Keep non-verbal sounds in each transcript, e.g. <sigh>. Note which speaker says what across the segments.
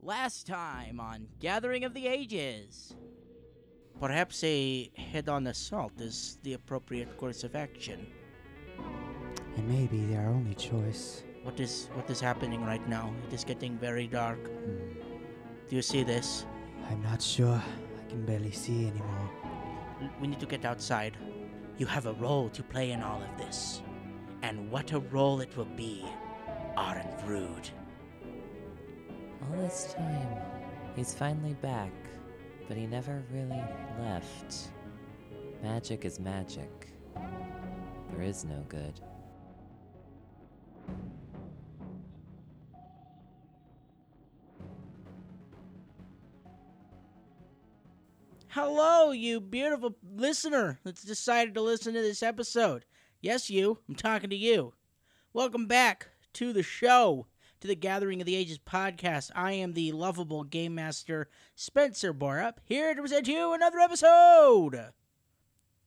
Speaker 1: Last time on Gathering of the Ages. Perhaps a head on assault is the appropriate course of action.
Speaker 2: It may be their only choice.
Speaker 1: What is what is happening right now? It is getting very dark.
Speaker 2: Hmm.
Speaker 1: Do you see this?
Speaker 2: I'm not sure. I can barely see anymore.
Speaker 1: L- We need to get outside. You have a role to play in all of this. And what a role it will be, Arenvrud.
Speaker 3: All this time, he's finally back, but he never really left. Magic is magic. There is no good.
Speaker 1: Hello, you beautiful listener that's decided to listen to this episode. Yes, you. I'm talking to you. Welcome back to the show, to the Gathering of the Ages podcast. I am the lovable game master Spencer Borup, here to present you another episode.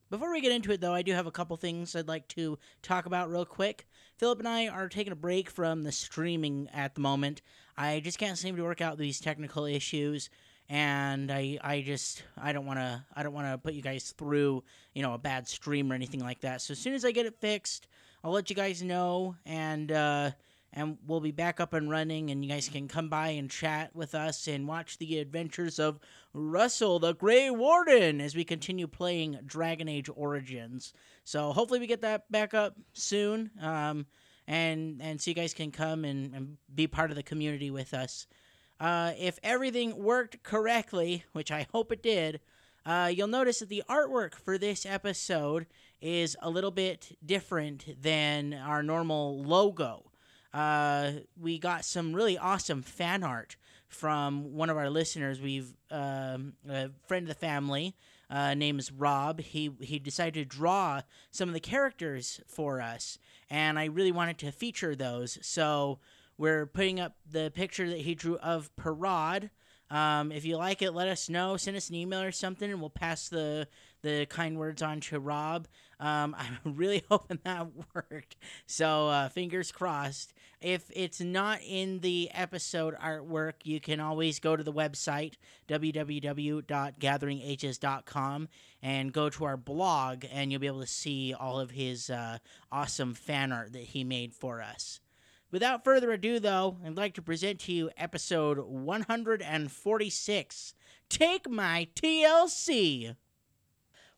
Speaker 1: Before we get into it, though, I do have a couple things I'd like to talk about real quick. Philip and I are taking a break from the streaming at the moment. I just can't seem to work out these technical issues and I I just I don't want to I don't want to put you guys through you know a bad stream or anything like that. So as soon as I get it fixed, I'll let you guys know and uh, and we'll be back up and running and you guys can come by and chat with us and watch the adventures of Russell the Grey Warden as we continue playing Dragon Age Origins. So hopefully we get that back up soon. Um, and, and so you guys can come and, and be part of the community with us uh, if everything worked correctly, which I hope it did, uh, you'll notice that the artwork for this episode is a little bit different than our normal logo. Uh, we got some really awesome fan art from one of our listeners. We've um, a friend of the family. Uh, name is Rob. He he decided to draw some of the characters for us, and I really wanted to feature those. So we're putting up the picture that he drew of Parad. Um, if you like it, let us know. Send us an email or something, and we'll pass the the kind words on to Rob. Um, <laughs> I'm really hoping that worked. So uh, fingers crossed. If it's not in the episode artwork, you can always go to the website www.gatheringhs.com and go to our blog, and you'll be able to see all of his uh, awesome fan art that he made for us. Without further ado, though, I'd like to present to you episode 146 Take My TLC.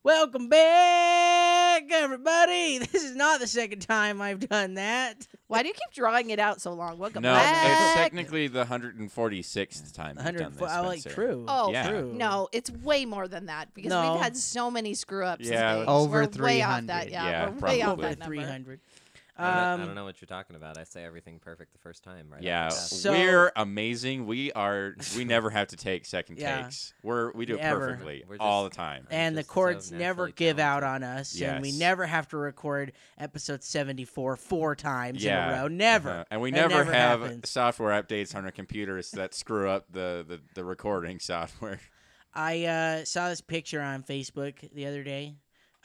Speaker 1: Welcome back, everybody. <laughs> This is not the second time I've done that.
Speaker 4: Why do you keep drawing it out so long? Welcome
Speaker 5: No, it's
Speaker 4: back.
Speaker 5: technically the 146th time you've done
Speaker 1: 104
Speaker 5: this.
Speaker 1: I like
Speaker 5: Spencer.
Speaker 1: true.
Speaker 4: oh,
Speaker 5: Yeah.
Speaker 1: true.
Speaker 4: no, it's way more than that because
Speaker 1: No.
Speaker 4: we've had so many screw ups.
Speaker 5: Yeah.
Speaker 2: Over
Speaker 4: we're Way off
Speaker 2: 300.
Speaker 4: that. Yeah,
Speaker 5: Yeah,
Speaker 4: we're way off
Speaker 5: probably.
Speaker 1: over
Speaker 4: that number.
Speaker 1: 300.
Speaker 6: I don't, know- I
Speaker 1: Um,
Speaker 6: don't know what you're talking about. I say everything perfect the first time, right?
Speaker 5: Yeah,
Speaker 6: off the bat.
Speaker 1: So-
Speaker 5: we're amazing. We are. <laughs> We never have to take second
Speaker 1: Yeah.
Speaker 5: takes. We're we do it
Speaker 1: Ever. E-,
Speaker 5: perfectly
Speaker 6: We're
Speaker 5: all the
Speaker 6: just-
Speaker 5: time.
Speaker 6: I'm
Speaker 1: and the
Speaker 6: just so
Speaker 1: chords never
Speaker 6: naturally
Speaker 1: give out
Speaker 6: talented.
Speaker 1: on us, and we
Speaker 5: Yes.
Speaker 1: never have to record episode 74 four times in a
Speaker 6: Uh-huh.
Speaker 5: Yeah.
Speaker 1: row. Never.
Speaker 5: Uh, and we
Speaker 1: It
Speaker 5: never,
Speaker 1: never
Speaker 5: have
Speaker 1: happens.
Speaker 5: software updates on our computers that screw up the, the, the recording software.
Speaker 1: I uh, saw this picture on Facebook the other day.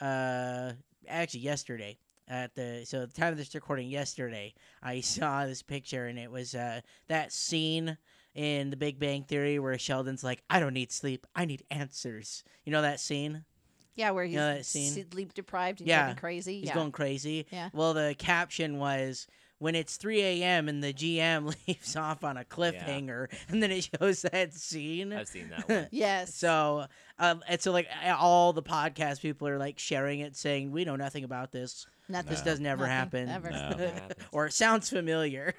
Speaker 1: Uh, actually, yesterday. At the so at the time of this recording yesterday, I <laughs> saw this picture and it was uh, that scene in The Big Bang Theory where Sheldon's like, "I don't need sleep, I need answers." You know that scene?
Speaker 4: Yeah, where he's
Speaker 1: You know that scene?
Speaker 4: sleep deprived and
Speaker 1: Yeah.
Speaker 4: going crazy.
Speaker 1: He's
Speaker 4: yeah.
Speaker 1: going crazy.
Speaker 4: Yeah.
Speaker 1: Well, the caption was. When it's 3 a.m. and the GM <laughs> leaves off on a cliffhanger, <laughs> and then it shows that <laughs> scene.
Speaker 6: I've seen that one.
Speaker 4: yes.
Speaker 1: So, um, and so like a- all the podcast people are like sharing it, saying we know nothing about this.
Speaker 4: nothing.
Speaker 1: This does never
Speaker 4: Nothing,
Speaker 1: happen,
Speaker 4: ever.
Speaker 5: No.
Speaker 6: It happens.
Speaker 1: <laughs> or it sounds familiar.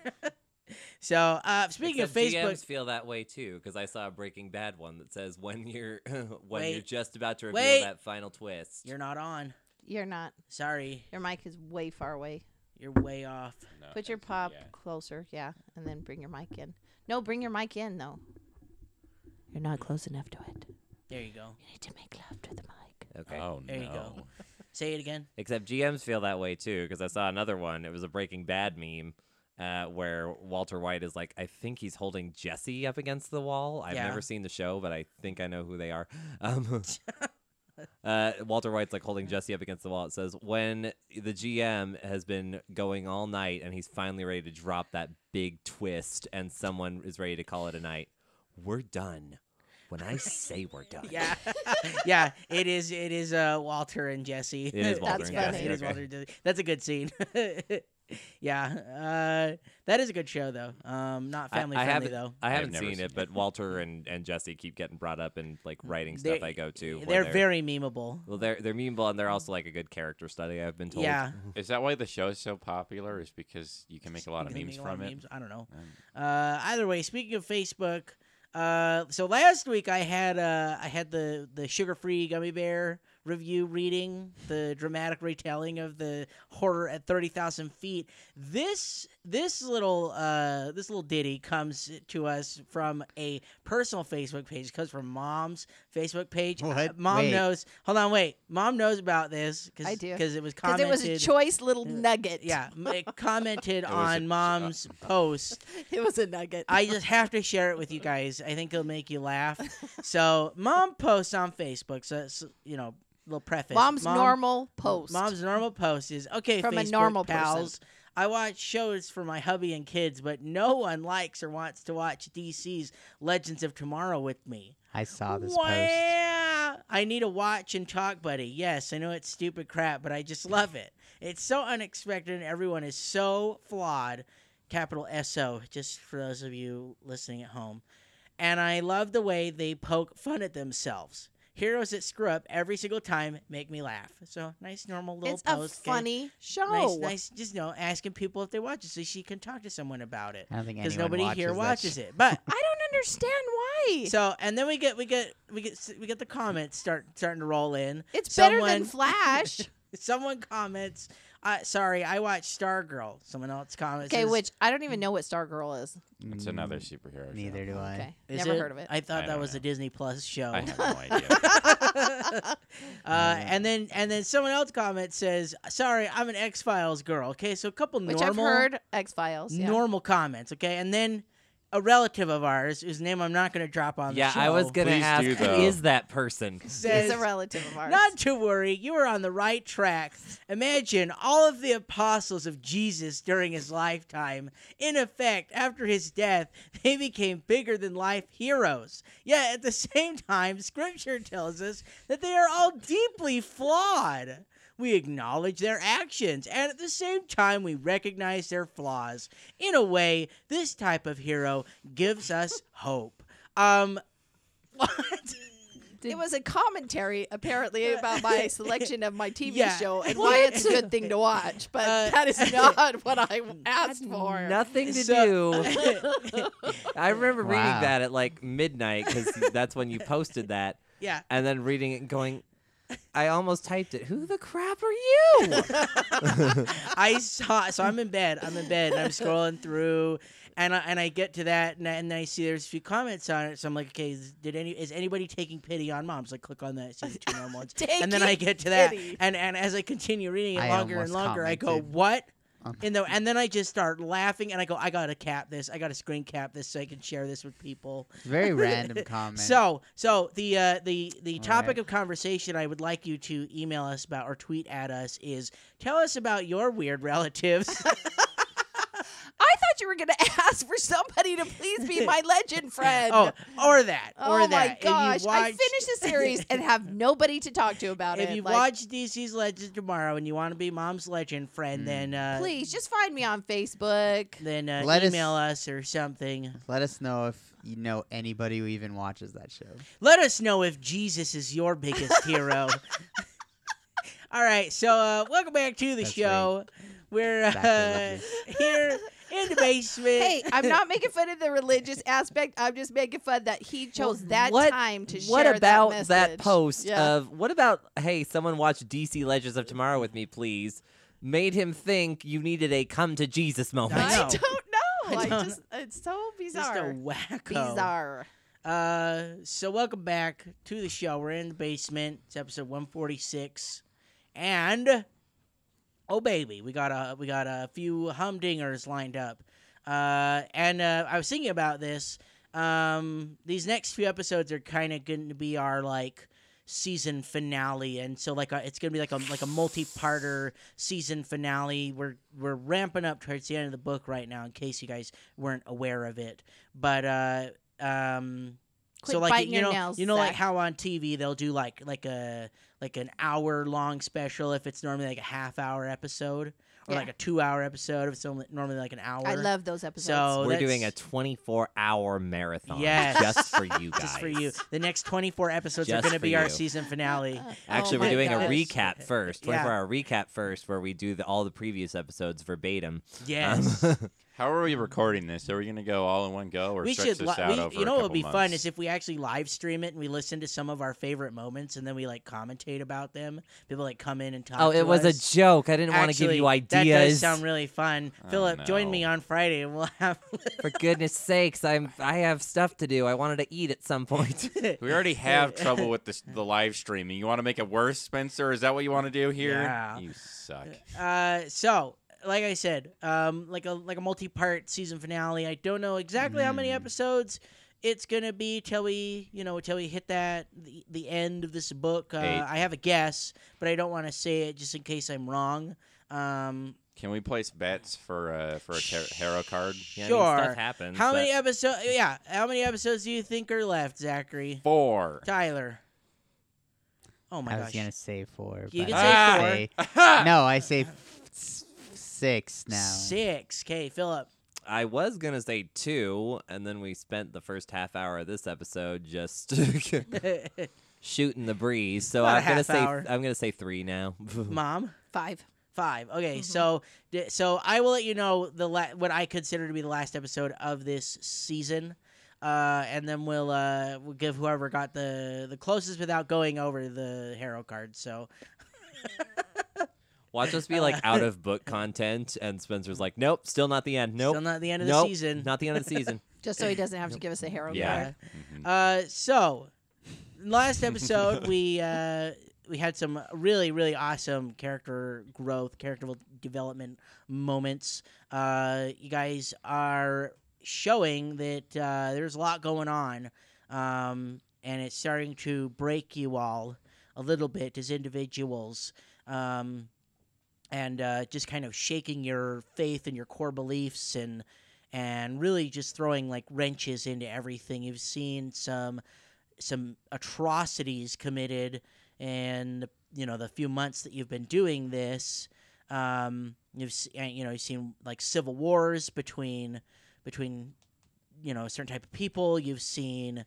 Speaker 1: <laughs> so, uh, speaking of
Speaker 6: Except
Speaker 1: Facebook,
Speaker 6: GMs feel that way too, because I saw a Breaking Bad one that says when you're <laughs> when you're
Speaker 1: Wait.
Speaker 6: just about to reveal
Speaker 1: Wait.
Speaker 6: that final twist.
Speaker 1: you're not on.
Speaker 4: <laughs> You're not.
Speaker 1: Sorry,
Speaker 4: Your mic is way far away.
Speaker 1: you're way off.
Speaker 5: No,
Speaker 4: Put your
Speaker 5: that's-
Speaker 4: pop
Speaker 5: yeah.
Speaker 4: closer. Yeah, and then bring your mic in. No, bring your mic in though. You're not close enough to it.
Speaker 1: There you go.
Speaker 4: You need to make love to the mic.
Speaker 6: okay.
Speaker 5: Oh
Speaker 1: There
Speaker 5: no.
Speaker 1: you go. Say it
Speaker 6: <laughs>
Speaker 1: again.
Speaker 6: Except GMs feel that way too, because I saw another one. It was a Breaking Bad meme. Uh, where Walter White is like, I think he's holding Jesse up against the wall. I've
Speaker 1: Yeah.
Speaker 6: never seen the show, but I think I know who they are. <laughs> Um, uh, Walter White's like holding Jesse up against the wall. It says, When the GM has been going all night and he's finally ready to drop that big twist and someone is ready to call it a night, we're done. When I say we're done.
Speaker 1: Yeah, <laughs> yeah. It is. It is. Uh, Walter and Jesse. <laughs>
Speaker 6: It is Walter
Speaker 4: That's
Speaker 6: and
Speaker 4: funny.
Speaker 6: Jesse.
Speaker 1: It is
Speaker 6: okay.
Speaker 1: Walter and Jesse. That's a good scene. <laughs> yeah, uh, that is a good show though. Um, not
Speaker 6: I-
Speaker 1: family
Speaker 6: I
Speaker 1: friendly
Speaker 6: haven't-
Speaker 1: though.
Speaker 6: I
Speaker 5: have
Speaker 6: haven't
Speaker 5: never
Speaker 6: seen
Speaker 5: seen
Speaker 6: it, but Walter and, and Jesse keep getting brought up in like writing
Speaker 1: They-
Speaker 6: stuff I go to. where
Speaker 1: They're, very memeable.
Speaker 6: well, they're they're memeable and they're also like a good character study. I've been told.
Speaker 1: Yeah,
Speaker 5: <laughs> Is that why the show is so popular? Is because you can make a lot of
Speaker 1: You can
Speaker 5: memes
Speaker 1: make a lot
Speaker 5: from
Speaker 1: of
Speaker 5: it?
Speaker 1: memes. I don't know.
Speaker 5: Um,
Speaker 1: Uh, either way, speaking of Facebook, uh, so last week I had uh, I had the the sugar free gummy bear review reading,
Speaker 5: <laughs>
Speaker 1: the dramatic retelling of the horror at thirty thousand feet. This this little uh, this little ditty comes to us from a personal Facebook page. It comes from mom's Facebook page.
Speaker 2: What?
Speaker 1: Uh, Mom
Speaker 2: Wait.
Speaker 1: knows. Hold on, wait. Mom knows about this because
Speaker 4: I do.
Speaker 1: because it was
Speaker 4: Because
Speaker 1: commented.
Speaker 4: it was a choice little
Speaker 1: <laughs>
Speaker 4: nugget.
Speaker 1: yeah, m- it commented
Speaker 5: It was a-
Speaker 1: on mom's post
Speaker 4: <laughs> It was a nugget.
Speaker 1: I just have to share it with you guys. I think it'll make you laugh. So, mom posts on Facebook. So, it's, you know, little preface.
Speaker 4: Mom's
Speaker 1: Mom-
Speaker 4: normal post.
Speaker 1: Mom's normal post is okay.
Speaker 4: From a
Speaker 1: Facebook
Speaker 4: normal person.
Speaker 1: pals. I watch shows for my hubby and kids, but no one likes or wants to watch DC's Legends of Tomorrow with me.
Speaker 2: I saw this post.
Speaker 1: Wow. I need a watch and talk buddy. Yes, I know it's stupid crap, but I just love it. It's so unexpected and everyone is so flawed. Capital S O, just for those of you listening at home. And I love the way they poke fun at themselves. Heroes that screw up every single time make me laugh. So nice, normal little
Speaker 4: it's a
Speaker 1: post. okay?
Speaker 4: funny show.
Speaker 1: Nice, nice. Just you know, asking people if they watch it, so she can talk to someone about it.
Speaker 2: I don't think
Speaker 1: Because
Speaker 2: anyone
Speaker 1: nobody
Speaker 2: watches
Speaker 1: here
Speaker 2: that
Speaker 1: watches
Speaker 2: sh-
Speaker 1: it. But
Speaker 4: I don't understand why.
Speaker 1: <laughs> so and then we get we get we get s- we get the comments start starting to roll in.
Speaker 4: it's better
Speaker 1: someone- <laughs>
Speaker 4: than Flash.
Speaker 1: Someone comments, uh, "Sorry, I watched Stargirl." Someone else comments,
Speaker 4: okay,
Speaker 1: says,
Speaker 4: which I don't even know what Stargirl is.
Speaker 5: It's
Speaker 2: Mm,
Speaker 5: another superhero. show.
Speaker 2: Neither do I.
Speaker 4: Okay,
Speaker 1: is
Speaker 4: never heard of it.
Speaker 1: I thought
Speaker 5: I
Speaker 1: that
Speaker 5: don't
Speaker 1: was a
Speaker 5: know.
Speaker 1: Disney Plus show.
Speaker 5: I <laughs> have no idea.
Speaker 1: <laughs> uh, and then and then someone else comments says, "Sorry, I'm an X Files girl." Okay, so a couple
Speaker 4: Which I've
Speaker 1: normal
Speaker 4: heard X Files. Yeah.
Speaker 1: normal comments. Okay, and then a relative of ours whose name I'm not going to drop on
Speaker 6: Yeah,
Speaker 1: the show.
Speaker 6: I was gonna
Speaker 5: Please do,
Speaker 6: ask, who
Speaker 5: though.
Speaker 6: is that person?
Speaker 1: says,
Speaker 4: it's a relative of ours.
Speaker 1: Not to worry, you are on the right track. Imagine all of the apostles of Jesus during his lifetime. In effect, after his death, <laughs> they became bigger than life heroes. Yet at the same time, scripture tells us that they are all deeply flawed. We acknowledge their actions and at the same time we recognize their flaws. In a way, this type of hero gives us hope. Um <laughs> what?
Speaker 4: it was a commentary
Speaker 1: <laughs>
Speaker 4: apparently about my selection of my TV
Speaker 1: Yeah.
Speaker 4: show and why it's a good thing
Speaker 1: <laughs>
Speaker 4: to watch, but
Speaker 1: Uh,
Speaker 4: that is not what I asked for.
Speaker 6: Nothing to
Speaker 1: So-
Speaker 6: do.
Speaker 1: <laughs>
Speaker 6: <laughs> I remember
Speaker 2: Wow.
Speaker 6: reading that at like midnight because that's when you posted that,
Speaker 1: yeah.
Speaker 6: and then reading it and going, I almost typed it. Who the crap are you?
Speaker 1: I saw. So I'm in bed. I'm in bed. And I'm scrolling through, and I, and I get to that, and I, and I see there's a few comments on it. So I'm like, okay, is, did any is anybody taking pity on moms? Like, click on that. It says two normal ones. And then I
Speaker 4: <laughs> Taking
Speaker 1: get to that,
Speaker 4: pity.
Speaker 1: and and as I continue reading it
Speaker 2: I
Speaker 1: longer and
Speaker 2: almost
Speaker 1: longer, I go,
Speaker 2: commented.
Speaker 1: what?
Speaker 2: Um.
Speaker 1: In the, and then I just start laughing, and I go, I gotta cap this. I gotta screen cap this so I can share this with people.
Speaker 2: Very
Speaker 1: <laughs>
Speaker 2: random comment.
Speaker 1: So, so the uh, the the
Speaker 2: All
Speaker 1: topic
Speaker 2: right.
Speaker 1: of conversation I would like you to email us about or tweet at us is tell us about your weird <laughs> relatives.
Speaker 4: <laughs> I thought you were going to <laughs> ask for somebody to please be my legend friend.
Speaker 1: <laughs> oh, or that,
Speaker 4: Oh
Speaker 1: or
Speaker 4: my
Speaker 1: that.
Speaker 4: gosh!
Speaker 1: if you
Speaker 4: I
Speaker 1: watch,
Speaker 4: finished the series
Speaker 1: <laughs>
Speaker 4: and have nobody to talk to about it.
Speaker 1: if you
Speaker 4: Like,
Speaker 1: watch DC's Legends tomorrow and you want to be Mom's legend friend,
Speaker 2: Mm.
Speaker 1: then uh,
Speaker 4: please just find me on Facebook.
Speaker 1: then uh,
Speaker 2: Let us-
Speaker 1: email us or something.
Speaker 2: Let us know if you know anybody who even watches that show.
Speaker 1: Let us know if Jesus is your
Speaker 4: <laughs>
Speaker 1: biggest hero. <laughs> All right, so uh, welcome back to the
Speaker 2: That's
Speaker 1: show. We're uh,
Speaker 2: Sacrilegious.
Speaker 1: here in the basement.
Speaker 4: Hey, I'm not making fun of
Speaker 1: <laughs>
Speaker 4: the religious aspect. I'm just making fun that he chose that
Speaker 6: what-
Speaker 4: time to
Speaker 6: what
Speaker 4: share
Speaker 6: about
Speaker 4: that,
Speaker 6: that,
Speaker 4: message.
Speaker 6: post
Speaker 4: Yeah.
Speaker 6: of what about hey someone watch dc legends of tomorrow with me please made him think you needed a come to jesus moment
Speaker 1: I
Speaker 4: I
Speaker 1: know.
Speaker 4: don't know.
Speaker 1: <laughs> I
Speaker 4: I,
Speaker 1: don't-
Speaker 4: just it's so
Speaker 1: <laughs> just a
Speaker 4: bizarre.
Speaker 1: wacko.
Speaker 4: Bizarre.
Speaker 1: Uh, so welcome back to the show. We're in the basement. It's episode 146, and oh baby, we got a we got a few humdingers lined up. Uh, and uh, I was thinking about this. Um, these next few episodes are kind of going to be our like season finale, and so like a, it's going to be like a like a multi-parter season finale. We're we're ramping up towards the end of the book right now, in case you guys weren't aware of it. But uh, um
Speaker 4: Quit
Speaker 1: so like
Speaker 4: biting
Speaker 1: you know
Speaker 4: your nails,
Speaker 1: you know like
Speaker 4: Zach.
Speaker 1: how on TV they'll do like like a like an hour long special if it's normally like a half hour episode or
Speaker 4: Yeah.
Speaker 1: like a 2 hour episode if it's only, normally like an hour.
Speaker 4: I love those episodes.
Speaker 1: So- Oh,
Speaker 6: We're doing a
Speaker 1: that's-
Speaker 6: 24 hour marathon
Speaker 1: Yes.
Speaker 6: just
Speaker 1: <laughs>
Speaker 6: for you guys.
Speaker 1: just for you. The next 24 episodes are
Speaker 6: Just
Speaker 1: going to
Speaker 6: for
Speaker 1: be our
Speaker 6: you.
Speaker 1: season
Speaker 4: <laughs>
Speaker 1: finale.
Speaker 6: Actually,
Speaker 4: Oh
Speaker 6: we're
Speaker 4: my
Speaker 6: doing a
Speaker 4: gosh.
Speaker 6: recap
Speaker 1: <laughs>
Speaker 6: first, 24
Speaker 1: Yeah.
Speaker 6: hour recap first, where we do the, all the previous episodes verbatim. Um, <laughs>
Speaker 1: Yes.
Speaker 5: How are we recording this? Are we going to go all in one go, or
Speaker 1: we
Speaker 5: stretch
Speaker 1: should
Speaker 5: this
Speaker 1: li-
Speaker 5: out
Speaker 1: we-
Speaker 5: over
Speaker 1: you
Speaker 5: a
Speaker 1: know what would
Speaker 5: couple
Speaker 1: be fun
Speaker 5: months?
Speaker 1: is if we actually live stream it and we listen to some of our favorite moments and then we like commentate about them. People like come in and talk
Speaker 6: oh,
Speaker 1: to
Speaker 6: it was a
Speaker 1: us.
Speaker 6: joke. I didn't want to give
Speaker 1: Actually,
Speaker 6: you
Speaker 1: That does
Speaker 6: ideas.
Speaker 1: sound really fun.
Speaker 5: Oh,
Speaker 1: Philip, join me
Speaker 5: no.
Speaker 1: on Friday and we'll <laughs> have
Speaker 6: for goodness sakes, I'm I have stuff to do. I wanted to eat at some point.
Speaker 1: <laughs>
Speaker 5: We already have trouble with this, the live streaming. You want to make it worse, Spencer? Is that what you want to do here?
Speaker 1: Yeah.
Speaker 5: You suck.
Speaker 1: <laughs> Uh, so, like I said, um, like a like a multi-part season finale. I don't know exactly how many
Speaker 5: Mm.
Speaker 1: episodes it's gonna be till we, you know, till we hit that the, the end of this book. Uh,
Speaker 5: Eight.
Speaker 1: I have a guess, but I don't want to say it just in case I'm wrong. Um,
Speaker 5: Can we place bets for uh, for a tar- tarot card?
Speaker 6: Yeah, I mean,
Speaker 1: Sure.
Speaker 6: stuff happens.
Speaker 1: how
Speaker 6: but-
Speaker 1: many episodes? Yeah, how many episodes do you think are left, Zachary? <laughs>
Speaker 5: Four.
Speaker 1: Tyler. Oh my
Speaker 2: I was
Speaker 1: gosh.
Speaker 2: gonna say four.
Speaker 1: You
Speaker 2: but
Speaker 1: can
Speaker 2: I
Speaker 1: say <laughs>
Speaker 2: say- no, I say f- s- six now.
Speaker 1: Six. Okay, <laughs> Philip.
Speaker 6: I was gonna say two, and then we spent the first half hour of this episode just <laughs> shooting the breeze. So
Speaker 1: About a
Speaker 6: I'm gonna
Speaker 1: half
Speaker 6: say
Speaker 1: hour.
Speaker 6: I'm gonna say three now. <laughs>
Speaker 1: Mom.
Speaker 4: Five.
Speaker 1: Five. Okay,
Speaker 4: Mhm.
Speaker 1: so d- so I will let you know the la- what I consider to be the last episode of this season, uh, and then we'll uh, we'll give whoever got the the closest without going over the hero card. So
Speaker 6: Watch us be like
Speaker 1: <laughs>
Speaker 6: out of book content, and Spencer's like, "Nope, still not the end. Nope,
Speaker 1: still not the end of
Speaker 6: nope,
Speaker 1: the season.
Speaker 6: not the end of the
Speaker 1: <laughs>
Speaker 6: season."
Speaker 4: Just so he doesn't have to give us a hero
Speaker 5: Yeah.
Speaker 4: card.
Speaker 5: Mhm.
Speaker 1: Uh, so last episode we uh, we had some really really awesome character growth, character development moments. Uh, you guys are showing that uh, there's a lot going on, um, and it's starting to break you all a little bit as individuals. Um, and uh, just kind of shaking your faith and your core beliefs and and really just throwing like wrenches into everything. You've seen some some atrocities committed in you know the few months that you've been doing this. Um, you've s- and, you know you've seen like civil wars between between you know a certain type of people. You've seen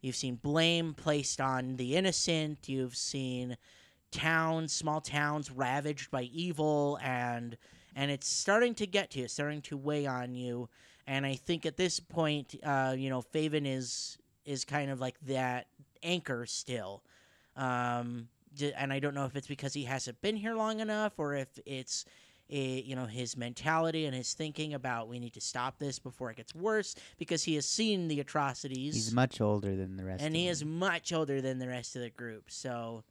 Speaker 1: you've seen blame placed on the innocent. You've seen towns, small towns ravaged by evil and and it's starting to get to you, it's starting to weigh on you. And I think at this point, uh, you know, Faven is is kind of like that anchor still. Um, d- and I don't know if it's because he hasn't been here long enough, or if it's eh, you know his mentality and his thinking about we need to stop this before it gets worse because he has seen the atrocities
Speaker 2: He's much older than the rest.
Speaker 1: and
Speaker 2: of
Speaker 1: he is
Speaker 2: them.
Speaker 1: much older than the rest of the group so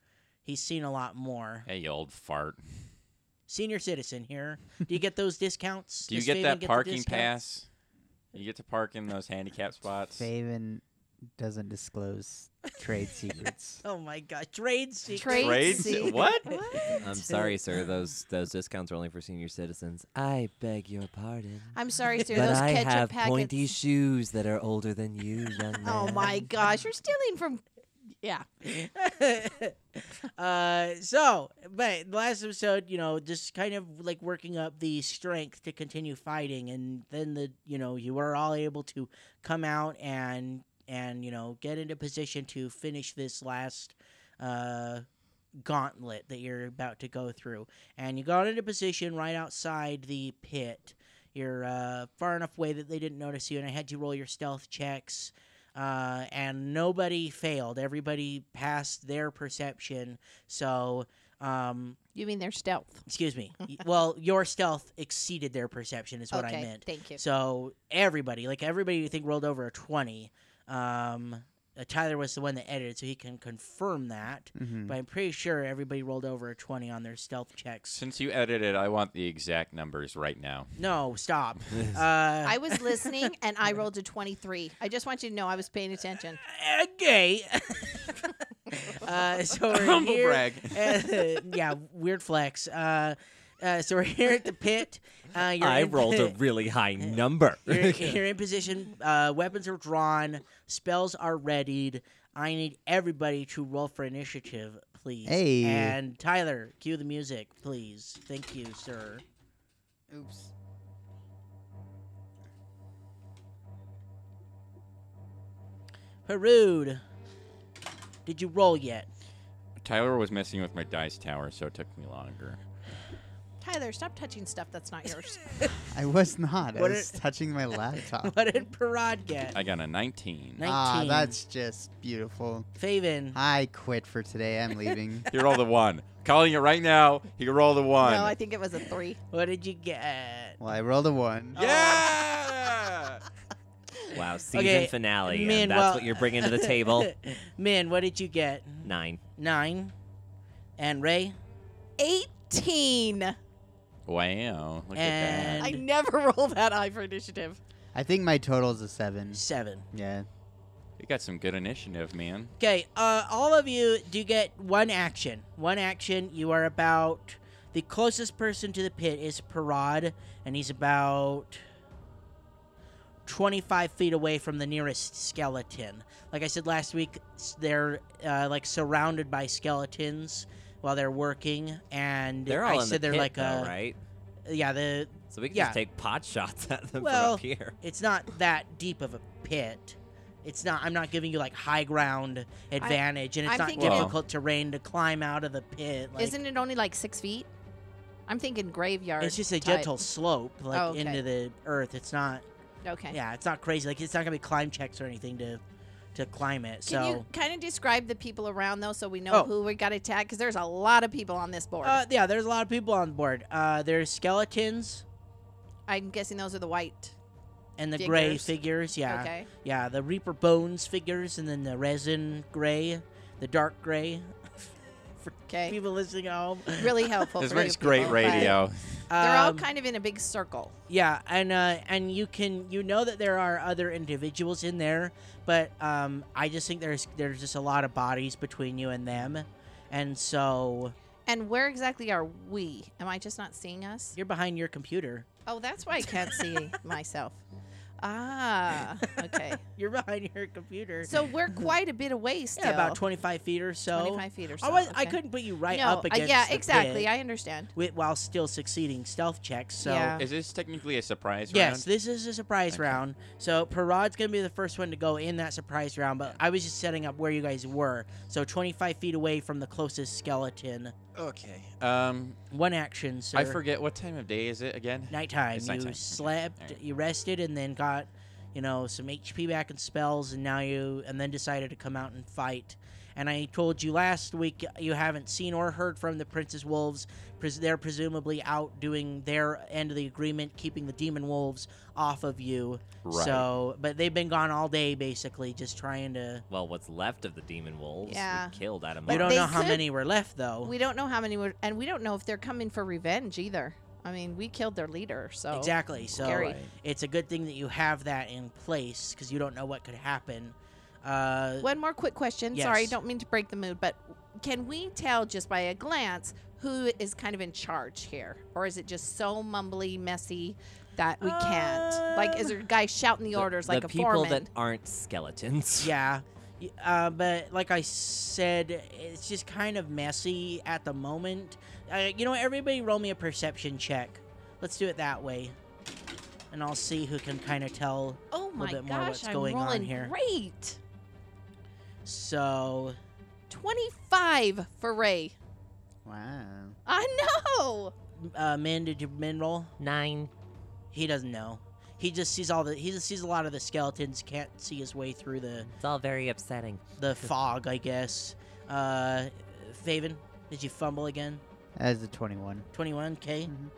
Speaker 1: he's seen a lot more
Speaker 5: <laughs> Hey, you old fart.
Speaker 1: senior citizen here do you get those discounts
Speaker 5: <laughs> Do you
Speaker 1: Does
Speaker 5: get
Speaker 1: Faven
Speaker 5: that
Speaker 1: the
Speaker 5: parking
Speaker 1: discounts?
Speaker 5: pass? You get to park in those handicap spots.
Speaker 2: Faven doesn't
Speaker 1: <laughs>
Speaker 2: disclose trade secrets.
Speaker 1: oh my god trade secret
Speaker 4: Trade
Speaker 5: Trades?
Speaker 4: secret.
Speaker 5: <laughs> What?
Speaker 6: I'm
Speaker 1: <laughs>
Speaker 6: sorry, sir. Those those discounts are only for senior citizens. I beg your pardon.
Speaker 1: <laughs>
Speaker 4: I'm sorry, sir.
Speaker 6: but
Speaker 4: Those
Speaker 6: I
Speaker 4: ketchup
Speaker 6: have
Speaker 4: packets.
Speaker 6: pointy shoes that are older than you,
Speaker 1: <laughs>
Speaker 6: young man.
Speaker 4: oh my gosh, you're stealing from. Yeah.
Speaker 1: <laughs> uh, so, but the last episode, you know, just kind of like working up the strength to continue fighting, and then the, you know, you were all able to come out and and you know get into position to finish this last uh, gauntlet that you're about to go through, and you got into position right outside the pit. You're uh, far enough away that they didn't notice you, and I had you roll your stealth checks uh, and nobody failed. Everybody passed their perception. So, um,
Speaker 4: You mean their stealth?
Speaker 1: excuse me.
Speaker 4: <laughs>
Speaker 1: Y- well, your stealth exceeded their perception, is what
Speaker 4: okay.
Speaker 1: I meant.
Speaker 4: Thank you.
Speaker 1: So everybody, like everybody, you think rolled over a twenty. Um, uh, Tyler was the one that edited, so he can confirm that.
Speaker 2: Mhm.
Speaker 1: But I'm pretty sure everybody rolled over a twenty on their stealth checks.
Speaker 5: Since you edited, I want the exact numbers right now.
Speaker 1: <laughs> No, stop. Uh,
Speaker 4: I was listening and
Speaker 1: <laughs>
Speaker 4: I rolled a 23. I just want you to know I was paying attention. <laughs>
Speaker 1: okay. <laughs> uh, so we're
Speaker 5: Humble
Speaker 1: here. <laughs>
Speaker 5: brag.
Speaker 1: Uh, yeah, weird flex. Uh, Uh, so we're here at the pit. Uh, you're
Speaker 6: I
Speaker 1: in- <laughs>
Speaker 6: rolled a really high number.
Speaker 1: You're,
Speaker 6: <laughs>
Speaker 1: you're in position. Uh, weapons are drawn. Spells are readied. I need everybody to roll for initiative, please.
Speaker 2: Hey.
Speaker 1: And Tyler, cue the music, please. Thank you, sir.
Speaker 7: Oops.
Speaker 1: Harood, did you roll yet? <laughs>
Speaker 5: Tyler was messing with my dice tower, so it took me longer.
Speaker 4: Tyler, stop touching stuff that's
Speaker 1: <laughs>
Speaker 4: not yours.
Speaker 2: I was not. I
Speaker 1: What
Speaker 2: was touching
Speaker 1: <laughs>
Speaker 2: my laptop.
Speaker 1: What did Parad get?
Speaker 5: I got a 19.
Speaker 2: Ah,
Speaker 1: 19.
Speaker 2: that's just beautiful.
Speaker 1: Faven.
Speaker 2: I quit for today. I'm
Speaker 1: <laughs>
Speaker 2: leaving.
Speaker 5: He rolled a one. Calling it right now. He rolled a one.
Speaker 4: No, I think it was a three.
Speaker 1: What did you get?
Speaker 2: well, I rolled a one.
Speaker 1: Oh.
Speaker 5: yeah.
Speaker 1: <laughs>
Speaker 6: wow, season
Speaker 1: Okay,
Speaker 6: finale,
Speaker 1: man,
Speaker 6: and that's
Speaker 1: well-
Speaker 6: what you're bringing to the table.
Speaker 1: <laughs> Min, what did you get?
Speaker 6: Nine.
Speaker 1: Nine. And Ray?
Speaker 4: 18.
Speaker 5: wow. Look at that.
Speaker 4: I
Speaker 1: And-
Speaker 4: never <laughs> roll that high for initiative.
Speaker 2: I think my total's a seven.
Speaker 1: Seven.
Speaker 2: Yeah.
Speaker 5: You got some good initiative, man.
Speaker 1: Okay, uh, all of you do get one action. One action. You are about the closest person to the pit is Parad, and he's about twenty-five feet away from the nearest skeleton. Like I said last week, s- they're uh, like surrounded by skeletons while they're working, and
Speaker 6: They're all
Speaker 1: I
Speaker 6: in
Speaker 1: said they're
Speaker 6: the pit,
Speaker 1: like
Speaker 6: though,
Speaker 1: a
Speaker 6: right?
Speaker 1: yeah. The
Speaker 6: So we can
Speaker 1: yeah.
Speaker 6: just take pot shots at them
Speaker 1: Well,
Speaker 6: from up here.
Speaker 1: it's not that deep of a pit. It's not. I'm not giving you like high ground advantage, and it's
Speaker 4: I'm
Speaker 1: not
Speaker 4: thinking-
Speaker 5: Well-
Speaker 1: difficult terrain to climb out of the pit. Like,
Speaker 4: Isn't it only like six feet? I'm thinking graveyard.
Speaker 1: It's just a
Speaker 4: type.
Speaker 1: gentle slope, like
Speaker 4: Oh, okay.
Speaker 1: into the earth. It's not.
Speaker 4: Okay.
Speaker 1: Yeah, it's not crazy. Like it's not gonna be climb checks or anything to, to climb it.
Speaker 4: Can
Speaker 1: so.
Speaker 4: you kind of describe the people around though, so we know
Speaker 1: Oh.
Speaker 4: who we got attacked? Because there's a lot of people on this board.
Speaker 1: uh, yeah, there's a lot of people on board. Uh, there's skeletons
Speaker 4: I'm guessing those are the white.
Speaker 1: and the gray
Speaker 4: Figures.
Speaker 1: figures. Yeah,
Speaker 4: Okay.
Speaker 1: yeah, the Reaper bones figures, and then the resin gray, the dark gray.
Speaker 4: Okay.
Speaker 1: People listening at home,
Speaker 4: Really helpful.
Speaker 5: This
Speaker 4: for you
Speaker 5: makes great
Speaker 4: people, but
Speaker 5: radio.
Speaker 4: They're all
Speaker 1: Um,
Speaker 4: kind of in a big circle.
Speaker 1: Yeah, and uh, and you can you know that there are other individuals in there, but um, I just think there's there's just a lot of bodies between you and them, and so
Speaker 4: And where exactly are we? Am I just not seeing us?
Speaker 1: you're behind your computer.
Speaker 4: Oh, that's why I
Speaker 1: <laughs>
Speaker 4: can't see myself. Ah, okay.
Speaker 1: You're <laughs> behind your computer.
Speaker 4: So we're quite a bit away still.
Speaker 1: yeah, about 25 feet or so.
Speaker 4: 25 feet or so.
Speaker 1: I was I
Speaker 4: okay.
Speaker 1: couldn't put you right
Speaker 4: no,
Speaker 1: up
Speaker 4: uh,
Speaker 1: against
Speaker 4: yeah,
Speaker 1: the
Speaker 4: exactly.
Speaker 1: pit
Speaker 4: I understand.
Speaker 1: wi- while still succeeding stealth checks. So
Speaker 4: Yeah.
Speaker 5: Is this technically a surprise
Speaker 1: Yes,
Speaker 5: round?
Speaker 1: this is a surprise
Speaker 5: Okay.
Speaker 1: round. So Parad's gonna be the first one to go in that surprise round, but I was just setting up where you guys were. So 25 feet away from the closest skeleton.
Speaker 5: Okay. Um,
Speaker 1: One action, sir.
Speaker 5: I forget what time of day is it again.
Speaker 1: Nighttime.
Speaker 5: It's
Speaker 1: you
Speaker 5: nighttime. Okay.
Speaker 1: slept,
Speaker 5: Alright.
Speaker 1: you rested, and then got, you know, some HP back and spells, and now you, and then decided to come out and fight. And I told you last week you haven't seen or heard from the Princess Wolves. Pres- They're presumably out doing their end of the agreement, keeping the Demon Wolves off of you.
Speaker 5: Right.
Speaker 1: So, but they've been gone all day, basically, just trying to.
Speaker 6: Well, what's left of the demon wolves?
Speaker 4: Yeah.
Speaker 6: We killed Adam.
Speaker 4: But
Speaker 1: you don't
Speaker 4: they
Speaker 1: know how
Speaker 4: could-
Speaker 1: many were left, though.
Speaker 4: We don't know how many were, and we don't know if they're coming for revenge either. I mean, we killed their leader, so
Speaker 1: exactly. So
Speaker 4: Scary.
Speaker 1: it's a good thing that you have that in place because you don't know what could happen. Uh,
Speaker 4: One more quick question. Sorry,
Speaker 1: Yes.
Speaker 4: don't mean to break the mood, but can we tell just by a glance who is kind of in charge here, or is it just so mumbly, messy that we can't? Like, is there
Speaker 1: Um,
Speaker 4: a guy shouting the orders like
Speaker 6: the
Speaker 4: a
Speaker 6: people
Speaker 4: foreman?
Speaker 6: that aren't skeletons. <laughs>
Speaker 1: Yeah. Y- Uh, but like I said, it's just kind of messy at the moment. Uh, you know, what, everybody roll me a perception check. Let's do it that way. And I'll see who can kind of tell.
Speaker 4: oh my
Speaker 1: bit more
Speaker 4: gosh,
Speaker 1: what's
Speaker 4: I'm
Speaker 1: going on
Speaker 4: rolling
Speaker 1: here.
Speaker 4: Great,
Speaker 1: So,
Speaker 4: twenty-five for Ray.
Speaker 2: Wow.
Speaker 4: I know.
Speaker 1: uh, Min, did you Min roll?
Speaker 3: Nine.
Speaker 1: He doesn't know. He just sees all the. He just sees a lot of the skeletons. Can't see his way through the
Speaker 3: It's all very upsetting.
Speaker 1: the fog, I guess. Uh, Faven, did you fumble again?
Speaker 2: As a 21.
Speaker 1: Twenty one K.
Speaker 2: Mhm.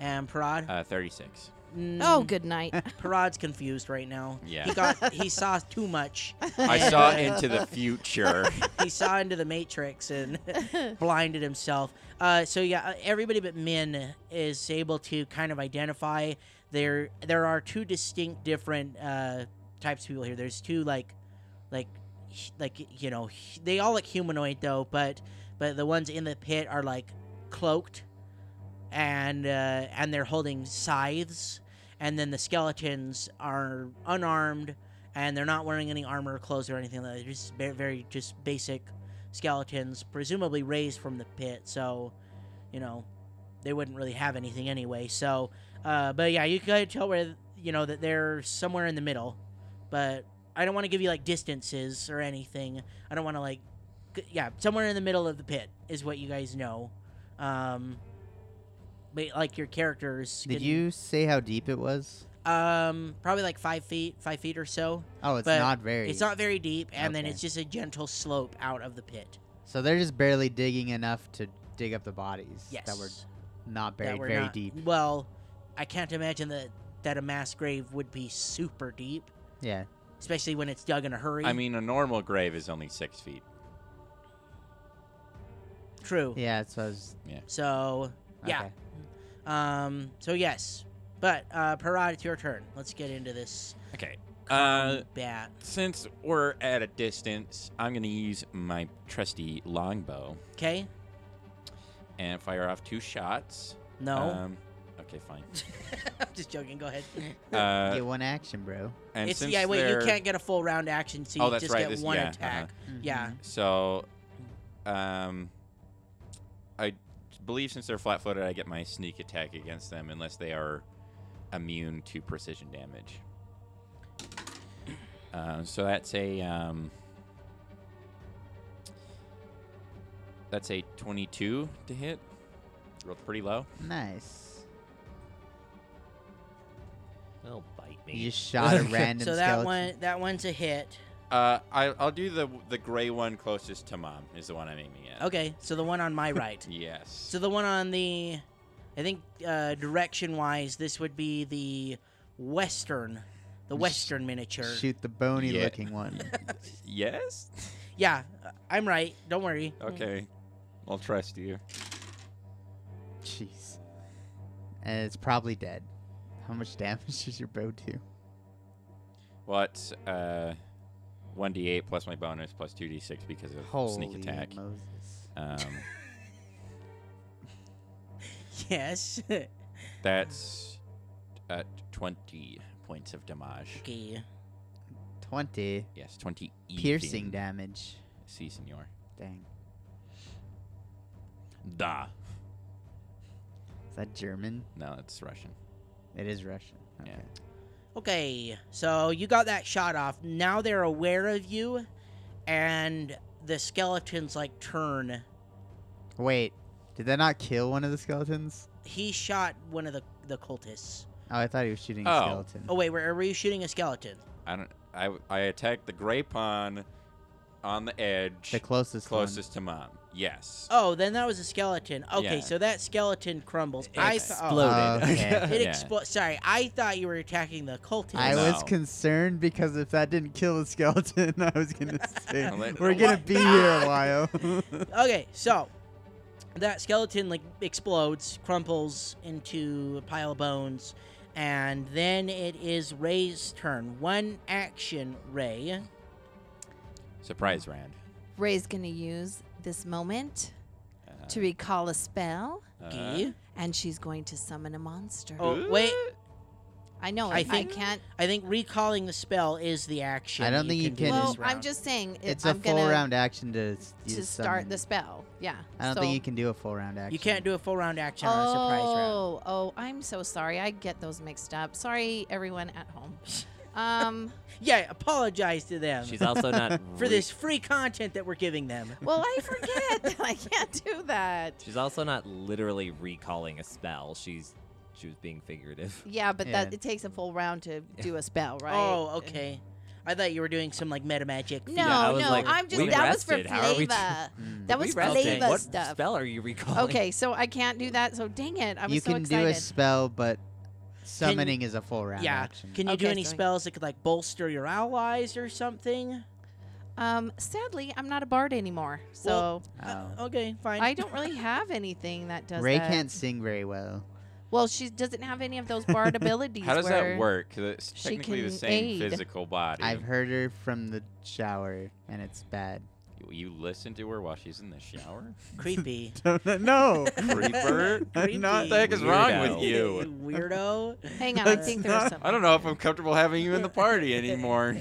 Speaker 1: And Parad.
Speaker 5: Uh, 36.
Speaker 1: Mm.
Speaker 4: Oh, <laughs> good night.
Speaker 1: Parad's confused right now.
Speaker 5: Yeah.
Speaker 1: He got he saw too much.
Speaker 5: I
Speaker 1: And,
Speaker 5: saw
Speaker 1: uh,
Speaker 5: into
Speaker 1: <laughs>
Speaker 5: the future.
Speaker 1: he saw into the matrix and <laughs> blinded himself. Uh, so yeah, uh, everybody but Min is able to kind of identify there. There are two distinct different uh, types of people here. There's two like, like, h- like you know, h- they all look humanoid though, but but the ones in the pit are like cloaked and uh, and they're holding scythes, and then the skeletons are unarmed, and they're not wearing any armor, or clothes, or anything. like that. They're just very, very just basic skeletons, presumably raised from the pit. So, you know, they wouldn't really have anything anyway. So, uh, but yeah, you could tell where you know that they're somewhere in the middle, but I don't want to give you like distances or anything. I don't want to like, g- yeah, somewhere in the middle of the pit is what you guys know. Um, but like your characters,
Speaker 7: Did
Speaker 1: can-
Speaker 7: you say how deep it was?
Speaker 1: Um, probably like five feet, five feet or so.
Speaker 7: Oh, it's
Speaker 1: But
Speaker 7: not very.
Speaker 1: It's not very deep, and then
Speaker 7: Okay.
Speaker 1: it's just a gentle slope out of the pit.
Speaker 7: So they're just barely digging enough to dig up the bodies
Speaker 1: Yes,
Speaker 7: that were not
Speaker 1: that
Speaker 7: buried
Speaker 1: were
Speaker 7: very
Speaker 1: not-
Speaker 7: deep.
Speaker 1: Well, I can't imagine that that a mass grave would be super deep,
Speaker 7: Yeah.
Speaker 1: especially when it's dug in a hurry.
Speaker 5: I mean, a normal grave is only six feet.
Speaker 1: true.
Speaker 7: Yeah, that's what I was.
Speaker 1: So yeah.
Speaker 7: okay.
Speaker 1: Um. So yes, but uh, Parad, it's your turn. Let's get into this
Speaker 5: Okay. Uh,
Speaker 1: bat.
Speaker 5: since we're at a distance, I'm gonna use my trusty longbow
Speaker 1: Okay.
Speaker 5: and fire off two shots.
Speaker 1: No.
Speaker 5: Um, okay, fine.
Speaker 1: <laughs> I'm just joking. Go ahead.
Speaker 5: Uh,
Speaker 7: Get one action, bro.
Speaker 5: and
Speaker 1: it's
Speaker 5: since
Speaker 1: yeah. Wait, you
Speaker 5: they're-
Speaker 1: can't get a full round action, so
Speaker 5: Oh,
Speaker 1: you
Speaker 5: that's
Speaker 1: just
Speaker 5: right,
Speaker 1: get
Speaker 5: this-
Speaker 1: one
Speaker 5: yeah, uh-huh.
Speaker 1: attack. Yeah.
Speaker 5: So, um, I believe since they're flat-footed, I get my sneak attack against them unless they are immune to precision damage. Um, so that's a um, that's a twenty-two to hit. Rolled pretty low.
Speaker 7: Mm-hmm. Nice.
Speaker 6: They'll bite me.
Speaker 5: <laughs>
Speaker 7: You just shot a random
Speaker 1: So that
Speaker 7: skeleton.
Speaker 1: one, that one's a hit.
Speaker 5: Uh, I, I'll do the the gray one closest to mom is the one I'm aiming at.
Speaker 1: Okay. So the one on my right.
Speaker 7: <laughs>
Speaker 5: Yes.
Speaker 1: So the one on the, I think uh, direction-wise, this would be the western, the
Speaker 7: Sh-
Speaker 1: western miniature.
Speaker 7: Shoot the bony
Speaker 5: Yeah.
Speaker 7: looking one.
Speaker 5: <laughs> yes.
Speaker 1: Yeah, I'm right. Don't worry.
Speaker 7: Uh,
Speaker 5: Okay. I'll trust you.
Speaker 7: Jeez. And it's probably dead. How much damage <laughs> does your bow do?
Speaker 5: What? Uh, one d eight plus my bonus plus two d six because of sneak
Speaker 7: Holy
Speaker 5: attack.
Speaker 7: Moses.
Speaker 5: Um,
Speaker 1: Yes. <laughs>
Speaker 5: that's uh, twenty points of damage.
Speaker 1: okay.
Speaker 7: 20
Speaker 5: Yes, twenty.
Speaker 7: piercing
Speaker 5: even.
Speaker 7: damage.
Speaker 5: Si, senor.
Speaker 7: Dang.
Speaker 5: Da.
Speaker 7: Is that German?
Speaker 5: No, it's Russian.
Speaker 7: It is Russian. Okay.
Speaker 5: Yeah.
Speaker 1: Okay, so you got that shot off. Now they're aware of you, and the skeletons like turn.
Speaker 7: Wait, did that not kill one of the skeletons?
Speaker 1: He shot one of the the cultists.
Speaker 7: Oh, I thought he was shooting
Speaker 5: Oh.
Speaker 7: a skeleton.
Speaker 1: Oh wait, were, were you shooting a skeleton?
Speaker 5: I don't. I I attacked the gray pawn on the edge,
Speaker 7: The closest
Speaker 5: closest to mom. Yes.
Speaker 1: Oh, then that was a skeleton. Okay,
Speaker 5: Yeah.
Speaker 1: so that skeleton crumbles. I th- oh,
Speaker 7: one.
Speaker 6: Exploded.
Speaker 1: <laughs>
Speaker 7: Okay.
Speaker 1: it
Speaker 5: Yeah.
Speaker 1: explodes. Sorry, I thought you were attacking the cultists.
Speaker 7: I
Speaker 5: No.
Speaker 7: was concerned because if that didn't kill the skeleton, <laughs> I was
Speaker 5: <laughs>
Speaker 7: gonna say
Speaker 5: Well, it-
Speaker 7: we're gonna be here a
Speaker 5: <laughs>
Speaker 7: while.
Speaker 1: Okay, so that skeleton like explodes, crumples into a pile of bones, and then it is Ray's turn. One action, Ray.
Speaker 5: Surprise round.
Speaker 4: Ray's gonna use this moment
Speaker 5: Uh,
Speaker 4: to recall a spell,
Speaker 5: uh,
Speaker 1: Okay.
Speaker 4: and she's going to summon a monster.
Speaker 1: oh wait,
Speaker 4: I know.
Speaker 1: I
Speaker 4: I,
Speaker 1: think-
Speaker 4: can't.
Speaker 1: I think recalling the spell is the action.
Speaker 7: I don't
Speaker 1: that
Speaker 7: think you
Speaker 1: can do this
Speaker 7: can-
Speaker 4: Well,
Speaker 7: Goodness
Speaker 4: I'm
Speaker 1: round.
Speaker 4: just saying. It,
Speaker 7: it's a
Speaker 4: I'm
Speaker 7: full
Speaker 4: gonna,
Speaker 7: round action to s-
Speaker 4: to
Speaker 7: use
Speaker 4: start
Speaker 7: summon.
Speaker 4: the spell. Yeah.
Speaker 7: I don't
Speaker 4: so,
Speaker 7: think you can do a full round action.
Speaker 1: you can't do a full round action
Speaker 4: oh,
Speaker 1: on a surprise round.
Speaker 4: Oh, I'm so sorry. I get those mixed up. Sorry, everyone at home. Um,
Speaker 1: Yeah, apologize to them
Speaker 6: She's also not
Speaker 1: <laughs> for this free content that we're giving them.
Speaker 4: well, I forget that I can't do that.
Speaker 6: She's also not literally recalling a spell. She's she was being figurative.
Speaker 4: Yeah, but
Speaker 7: Yeah.
Speaker 4: that it takes a full round to do a spell, right?
Speaker 1: Oh, okay. I thought you were doing some like meta magic.
Speaker 4: No,
Speaker 6: I was
Speaker 4: no,
Speaker 6: like,
Speaker 4: I'm just
Speaker 6: we
Speaker 4: that was
Speaker 6: rested.
Speaker 4: for
Speaker 6: How are we
Speaker 4: flavor.
Speaker 6: do- <laughs>
Speaker 7: Mm.
Speaker 4: that
Speaker 6: We
Speaker 4: was
Speaker 6: rested.
Speaker 4: flavor
Speaker 6: What
Speaker 4: stuff.
Speaker 6: spell <laughs> are you recalling?
Speaker 4: Okay, so I can't do that. So dang it, I was
Speaker 7: you
Speaker 4: so
Speaker 7: can do a
Speaker 4: excited.
Speaker 7: spell, but summoning is a full round
Speaker 1: yeah,
Speaker 7: action.
Speaker 1: Can you do
Speaker 4: Okay,
Speaker 1: any
Speaker 4: so I-
Speaker 1: spells that could like bolster your allies or something?
Speaker 4: um, sadly, I'm not a bard anymore, so
Speaker 1: Well,
Speaker 7: Oh.
Speaker 1: Uh, okay, fine. <laughs>
Speaker 4: I don't really have anything that does
Speaker 7: Ray
Speaker 4: that.
Speaker 7: can't sing very well.
Speaker 4: Well, she doesn't have any of those bard abilities.
Speaker 5: How does
Speaker 4: where-
Speaker 5: that work? 'Cause it's
Speaker 4: she
Speaker 5: technically the
Speaker 4: can
Speaker 5: same
Speaker 4: aid.
Speaker 5: physical body. <laughs>
Speaker 7: I've heard her from the shower, and it's bad.
Speaker 5: You listen to her while she's in the shower?
Speaker 1: Creepy.
Speaker 7: no.
Speaker 5: <laughs> Creeper?
Speaker 1: <laughs>
Speaker 7: I'm not
Speaker 1: Creepy.
Speaker 5: what the heck is wrong
Speaker 6: Weirdo.
Speaker 5: with you?
Speaker 1: Weirdo.
Speaker 4: Hang on, I
Speaker 1: That's
Speaker 4: think there was
Speaker 7: not-
Speaker 4: something.
Speaker 5: I don't know if I'm comfortable having you in
Speaker 1: <laughs>
Speaker 5: the party anymore.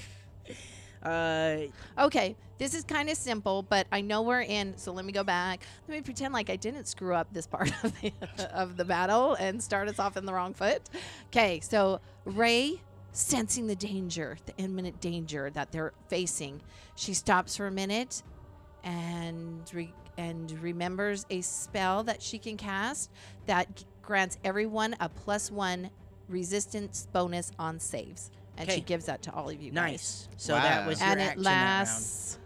Speaker 1: Uh,
Speaker 4: Okay, this is kind of simple, but I know we're in, so let me go back. Let me pretend like I didn't screw up this part <laughs> of the, of the battle and start us off in the wrong foot. Okay, so Ray, sensing the danger, the imminent danger that they're facing, she stops for a minute and re- and remembers a spell that she can cast that g- grants everyone a plus one resistance bonus on saves, and she
Speaker 1: Okay.
Speaker 4: gives that to all of you. guys
Speaker 1: nice. So that
Speaker 7: Wow.
Speaker 1: was your
Speaker 4: and it
Speaker 1: action that round.
Speaker 4: lasts.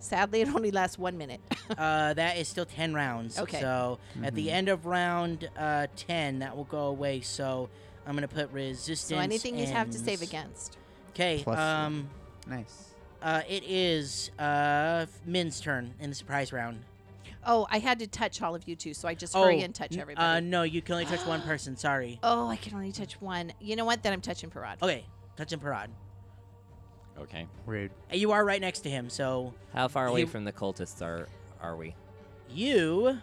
Speaker 4: Sadly, it only lasts one minute.
Speaker 1: Uh, that is still 10 rounds.
Speaker 4: Okay.
Speaker 1: So at the
Speaker 7: Mhm.
Speaker 1: end of round uh, 10, that will go away. So I'm going to put resistance.
Speaker 4: so anything you have to save
Speaker 1: ends.
Speaker 4: against.
Speaker 1: Okay.
Speaker 7: Plus-
Speaker 1: Um,
Speaker 5: Mm-hmm.
Speaker 7: nice.
Speaker 1: uh, it is uh, Min's turn in the surprise round.
Speaker 4: Oh, I had to touch all of you too, so I just hurry and touch
Speaker 1: n- Uh,
Speaker 4: everybody.
Speaker 1: no, you can only touch one person.
Speaker 4: <gasps>
Speaker 1: Sorry.
Speaker 4: oh, I can only touch one. You know what? Then I'm touching Parad.
Speaker 1: Okay. Touching Parad.
Speaker 5: Okay.
Speaker 7: Rude.
Speaker 1: You are right next to him. So
Speaker 3: How far
Speaker 1: away
Speaker 3: away
Speaker 1: You-
Speaker 3: from the cultists are are we?
Speaker 1: you.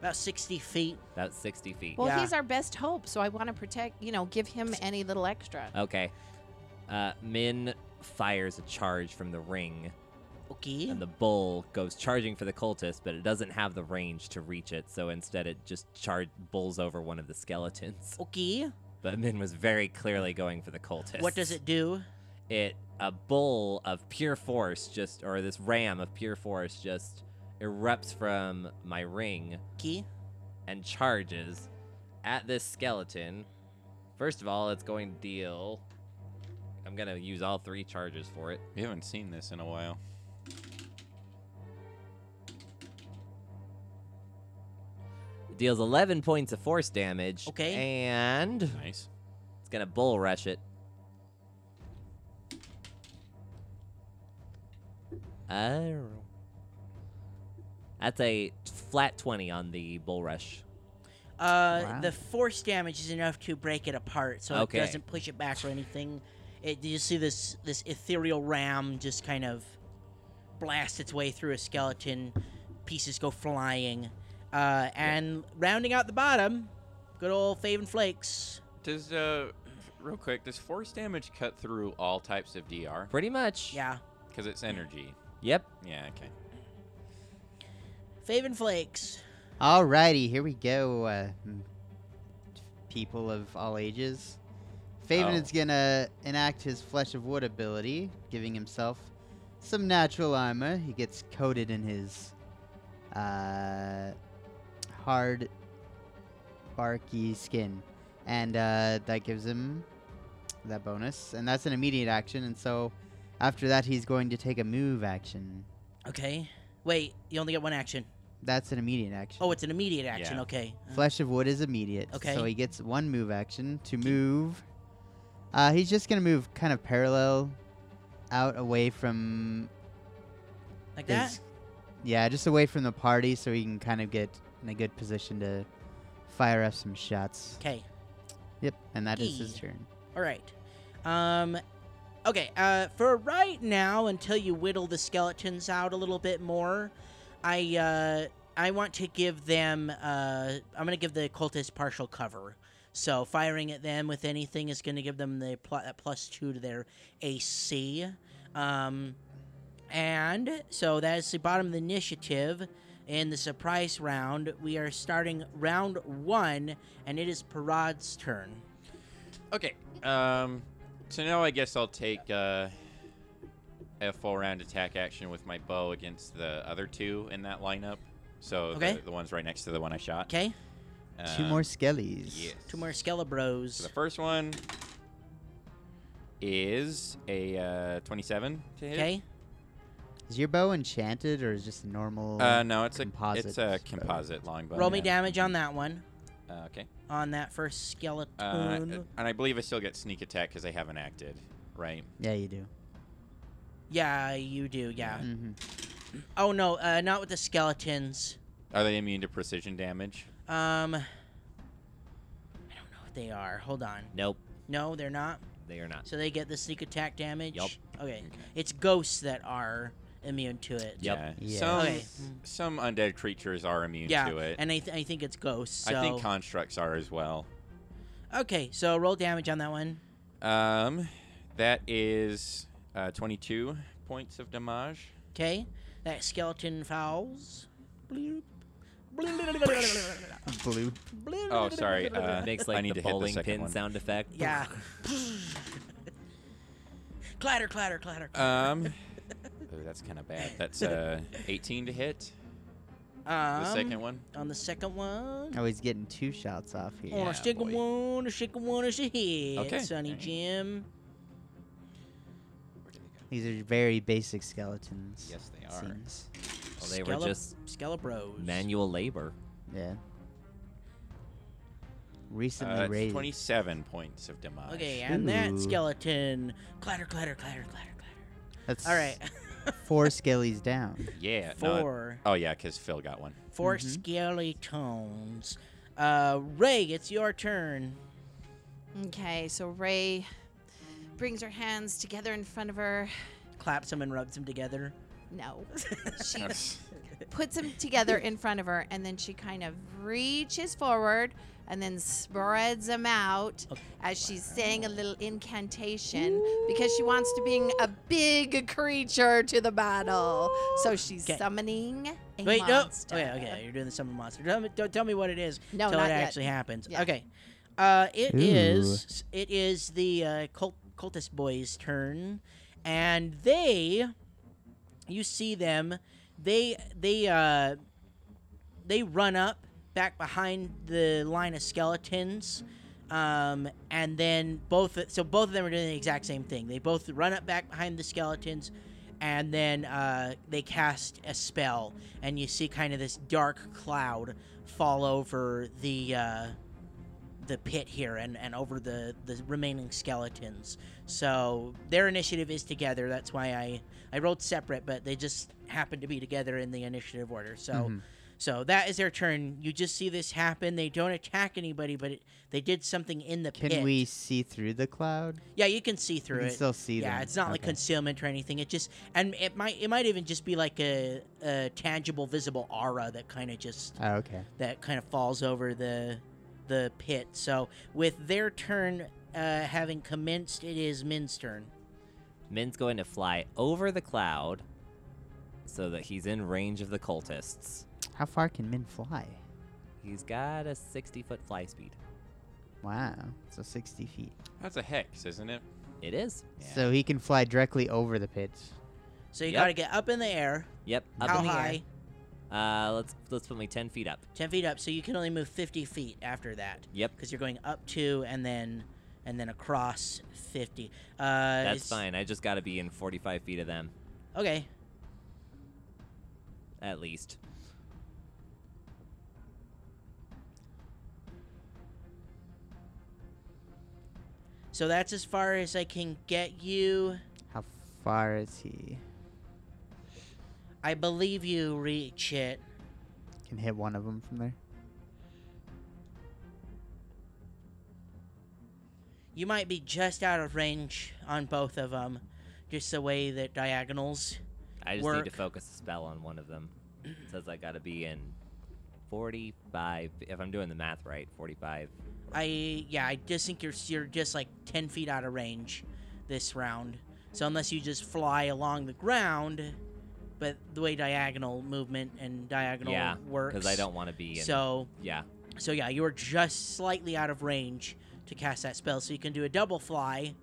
Speaker 1: About 60 feet.
Speaker 3: About 60 feet.
Speaker 4: Well,
Speaker 1: Yeah.
Speaker 4: he's our best hope, so I want to protect. You know, give him any little extra.
Speaker 3: Okay. Uh, Min fires a charge from the ring,
Speaker 1: Okay.
Speaker 6: Um,
Speaker 3: and the bull goes charging for the cultist, but it doesn't have the range to reach it, so instead it just charge bulls over one of the skeletons. <laughs>
Speaker 1: Okay.
Speaker 3: But Min was very clearly going for the cultist.
Speaker 1: What does it do?
Speaker 3: It a bull of pure force just, or this ram of pure force just erupts from my ring
Speaker 1: Okay.
Speaker 3: and charges at this skeleton. First of all, it's going to deal. I'm gonna use all three charges for it.
Speaker 5: We haven't seen this in a while.
Speaker 3: It deals 11 points of force damage.
Speaker 1: Okay.
Speaker 3: And it's
Speaker 5: Nice.
Speaker 3: gonna bull rush it. Oh. That's a flat 20 on the bull rush.
Speaker 1: Uh,
Speaker 7: Wow.
Speaker 1: the force damage is enough to break it apart, so
Speaker 3: Okay.
Speaker 1: it doesn't push it back or anything. It, you see this this ethereal ram just kind of blast its way through a skeleton. Pieces go flying, uh, and rounding out the bottom, good old Faven Flakes.
Speaker 5: Does, uh, real quick, does force damage cut through all types of DR?
Speaker 3: Pretty much.
Speaker 1: Yeah,
Speaker 5: Because it's energy.
Speaker 3: Yep.
Speaker 5: Yeah, okay.
Speaker 1: Faven Flakes.
Speaker 7: Alrighty, here we go. Uh, m- people of all ages. Faven
Speaker 5: Oh.
Speaker 7: is gonna enact his Flesh of Wood ability, giving himself some natural armor. He gets coated in his uh, hard, barky skin, and uh, that gives him that bonus. And that's an immediate action. And so, after that, he's going to take a move action.
Speaker 1: Okay, wait, you only get one action.
Speaker 7: That's an immediate action.
Speaker 1: Oh, it's an immediate action.
Speaker 5: Yeah.
Speaker 1: Okay.
Speaker 7: Flesh of Wood is immediate.
Speaker 1: Okay.
Speaker 7: So he gets one move action to move. Uh, he's just going to move kind of parallel out away from
Speaker 1: like that.
Speaker 7: his- Yeah, just away from the party so he can kind of get in a good position to fire up some shots.
Speaker 1: Okay.
Speaker 7: Yep, and that is his
Speaker 1: Yee.
Speaker 7: turn.
Speaker 1: All right. Um, okay. Uh, for right now, until you whittle the skeletons out a little bit more, I uh, I want to give them. Uh, I'm gonna give the cultists partial cover. So firing at them with anything is gonna give them the pl- that plus two to their AC. Um, and so that is the bottom of the initiative. In the surprise round, we are starting round one, and it is Parad's turn.
Speaker 5: Okay. Um. So now I guess I'll take uh, a full round attack action with my bow against the other two in that lineup. So
Speaker 1: Okay.
Speaker 5: the, the ones right next to the one I shot.
Speaker 1: Okay.
Speaker 7: Two
Speaker 5: Um,
Speaker 7: more skellies.
Speaker 5: Yes.
Speaker 1: Two more
Speaker 5: So
Speaker 1: Skelebros.
Speaker 5: the first one is a uh, 27 to hit.
Speaker 1: Okay.
Speaker 7: Is your bow enchanted or is just a normal?
Speaker 5: Uh, no, it's a
Speaker 7: Composite
Speaker 5: it's a
Speaker 7: bow.
Speaker 5: composite longbow.
Speaker 1: Roll me
Speaker 5: yeah.
Speaker 1: damage on that one.
Speaker 5: Uh, okay.
Speaker 1: On that first
Speaker 5: Uh,
Speaker 1: skeleton.
Speaker 5: and I believe I still get sneak attack because I haven't acted, right?
Speaker 7: yeah, you do.
Speaker 1: yeah, you do. Yeah.
Speaker 7: hmm
Speaker 5: <laughs>
Speaker 1: Oh no, uh, not with the skeletons.
Speaker 5: Are they immune to precision damage?
Speaker 1: Um, I don't know what they are. Hold on.
Speaker 3: Nope.
Speaker 1: No, they're not.
Speaker 6: They are not.
Speaker 1: So they get the sneak attack damage.
Speaker 6: Yup.
Speaker 1: Okay.
Speaker 5: Okay.
Speaker 1: It's ghosts that are immune to it.
Speaker 6: Yep.
Speaker 7: Yeah.
Speaker 5: Some
Speaker 1: Okay.
Speaker 5: some undead creatures are immune
Speaker 1: Yeah,
Speaker 5: to it.
Speaker 1: and I, th- I think it's ghosts. So.
Speaker 5: I think constructs are as well.
Speaker 1: okay, so roll damage on that one.
Speaker 5: Um, that is uh, 22 points of damage.
Speaker 1: Okay, that skeleton fouls. Bloop.
Speaker 7: Blue.
Speaker 5: Oh, sorry, uh,
Speaker 6: Makes
Speaker 5: I
Speaker 6: like the
Speaker 5: need to hit the
Speaker 6: bowling
Speaker 5: second
Speaker 6: pin
Speaker 5: one.
Speaker 6: sound effect.
Speaker 5: <laughs>
Speaker 1: yeah. clatter, clatter, clatter.
Speaker 5: Um, oh, that's kind of bad. That's uh, 18 to hit Uh, the
Speaker 1: Um,
Speaker 5: second one.
Speaker 1: On the second one.
Speaker 7: Oh, he's getting two shots off here.
Speaker 1: on
Speaker 5: Yeah,
Speaker 1: a second
Speaker 5: boy.
Speaker 1: one, a second one is a hit,
Speaker 5: Okay.
Speaker 1: Sonny
Speaker 5: Alright.
Speaker 1: Jim.
Speaker 7: These are very basic skeletons.
Speaker 5: Yes, they
Speaker 7: it
Speaker 5: are.
Speaker 7: seems.
Speaker 6: Well, they were
Speaker 1: Scallop-
Speaker 6: just
Speaker 1: Scallopros.
Speaker 6: manual labor.
Speaker 7: Yeah. Recently
Speaker 5: Uh, it's
Speaker 7: raised.
Speaker 5: 27 points of damage.
Speaker 1: Okay, and that
Speaker 7: Ooh.
Speaker 1: skeleton. Clatter, clatter, clatter, clatter, clatter.
Speaker 7: That's
Speaker 1: All right.
Speaker 7: <laughs> Four skellies down.
Speaker 5: Yeah. no,
Speaker 1: Four.
Speaker 5: oh, yeah, because Phil got one.
Speaker 1: 4 skeletons. Uh, Ray, it's your turn. Uh.
Speaker 4: Okay, so Ray brings her hands together in front of her.
Speaker 1: Claps them and rubs them together. <laughs>
Speaker 4: No. She puts them together in front of her and then she kind of reaches forward and then spreads them out as she's saying a little incantation because she wants to bring a big creature to the battle. So she's
Speaker 1: 'Kay.
Speaker 4: summoning a
Speaker 1: Wait,
Speaker 4: monster.
Speaker 1: no. Okay, okay, you're doing the summon monster. Don't, don't tell me what it is
Speaker 4: No,
Speaker 1: until
Speaker 4: not
Speaker 1: it
Speaker 4: yet.
Speaker 1: actually happens.
Speaker 4: Yeah.
Speaker 1: Okay. Uh, it
Speaker 7: Ooh.
Speaker 1: is it is the uh, cult, cultist boys' turn, and they, you see them, they they uh, they run up back behind the line of skeletons, um, and then both so both of them are doing the exact same thing. They both run up back behind the skeletons, and then uh, they cast a spell, and you see kind of this dark cloud fall over the uh, the pit here and, and over the, the remaining skeletons. So their initiative is together. That's why I, I rolled separate, but they just happen to be together in the initiative order. So
Speaker 7: Mhm.
Speaker 1: so that is their turn. You just see this happen. They don't attack anybody, but it, they did something in the
Speaker 7: Can
Speaker 1: pit.
Speaker 7: we see through the cloud?
Speaker 1: Yeah, you can see through
Speaker 7: we can
Speaker 1: it.
Speaker 7: still see
Speaker 1: Yeah,
Speaker 7: them.
Speaker 1: it's not like
Speaker 7: Okay.
Speaker 1: concealment or anything. It just and it might it might even just be like a, a tangible, visible aura that kind of just
Speaker 7: Oh, okay.
Speaker 1: that kind of falls over the the pit. So with their turn uh, having commenced, it is Min's turn.
Speaker 6: Min's going to fly over the cloud so that he's in range of the cultists.
Speaker 7: How far can men fly?
Speaker 6: He's got a 60 foot fly speed.
Speaker 7: Wow. So 60 feet.
Speaker 5: That's a hex, isn't it?
Speaker 6: It is.
Speaker 5: Yeah.
Speaker 7: So he can fly directly over the pits.
Speaker 1: So you
Speaker 6: Yep.
Speaker 1: got to get up in the air.
Speaker 6: Yep. Up
Speaker 1: How
Speaker 6: in the
Speaker 1: high?
Speaker 6: air. Uh, let's let's put me 10 feet up.
Speaker 1: Ten feet up. So you can only move fifty feet after that
Speaker 6: Yep.
Speaker 1: because you're going up two and then and then across fifty. Uh,
Speaker 6: That's
Speaker 1: is-
Speaker 6: fine. I just got to be in 45 feet of them
Speaker 1: Okay.
Speaker 6: at least.
Speaker 1: So that's as far as I can get you.
Speaker 7: How far is he?
Speaker 1: I believe you reach it.
Speaker 7: Can hit one of them from there.
Speaker 1: You might be just out of range on both of them, just the way that diagonals.
Speaker 6: I just need
Speaker 1: Work.
Speaker 6: to focus a spell on one of
Speaker 1: <clears throat>
Speaker 6: them. It says I got to be in 45 if I'm doing the math right, 45.
Speaker 1: I yeah, I just think you're you're just like ten feet out of range this round. So unless you just fly along the ground, but the way diagonal movement and diagonal
Speaker 6: Yeah,
Speaker 1: works,
Speaker 6: Cuz I don't want to be in
Speaker 1: So
Speaker 6: Yeah. Uh,
Speaker 1: so yeah, you are just slightly out of range to cast that spell. So you can do a double fly,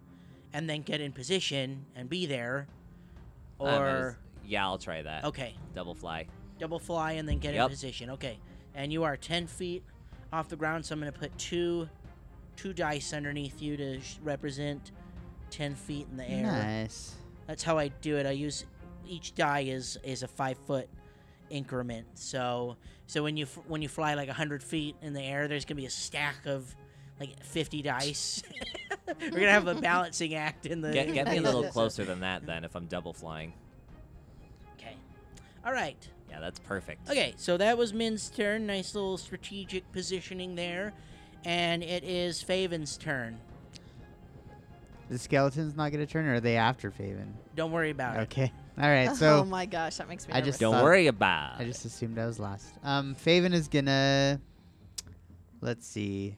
Speaker 1: and then get in position and be there,
Speaker 6: Um, that
Speaker 1: or
Speaker 6: is- yeah, I'll try that.
Speaker 1: okay,
Speaker 6: Double fly.
Speaker 1: double fly and then get
Speaker 6: Yep.
Speaker 1: in position. Okay, and you are ten feet off the ground, so I'm gonna put two two dice underneath you to sh- represent ten feet in the air.
Speaker 7: Nice.
Speaker 1: That's how I do it. I use each die is is a five foot increment. So so when you f- when you fly like hundred feet in the air, there's gonna be a stack of like fifty dice. <laughs> We're gonna have a balancing act in the.
Speaker 6: Get, get me
Speaker 1: <laughs>
Speaker 6: a little
Speaker 1: So-
Speaker 6: closer than that then if I'm double flying.
Speaker 1: Okay. All right.
Speaker 6: Yeah, that's perfect.
Speaker 1: Okay, so that was Min's turn. Nice little strategic positioning there. And it is Faven's turn.
Speaker 7: The skeleton's not going to turn, or are they after Faven?
Speaker 1: Don't worry about it.
Speaker 7: Okay. All right.
Speaker 4: oh
Speaker 7: So
Speaker 4: my gosh, that makes me.
Speaker 7: I
Speaker 4: nervous.
Speaker 7: just
Speaker 6: Don't
Speaker 7: Son-
Speaker 6: worry about
Speaker 7: I
Speaker 6: it.
Speaker 7: just assumed I was last. Um, Faven is gonna. Let's see.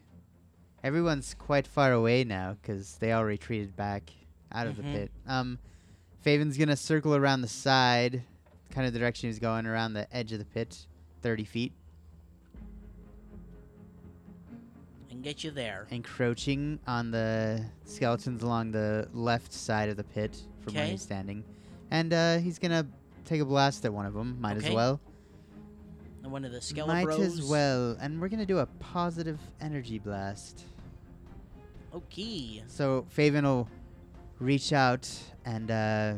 Speaker 7: Everyone's quite far away now because they all retreated back out of
Speaker 1: Mhm.
Speaker 7: the pit. Um, Faven's gonna circle around the side, kind of the direction he's going, around the edge of the pit, 30 feet,
Speaker 1: And get you there.
Speaker 7: encroaching on the skeletons along the left side of the pit from where
Speaker 1: Okay.
Speaker 7: he's standing, and uh, he's gonna take a blast at one of them. Might as
Speaker 1: Okay.
Speaker 7: well.
Speaker 1: And one of the skeletons.
Speaker 7: Might as well. And we're gonna do a positive energy blast.
Speaker 1: Okay.
Speaker 7: So Faven will reach out and uh,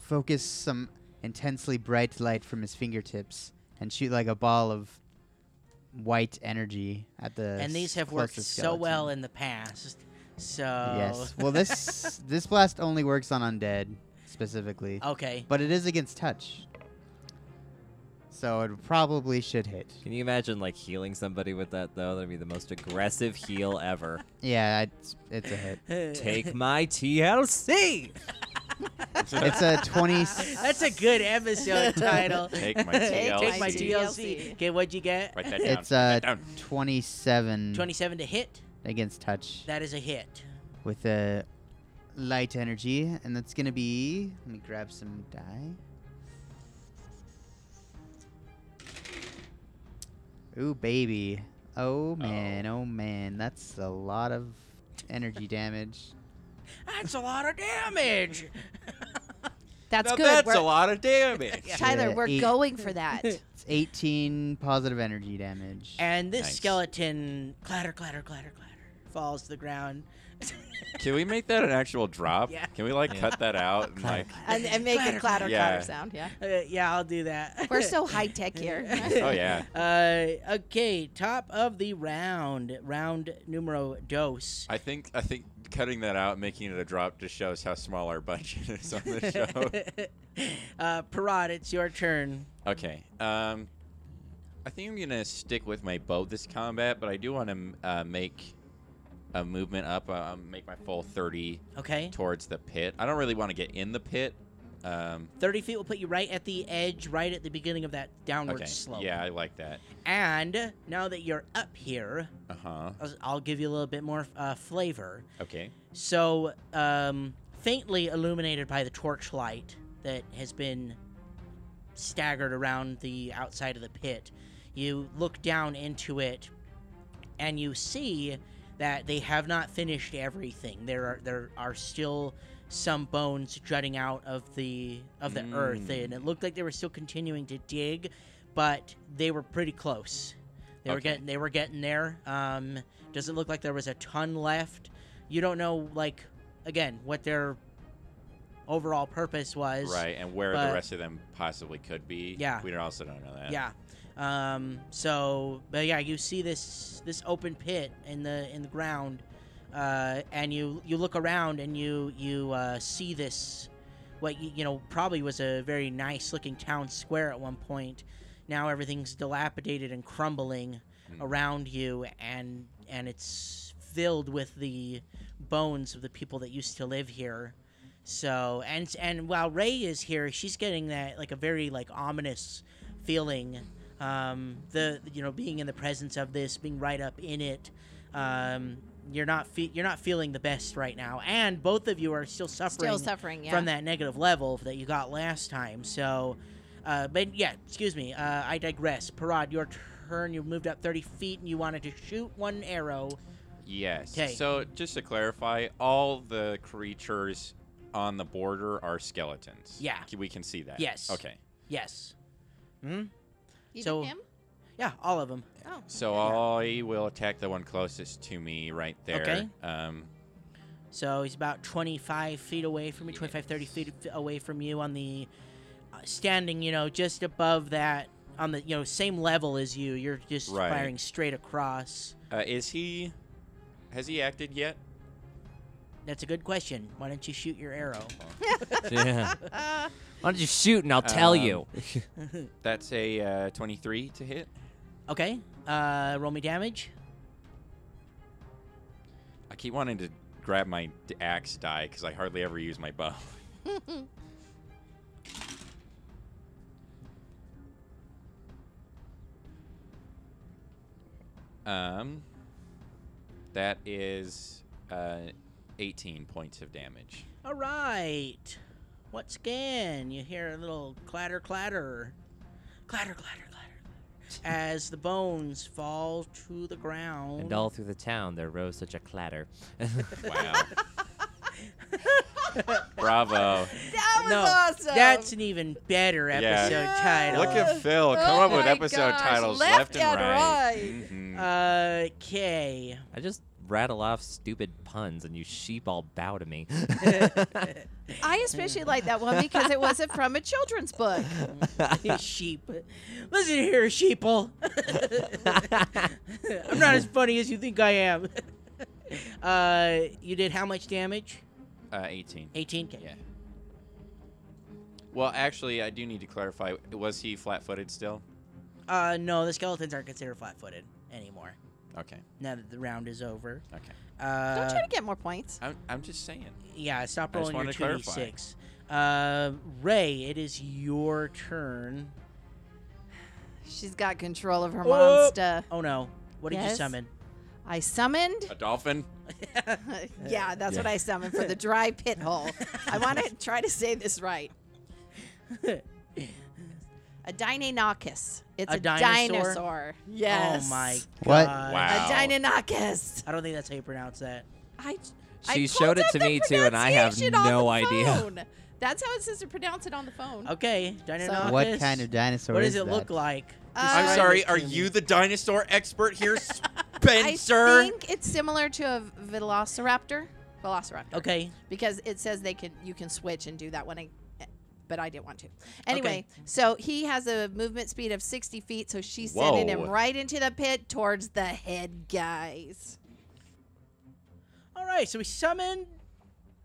Speaker 7: focus some intensely bright light from his fingertips and shoot like a ball of white energy at the.
Speaker 1: and these have worked
Speaker 7: closest
Speaker 1: so well
Speaker 7: skeleton.
Speaker 1: in uh, the past. So <laughs>
Speaker 7: yes. Well, this this blast only works on undead specifically,
Speaker 1: okay.
Speaker 7: but it is against touch. So it probably should hit.
Speaker 6: Can you imagine like healing somebody with that though? That'd be the most aggressive heal ever.
Speaker 7: Yeah, it's, it's a
Speaker 1: <laughs>
Speaker 7: hit.
Speaker 6: Take my TLC.
Speaker 7: It's
Speaker 1: <laughs>
Speaker 7: a twenty.
Speaker 1: That's a good
Speaker 5: <laughs>
Speaker 1: episode title.
Speaker 5: Take my
Speaker 1: Take my
Speaker 4: TLC.
Speaker 1: TLC. Okay, what'd you get?
Speaker 5: Write that down.
Speaker 7: It's uh,
Speaker 5: Write that down.
Speaker 7: 27
Speaker 1: Twenty-seven to hit.
Speaker 7: against touch
Speaker 1: That is a hit.
Speaker 7: with a light energy, and that's gonna be. Let me grab some die. Ooh, baby. Oh man, oh, man, that's a lot of energy damage.
Speaker 1: That's a lot of damage.
Speaker 4: That's
Speaker 5: Now
Speaker 4: good.
Speaker 5: That's
Speaker 4: we're,
Speaker 5: a lot of damage.
Speaker 4: Tyler,
Speaker 7: Yeah,
Speaker 4: we're
Speaker 7: eight.
Speaker 4: going
Speaker 1: <laughs>
Speaker 4: for that.
Speaker 7: It's 18 positive energy damage.
Speaker 1: And this
Speaker 5: Nice.
Speaker 1: skeleton clatter, clatter, clatter, clatter falls to the ground.
Speaker 5: Can we make that an actual drop?
Speaker 1: Yeah.
Speaker 5: Can we like cut that out and like?
Speaker 4: and, and make a
Speaker 1: Clatter,
Speaker 4: clatter
Speaker 5: yeah.
Speaker 4: clatter sound. Yeah.
Speaker 1: Uh, yeah, I'll do that.
Speaker 4: <laughs>
Speaker 1: <laughs>
Speaker 4: We're so high tech here.
Speaker 5: Oh yeah.
Speaker 1: Uh, okay, top of the round, round numero dos.
Speaker 5: I think I think cutting that out, making it a drop, just shows how small our budget is on
Speaker 1: <laughs>
Speaker 5: the show.
Speaker 1: uh, Parad, it's your turn.
Speaker 5: Okay. Um, I think I'm gonna stick with my bow this combat, but I do want to uh, make a movement up. Uh, make my full 30
Speaker 1: Okay,
Speaker 5: towards the pit. I don't really want to get in the pit. Um,
Speaker 1: thirty feet will put you right at the edge, right at the beginning of that downward
Speaker 5: okay.
Speaker 1: slope.
Speaker 5: Yeah, I like that.
Speaker 1: And now that you're up here,
Speaker 5: Uh huh.
Speaker 1: I'll- I'll give you a little bit more uh, flavor.
Speaker 5: Okay.
Speaker 1: So, um, faintly illuminated by the torchlight that has been staggered around the outside of the pit, you look down into it and you see that they have not finished everything. There are there are still some bones jutting out of the of the earth,
Speaker 5: Mm.
Speaker 1: and it looked like they were still continuing to dig, but they were pretty close. They were
Speaker 5: Okay.
Speaker 1: getting they were getting there. Um, doesn't look like there was a ton left. You don't know like again what their overall purpose was.
Speaker 5: Right, and where
Speaker 1: but-
Speaker 5: the rest of them possibly could be.
Speaker 1: Yeah.
Speaker 5: We also don't know that.
Speaker 1: Yeah. Um, so, but yeah, you see this this open pit in the in the ground, uh, and you you look around and you you uh, see this, what you, you know probably was a very nice looking town square at one point. Now everything's dilapidated and crumbling
Speaker 5: Hmm.
Speaker 1: around you, and and it's filled with the bones of the people that used to live here. So and and while Ray is here, she's getting that like a very like ominous feeling. Um, the you know being in the presence of this, being right up in it, um, you're not fe- you're not feeling the best right now, and both of you are still suffering
Speaker 4: Still suffering. Yeah.
Speaker 1: from that negative level that you got last time. So, uh, but yeah, excuse me, uh, I digress. Parad, your turn. You moved up 30 feet, and you wanted to shoot one arrow.
Speaker 5: Yes.
Speaker 1: 'Kay.
Speaker 5: So just to clarify, all the creatures on the border are skeletons.
Speaker 1: Yeah.
Speaker 5: C- We can see that.
Speaker 1: Yes.
Speaker 5: Okay.
Speaker 1: Yes.
Speaker 4: Even
Speaker 1: so- <laughs>
Speaker 4: him?
Speaker 1: Yeah, all of them.
Speaker 4: Oh.
Speaker 5: So I will attack the one closest to me right there.
Speaker 1: Okay.
Speaker 5: Um,
Speaker 1: So he's about 25 feet away from you, 25, 30 feet f- away from you on the uh, standing, you know, just above that, on the, you know, same level as you. You're just
Speaker 5: Right.
Speaker 1: firing straight across.
Speaker 5: uh, is he? Has he acted yet?
Speaker 1: That's a good question. Why don't you shoot your arrow?
Speaker 6: yeah.
Speaker 4: Uh,
Speaker 6: Why don't you shoot and I'll tell
Speaker 5: Um,
Speaker 6: you?
Speaker 5: That's a uh, 23 to hit.
Speaker 1: Okay, uh, roll me damage.
Speaker 5: I keep wanting to grab my d- axe die because I hardly ever use my bow. <laughs> um, that is uh, 18 points of damage.
Speaker 1: All right. What scan? You hear a little clatter, clatter, clatter, clatter, clatter, as the bones fall to the ground.
Speaker 3: And all through the town there rose such a clatter.
Speaker 4: <laughs>
Speaker 5: Wow. Bravo.
Speaker 4: That was
Speaker 1: No,
Speaker 4: awesome.
Speaker 1: That's an even better
Speaker 5: Yeah.
Speaker 1: episode
Speaker 4: Yeah.
Speaker 1: title.
Speaker 5: Look at Phil come
Speaker 4: Oh
Speaker 5: up with
Speaker 4: my
Speaker 5: episode
Speaker 4: gosh,
Speaker 5: titles
Speaker 4: left
Speaker 5: left,
Speaker 4: and
Speaker 5: and
Speaker 4: right.
Speaker 5: right. Mhm. <laughs>
Speaker 1: Okay.
Speaker 3: I just rattle off stupid puns and you sheep all bow to
Speaker 6: <laughs>
Speaker 3: me.
Speaker 4: I especially like that one because it wasn't from a children's book.
Speaker 1: sheep. Listen here, sheeple. <laughs> I'm not as funny as you think I am. <laughs> uh, you did how much damage?
Speaker 5: Uh, 18.
Speaker 1: 18k.
Speaker 5: Yeah. Well, actually, I do need to clarify. Was he flat-footed still?
Speaker 1: Uh, no, the skeletons aren't considered flat-footed anymore.
Speaker 5: Okay.
Speaker 1: Now that the round is over.
Speaker 5: Okay.
Speaker 1: Uh,
Speaker 4: Don't try to get more points.
Speaker 5: I'm, I'm just saying.
Speaker 1: Yeah, stop
Speaker 5: I
Speaker 1: rolling
Speaker 5: just
Speaker 1: your
Speaker 5: wanted to clarify.
Speaker 1: 2d6. Uh, Ray, it is your turn.
Speaker 4: She's got control of her
Speaker 1: Oh.
Speaker 4: mom's stuff.
Speaker 1: Oh no. What did you
Speaker 4: Yes? <laughs>
Speaker 1: summon? Oh,
Speaker 4: I summoned.
Speaker 5: A dolphin?
Speaker 4: <laughs> yeah, that's what I summoned <laughs> for the dry pit hole. I want to try to say this right. A Deinonychus. It's
Speaker 1: A
Speaker 4: a,
Speaker 1: dinosaur?
Speaker 4: dinosaur. Yes.
Speaker 1: Oh my
Speaker 7: What?
Speaker 1: god.
Speaker 5: Wow.
Speaker 4: A Deinonychus.
Speaker 1: I don't think that's how you pronounce that.
Speaker 4: I. I
Speaker 3: she
Speaker 4: pulled
Speaker 3: showed it
Speaker 4: up
Speaker 3: to
Speaker 4: the
Speaker 3: me too, and I have
Speaker 4: pronunciation on
Speaker 3: no
Speaker 4: the
Speaker 3: idea. <laughs>
Speaker 4: phone. That's how it says to pronounce it on the phone.
Speaker 1: Okay, Deinonychus.
Speaker 7: What kind of dinosaur
Speaker 1: What does
Speaker 7: is
Speaker 1: it
Speaker 7: that?
Speaker 1: look like?
Speaker 5: I'm
Speaker 4: Uh,
Speaker 5: sorry. Are you the dinosaur expert here,
Speaker 4: <laughs> I
Speaker 5: Spencer?
Speaker 4: think it's similar to a velociraptor. Velociraptor.
Speaker 1: Okay.
Speaker 4: because it says they can you can switch and do that one ag- but i didn't want to anyway so he has a movement speed of 60 feet so she's sending him
Speaker 5: Whoa.
Speaker 4: right into the pit towards the head guys
Speaker 1: All right, so we summoned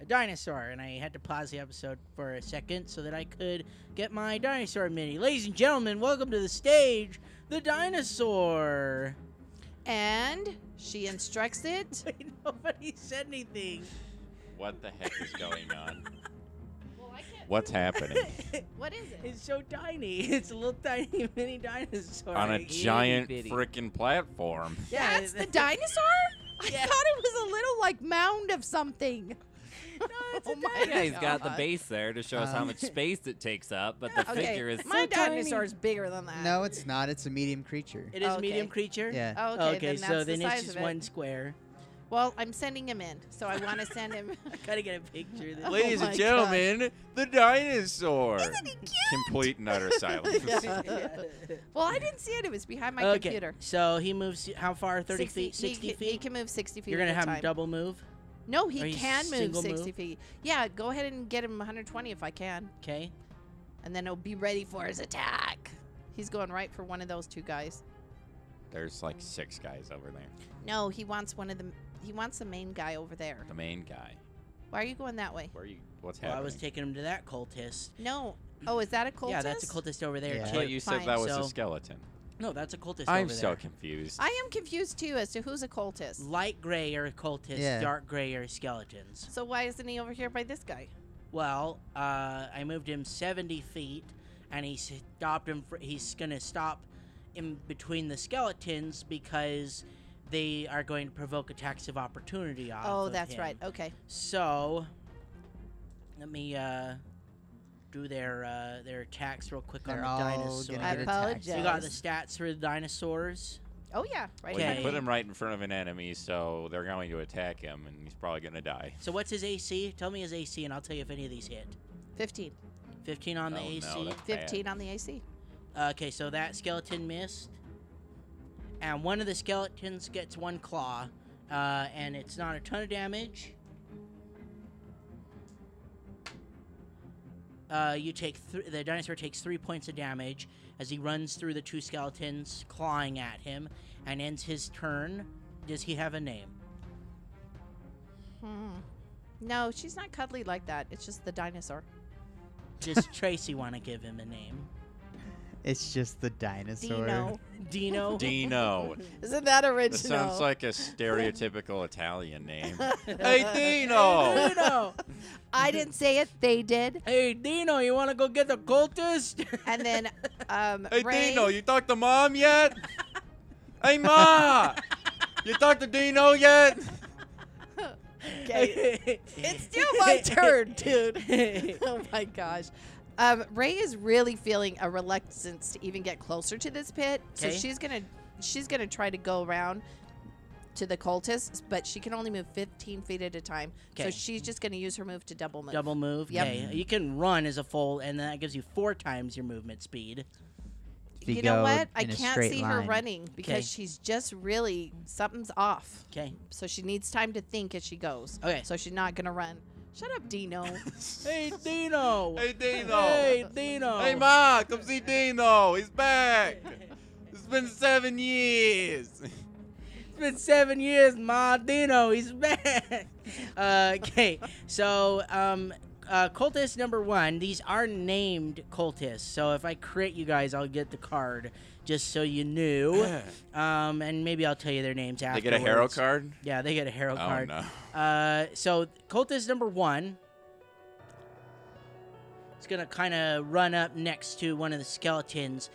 Speaker 1: a dinosaur, and I had to pause the episode for a second so that I could get my dinosaur mini. Ladies and gentlemen, welcome to the stage, the dinosaur.
Speaker 4: and she instructs
Speaker 1: <laughs>
Speaker 4: it
Speaker 1: Wait, nobody said anything.
Speaker 5: What the heck is going on? What's
Speaker 4: <laughs>
Speaker 5: happening?
Speaker 4: what is it
Speaker 1: It's so tiny. <laughs> It's a little tiny <laughs> mini dinosaur.
Speaker 5: On a
Speaker 1: Itty
Speaker 5: giant
Speaker 1: bitty.
Speaker 5: freaking platform.
Speaker 1: Yeah, <laughs>
Speaker 4: that's the dinosaur i
Speaker 1: Yeah.
Speaker 4: thought it was a little like mound of something <laughs>
Speaker 1: it's a
Speaker 4: Oh my
Speaker 1: dinosaur.
Speaker 6: Yeah, he's got
Speaker 4: <laughs>
Speaker 6: the
Speaker 4: God.
Speaker 6: base there to show us how
Speaker 7: Um,
Speaker 6: much space it takes up, but the
Speaker 4: okay
Speaker 6: figure is
Speaker 4: my
Speaker 6: so tiny.
Speaker 4: dinosaur's bigger than that
Speaker 7: No, it's not. It's a medium creature.
Speaker 1: It is a
Speaker 4: Okay.
Speaker 1: medium creature.
Speaker 7: yeah.
Speaker 4: Oh, okay,
Speaker 1: Okay,
Speaker 4: then that's
Speaker 1: so
Speaker 4: the
Speaker 1: then
Speaker 4: size
Speaker 1: it's just
Speaker 4: of it.
Speaker 1: one
Speaker 4: <laughs>
Speaker 1: square.
Speaker 4: well i'm sending him in so i want to send
Speaker 1: <laughs>
Speaker 4: him
Speaker 1: Gotta get a picture.
Speaker 4: <laughs>
Speaker 1: Of this. <laughs>
Speaker 5: Ladies
Speaker 4: Oh my
Speaker 5: and gentlemen, the dinosaur.
Speaker 4: Isn't he cute?
Speaker 5: Complete and utter silence.
Speaker 4: <laughs> Yeah. well i didn't see it it was behind my
Speaker 1: okay,
Speaker 4: computer
Speaker 1: so he moves how far? Thirty feet,
Speaker 4: he
Speaker 1: sixty
Speaker 4: ca-
Speaker 1: feet.
Speaker 4: He can move 60 feet.
Speaker 1: You're gonna
Speaker 4: at a
Speaker 1: have
Speaker 4: time.
Speaker 1: him double move.
Speaker 4: No,
Speaker 1: or
Speaker 4: he
Speaker 1: he's
Speaker 4: can move
Speaker 1: single
Speaker 4: 60
Speaker 1: move?
Speaker 4: feet. Yeah, go ahead and get him 120 if I can,
Speaker 1: Okay.
Speaker 4: and then he'll be ready for his attack. He's going right for one of those two guys.
Speaker 5: There's like six guys over there.
Speaker 4: No, he wants one of the he wants the main guy over there.
Speaker 5: The main guy.
Speaker 4: Why are you going that way?
Speaker 5: Where are you? What's
Speaker 1: Well,
Speaker 5: happening?
Speaker 1: I was taking him to that cultist.
Speaker 4: No. Oh, is that a cultist?
Speaker 1: Yeah, that's a cultist over there
Speaker 7: Yeah.
Speaker 5: I
Speaker 1: too.
Speaker 5: thought you said
Speaker 4: Fine.
Speaker 5: that was
Speaker 1: So-
Speaker 5: a skeleton.
Speaker 1: No, that's a cultist.
Speaker 5: Oh, I'm
Speaker 1: over
Speaker 5: so
Speaker 1: there.
Speaker 5: confused.
Speaker 4: I am confused too as to who's a cultist.
Speaker 1: Light gray are cultists.
Speaker 7: Yeah.
Speaker 1: Dark gray are skeletons.
Speaker 4: So why isn't he over here by this guy?
Speaker 1: Well, uh, I moved him seventy feet, and he stopped him. For, he's gonna stop in between the skeletons because they are going to provoke attacks of opportunity off.
Speaker 4: oh,
Speaker 1: of
Speaker 4: that's
Speaker 1: him.
Speaker 4: right. Okay.
Speaker 1: So, let me uh, do their uh, their attacks real quick
Speaker 7: They're
Speaker 1: on the
Speaker 7: all
Speaker 1: dinosaur.
Speaker 7: gonna
Speaker 4: I
Speaker 7: get attacked.
Speaker 1: You got the
Speaker 4: Yes.
Speaker 1: stats for the dinosaurs.
Speaker 4: Oh yeah, right.
Speaker 5: Well,
Speaker 1: Okay.
Speaker 5: you
Speaker 4: in front
Speaker 5: put
Speaker 4: of
Speaker 5: him right in front of an enemy, so they're going to attack him, and he's probably going
Speaker 4: <laughs>
Speaker 5: to die.
Speaker 1: So what's his AC? Tell me his AC, and I'll tell you if any of these hit.
Speaker 4: 15.
Speaker 1: 15 on the
Speaker 5: Oh, no,
Speaker 1: AC.
Speaker 5: that's bad.
Speaker 4: 15 on the AC.
Speaker 1: okay, so that skeleton missed, and one of the skeletons gets one claw, uh, and it's not a ton of damage. Uh, you take th- the dinosaur takes three points of damage as he runs through the two skeletons, clawing at him, and ends his turn. Does he have a name?
Speaker 4: Hmm. No, she's not cuddly like that. It's just the dinosaur.
Speaker 1: Does Tracy want to give him a name?
Speaker 7: It's just the dinosaur.
Speaker 4: Dino.
Speaker 1: Dino.
Speaker 5: Dino.
Speaker 4: Isn't that original?
Speaker 5: That sounds like a stereotypical Italian name.
Speaker 4: <laughs>
Speaker 5: hey, Dino!
Speaker 1: Dino.
Speaker 5: <laughs>
Speaker 4: I didn't say it. They did.
Speaker 1: Hey, Dino, you want to go get the cultist? <laughs>
Speaker 4: And
Speaker 5: <laughs>
Speaker 4: then um,
Speaker 5: Hey,
Speaker 4: Ray,
Speaker 5: Dino, you talked to mom yet?
Speaker 4: <laughs>
Speaker 5: hey, Ma! You talked to Dino yet?
Speaker 4: okay.
Speaker 1: <laughs>
Speaker 4: It's still
Speaker 5: <laughs>
Speaker 4: my turn, dude. <laughs> oh my gosh. Um, Ray is really feeling a reluctance to even get closer to this pit, so
Speaker 1: Okay.
Speaker 4: she's gonna she's gonna try to go around to the cultists, but she can only move 15 feet at a time. So
Speaker 1: Okay.
Speaker 4: she's just gonna use her move to double move.
Speaker 1: <laughs> Double move.
Speaker 4: Yep.
Speaker 1: Okay. You can run as a full, and that gives you four times your movement speed.
Speaker 7: If
Speaker 4: You know
Speaker 7: go
Speaker 4: what? I
Speaker 7: in a
Speaker 4: can't
Speaker 7: straight
Speaker 4: see her
Speaker 7: line.
Speaker 4: running because
Speaker 1: Okay.
Speaker 4: she's just really something's off.
Speaker 1: Okay.
Speaker 4: So she needs time to think as she goes.
Speaker 1: Okay.
Speaker 4: So she's not gonna run. Shut up, Dino.
Speaker 1: Hey, Dino.
Speaker 5: Hey, Dino!
Speaker 1: Hey, Dino.
Speaker 5: Hey, Ma! Come see Dino! He's back! It's been seven years!
Speaker 1: It's been seven years, Ma. Dino, he's back. <laughs> Uh, okay, so um, uh, cultist number one. These are named cultists. So if I crit you guys, I'll get the card just so you knew. Um, and maybe I'll tell you their names
Speaker 5: they
Speaker 1: afterwards.
Speaker 5: get a hero card?
Speaker 1: Yeah, they get a hero
Speaker 5: Oh,
Speaker 1: card.
Speaker 5: no.
Speaker 1: Uh, so cultist number one is gonna kind of run up next to one of the skeletons,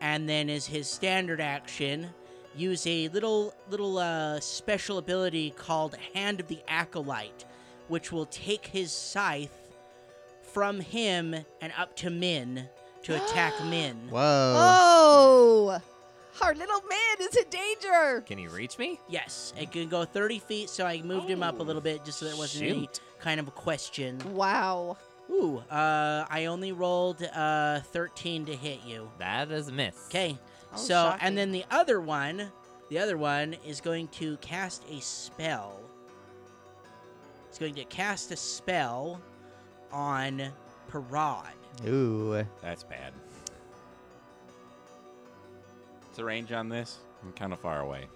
Speaker 1: and then as his standard action, use a little little uh, special ability called Hand of the Acolyte, which will take his scythe from him and up to Min to attack Min.
Speaker 7: Whoa.
Speaker 4: Oh, our little man is in danger.
Speaker 6: Can you reach me?
Speaker 1: Yes, it can go 30 feet, so I moved him up a little bit just so there wasn't any
Speaker 6: Shoot.
Speaker 1: kind of a question.
Speaker 4: Wow.
Speaker 1: Ooh, uh, I only rolled uh, 13 to hit you.
Speaker 6: That is a miss.
Speaker 1: Okay.
Speaker 4: Oh,
Speaker 1: so,
Speaker 4: shocking.
Speaker 1: and then the other one, the other one is going to cast a spell. It's going to cast a spell on Parad.
Speaker 7: Ooh.
Speaker 5: That's bad. What's the range on this? I'm kind of far away.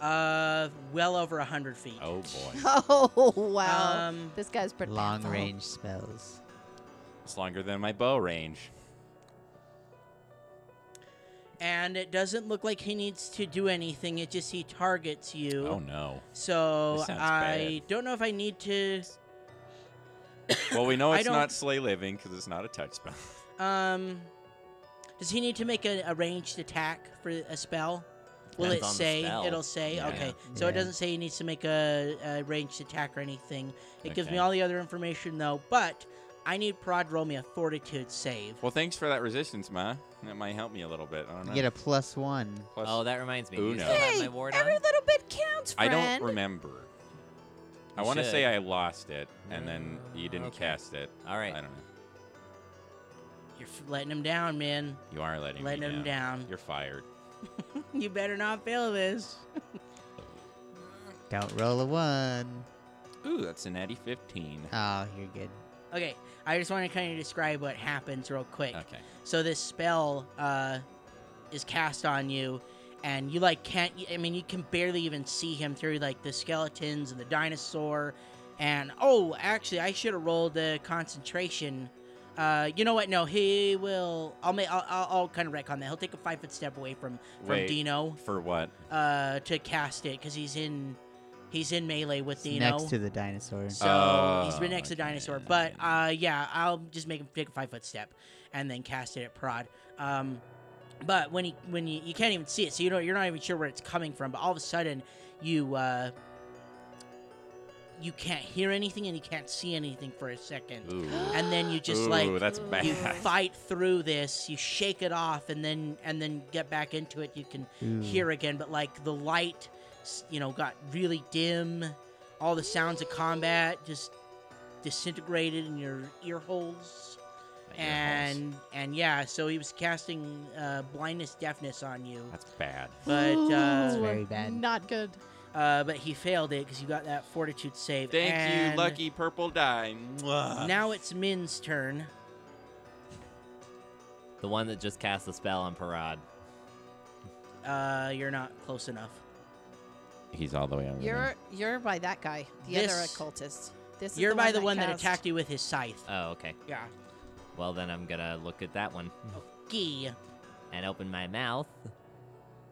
Speaker 1: Uh, well over 100 feet.
Speaker 5: Oh, boy.
Speaker 4: <laughs> Oh wow.
Speaker 1: Um,
Speaker 4: this guy's pretty
Speaker 7: Long
Speaker 4: powerful.
Speaker 7: range spells.
Speaker 5: It's longer than my bow range.
Speaker 1: and it doesn't look like he needs to do anything. It just he targets you.
Speaker 5: Oh, no.
Speaker 1: So
Speaker 5: This sounds
Speaker 1: I don't know if I need to.
Speaker 5: Well, we know
Speaker 1: I
Speaker 5: it's
Speaker 1: don't-
Speaker 5: not Slay Living because it's not a touch spell.
Speaker 1: Um, does he need to make a, a ranged attack for a spell? Will it
Speaker 6: Depends on the
Speaker 1: say?
Speaker 6: spell.
Speaker 1: It'll say.
Speaker 5: Yeah.
Speaker 1: Okay, so it
Speaker 7: Yeah.
Speaker 1: doesn't say he needs to make a, a ranged attack or anything. It gives me
Speaker 5: Okay.
Speaker 1: all the other information though. But I need Prod roll me a Fortitude save.
Speaker 5: <laughs> Well, thanks for that resistance, Ma. That might help me a little bit. I don't know.
Speaker 7: You get a plus one.
Speaker 5: Plus-
Speaker 6: Oh, that reminds me. You
Speaker 5: Uno.
Speaker 6: still have
Speaker 4: Hey,
Speaker 6: my ward
Speaker 4: every
Speaker 6: on?
Speaker 4: little bit counts,
Speaker 5: I
Speaker 4: friend.
Speaker 5: don't remember. I
Speaker 6: You
Speaker 5: want to say
Speaker 6: should.
Speaker 5: I lost it, and then you didn't
Speaker 6: Okay.
Speaker 5: cast it.
Speaker 6: All right.
Speaker 5: I don't know.
Speaker 1: You're f- letting him down, man.
Speaker 5: You are letting
Speaker 1: Letting
Speaker 5: me
Speaker 1: him
Speaker 5: down.
Speaker 1: down.
Speaker 5: You're fired.
Speaker 1: You better not fail this.
Speaker 7: Don't roll a one.
Speaker 5: Ooh, that's an natty 15.
Speaker 7: Oh, you're good.
Speaker 1: Okay, I just want to kind of describe what happens real quick.
Speaker 5: Okay.
Speaker 1: So this spell uh, is cast on you, and you like can't. I mean, you can barely even see him through like the skeletons and the dinosaur. And oh, actually, I should have rolled the concentration. Uh, you know what? No, he will. I'll make. I'll, I'll, I'll kind of wreck on that. He'll take a five foot step away from from
Speaker 5: Wait.
Speaker 1: Dino
Speaker 5: For what?
Speaker 1: uh, to cast it because he's in he's in melee with
Speaker 7: It's
Speaker 1: Dino.
Speaker 7: next to the dinosaur.
Speaker 1: So he's been
Speaker 5: Oh,
Speaker 1: next to
Speaker 5: okay.
Speaker 1: dinosaur, but uh, yeah, I'll just make him take a five foot step and then cast it at Prod. Um, but when he when you, you can't even see it, so you don't you're not even sure where it's coming from. But all of a sudden, you uh, you can't hear anything and you can't see anything for a second,
Speaker 5: Ooh.
Speaker 1: and then you <gasps> just
Speaker 5: Ooh,
Speaker 1: like
Speaker 5: that's
Speaker 4: you
Speaker 5: bad. <laughs>
Speaker 1: you fight through this, you shake it off, and then and then get back into it. You can
Speaker 7: Ooh.
Speaker 1: here again, but like the light, s- you know, got really dim. All the sounds of combat just disintegrated in your ear holes,
Speaker 6: My ear holes.
Speaker 1: and and yeah, so he was casting uh, blindness, deafness on you,
Speaker 5: That's bad.
Speaker 1: but uh,
Speaker 7: very bad.
Speaker 4: Not good.
Speaker 1: uh, but he failed it because you got that fortitude save.
Speaker 5: Thank
Speaker 1: and
Speaker 5: you, lucky purple die.
Speaker 1: Now it's Min's turn.
Speaker 6: the one that just cast the spell on Parad.
Speaker 1: Uh, you're not close enough.
Speaker 5: He's all the way over
Speaker 4: You're you're by that guy, the other
Speaker 1: This-
Speaker 4: occultist. This is
Speaker 1: You're
Speaker 4: the
Speaker 1: by
Speaker 4: one
Speaker 1: the
Speaker 4: that
Speaker 1: one that
Speaker 4: cast-
Speaker 1: attacked you with his scythe.
Speaker 6: Oh, okay.
Speaker 1: Yeah.
Speaker 6: Well, then I'm gonna look at that one.
Speaker 1: Gee.
Speaker 6: and open my mouth.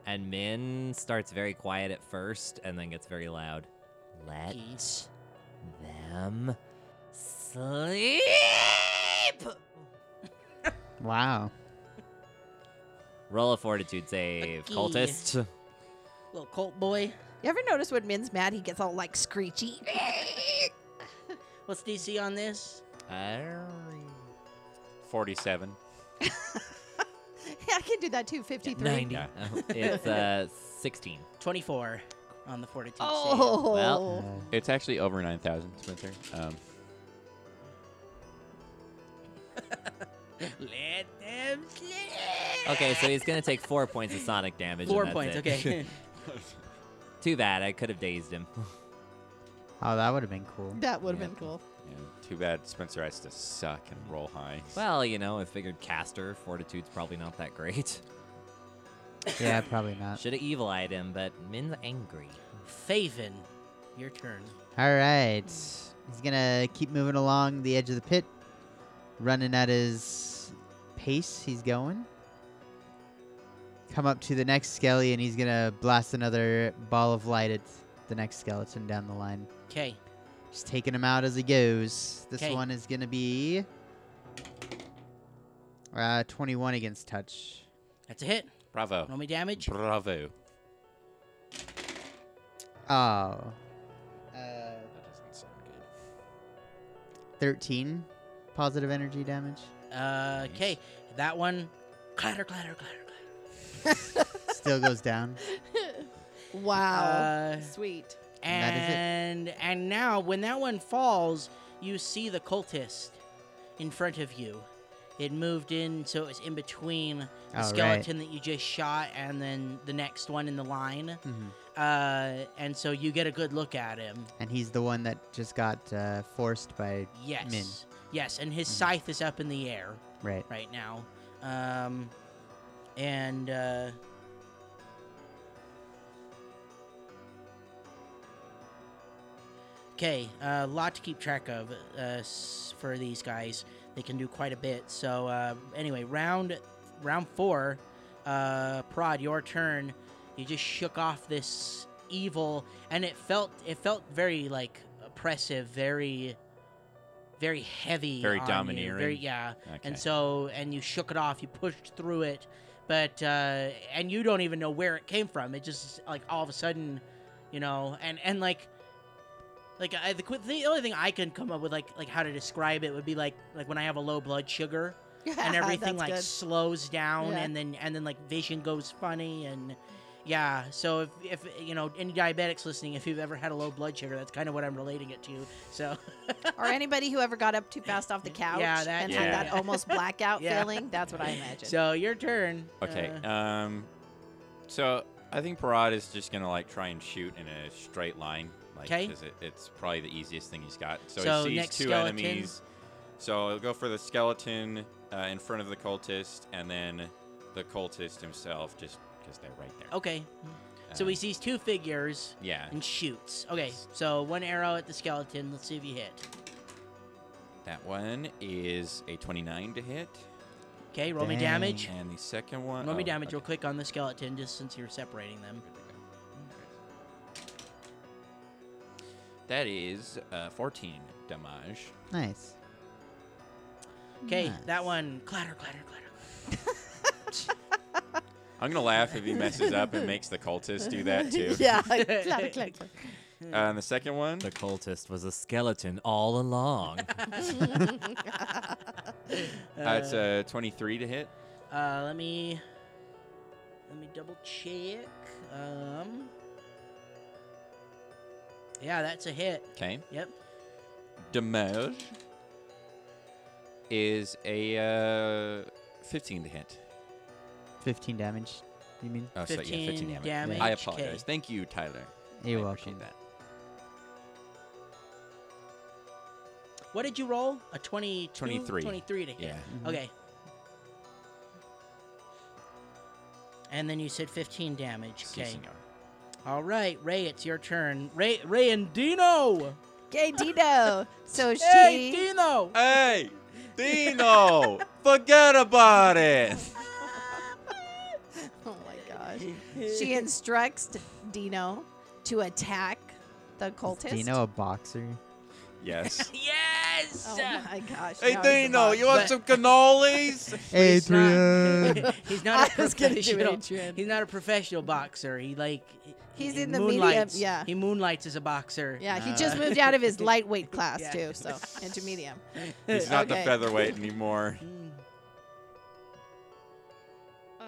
Speaker 6: And Min starts very quiet at first and then gets very loud. Let
Speaker 1: Geez.
Speaker 6: them sleep.
Speaker 7: Wow.
Speaker 6: Roll a fortitude save,
Speaker 1: Lucky.
Speaker 6: cultist.
Speaker 1: Little cult boy.
Speaker 4: You ever notice when Min's mad, he gets all like screechy? <laughs>
Speaker 1: What's DC on this?
Speaker 5: Forty-seven.
Speaker 4: I can do that too. 53.
Speaker 5: Yeah.
Speaker 6: Oh, <laughs> it's uh, 16.
Speaker 1: 24 on the fortitude save.
Speaker 4: Oh.
Speaker 6: Well,
Speaker 5: It's actually over nine thousand, Spencer. Um,
Speaker 7: <laughs>
Speaker 1: Let them sleep.
Speaker 6: Okay, so he's gonna take four points of sonic damage. and
Speaker 1: Four
Speaker 6: that's
Speaker 1: points,
Speaker 6: it.
Speaker 1: okay.
Speaker 6: <laughs> Too bad. I could have dazed
Speaker 4: <laughs>
Speaker 6: him.
Speaker 7: Oh, that would have been cool.
Speaker 4: That would have
Speaker 5: Yeah.
Speaker 4: been cool.
Speaker 5: yeah, too bad Spencer has to suck and roll high.
Speaker 6: Well, you know, I figured caster fortitude's probably not that great.
Speaker 7: Yeah, probably
Speaker 4: Uh.
Speaker 7: not.
Speaker 6: Should have evil eyed him, but Min's angry.
Speaker 1: Faven, your turn.
Speaker 7: All right. He's gonna keep moving along the edge of the pit, running at his pace. He's going. Come up to the next skelly, and he's gonna blast another ball of light at the next skeleton down the line.
Speaker 1: Okay.
Speaker 7: Just taking him out as he goes. This
Speaker 1: 'Kay.
Speaker 7: one is gonna be uh, 21 against touch.
Speaker 1: That's a hit.
Speaker 5: Bravo.
Speaker 1: Roll me damage.
Speaker 5: Bravo.
Speaker 7: Oh. Uh,
Speaker 5: That doesn't sound good.
Speaker 7: 13 positive energy damage.
Speaker 1: Uh, okay. That one. Clatter, clatter, clatter, clatter.
Speaker 7: Still goes down.
Speaker 4: Wow.
Speaker 1: Uh,
Speaker 4: Sweet. <laughs>
Speaker 7: And that is it.
Speaker 1: and and now when that one falls, you see the cultist in front of you. It moved in, so it was in between the
Speaker 7: All right.
Speaker 1: skeleton that you just shot and then the next one in the line.
Speaker 7: hmm
Speaker 1: Uh, and so you get a good look at him.
Speaker 7: And he's the one that just got uh, forced by.
Speaker 1: Yes.
Speaker 7: Min.
Speaker 1: Yes, and his
Speaker 7: Mhm.
Speaker 1: scythe is up in the air
Speaker 7: Right.
Speaker 1: right now. Um, and uh, okay, a lot to keep track of uh, s- for these guys. They can do quite a bit. So uh, anyway, round round four, uh, Prod, your turn. You just shook off this evil, and it felt it felt very like oppressive, very very heavy,
Speaker 5: Very
Speaker 1: on you,
Speaker 5: domineering.
Speaker 1: very yeah.
Speaker 5: Okay.
Speaker 1: And so, and you shook it off, you pushed through it, but, uh, and you don't even know where it came from. It just, like, all of a sudden, you know, and, and like, like I, the, qu- the only thing I can come up with, like, like how to describe it would be like, like when I have a low blood
Speaker 4: <laughs>
Speaker 1: sugar and everything
Speaker 4: That's
Speaker 1: like
Speaker 4: good.
Speaker 1: slows down
Speaker 4: Yeah.
Speaker 1: and then and then like vision goes funny and yeah so if, if you know any diabetics listening if you've ever had a low blood sugar that's kind of what i'm relating it to so
Speaker 4: or anybody who ever got up too fast off the
Speaker 1: <laughs>
Speaker 4: couch
Speaker 1: Yeah, that-
Speaker 4: and
Speaker 5: Yeah.
Speaker 4: had
Speaker 1: <laughs>
Speaker 4: that almost blackout
Speaker 1: Yeah.
Speaker 4: feeling. That's what I
Speaker 1: <laughs>
Speaker 4: imagine.
Speaker 1: so your turn
Speaker 5: Okay.
Speaker 1: Uh,
Speaker 5: Um. So I think Parad is just gonna like try and shoot in a straight line, like
Speaker 1: 'Kay.
Speaker 5: because it, it's probably the easiest thing he's got. So,
Speaker 1: So,
Speaker 5: he sees
Speaker 1: next
Speaker 5: two
Speaker 1: skeleton.
Speaker 5: enemies. So he'll go for the skeleton uh, in front of the cultist, and then the cultist himself, just because they're right there.
Speaker 1: Uh, okay Oh, So
Speaker 5: Um,
Speaker 1: he sees two figures
Speaker 5: Yeah,
Speaker 1: and shoots. Okay, so one arrow at the skeleton. Let's see if you hit.
Speaker 5: that one is a 29 to hit,
Speaker 1: Okay, roll me
Speaker 7: Dang.
Speaker 1: damage.
Speaker 5: and the second one.
Speaker 1: Roll me
Speaker 5: oh,
Speaker 1: damage real
Speaker 5: okay.
Speaker 1: quick on the skeleton, just since you're separating them.
Speaker 5: That is uh, 14 damage.
Speaker 7: Nice.
Speaker 1: Okay, that
Speaker 7: Nice.
Speaker 1: one clatter, clatter, clatter.
Speaker 5: I'm gonna laugh if he messes up and makes the cultist do that too.
Speaker 4: <laughs>
Speaker 1: <laughs>
Speaker 4: yeah. <laughs> clatter, clatter.
Speaker 5: Uh, and the second one,
Speaker 6: The cultist was a skeleton all
Speaker 4: <laughs>
Speaker 6: along.
Speaker 5: uh, it's a 23 to hit.
Speaker 1: Uh, let me let me double check. Um, yeah, that's a hit.
Speaker 5: Okay.
Speaker 1: Yep.
Speaker 5: Damage is a uh, 15 to hit.
Speaker 7: 15 damage. You mean?
Speaker 5: Oh, so yeah, 15
Speaker 1: 15
Speaker 5: damage.
Speaker 1: damage. Okay.
Speaker 5: I apologize. Thank you, Tyler.
Speaker 7: You're
Speaker 5: I
Speaker 7: welcome.
Speaker 5: appreciate that.
Speaker 1: What did you roll? A 20,
Speaker 5: 23.
Speaker 1: 23 to hit.
Speaker 5: Yeah.
Speaker 7: Mhm.
Speaker 1: Okay. And then you said 15 damage.
Speaker 5: Si,
Speaker 1: Okay.
Speaker 5: senor.
Speaker 1: All right, Ray, it's your turn. Ray, Ray and Dino.
Speaker 4: Okay, Dino. So she.
Speaker 1: Hey,
Speaker 4: <laughs>
Speaker 1: Dino.
Speaker 5: Hey, Dino, forget about it.
Speaker 4: Oh she instructs Dino to attack the cultist.
Speaker 7: Do you know a boxer?
Speaker 1: <laughs>
Speaker 5: Yes.
Speaker 1: yes.
Speaker 4: Oh my gosh.
Speaker 5: hey,
Speaker 4: now he's a
Speaker 5: Dino,
Speaker 4: boss.
Speaker 5: you want
Speaker 1: But-
Speaker 5: some cannolis?
Speaker 7: <laughs>
Speaker 1: He's not-
Speaker 7: Adrian.
Speaker 1: <laughs> he's
Speaker 4: <laughs> I
Speaker 1: not a
Speaker 4: was gonna do
Speaker 1: professional.
Speaker 4: Adrian.
Speaker 1: He's not a professional boxer. He like he-
Speaker 4: He's
Speaker 1: he
Speaker 4: in the medium,
Speaker 1: moonlights.
Speaker 4: yeah.
Speaker 1: He moonlights as a boxer.
Speaker 4: Yeah, he just
Speaker 1: Uh,
Speaker 4: moved out
Speaker 1: <laughs>
Speaker 4: of his lightweight class
Speaker 1: Yeah.
Speaker 4: too, so into medium.
Speaker 5: <laughs> He's not
Speaker 4: Okay.
Speaker 5: the featherweight anymore.
Speaker 1: Mm.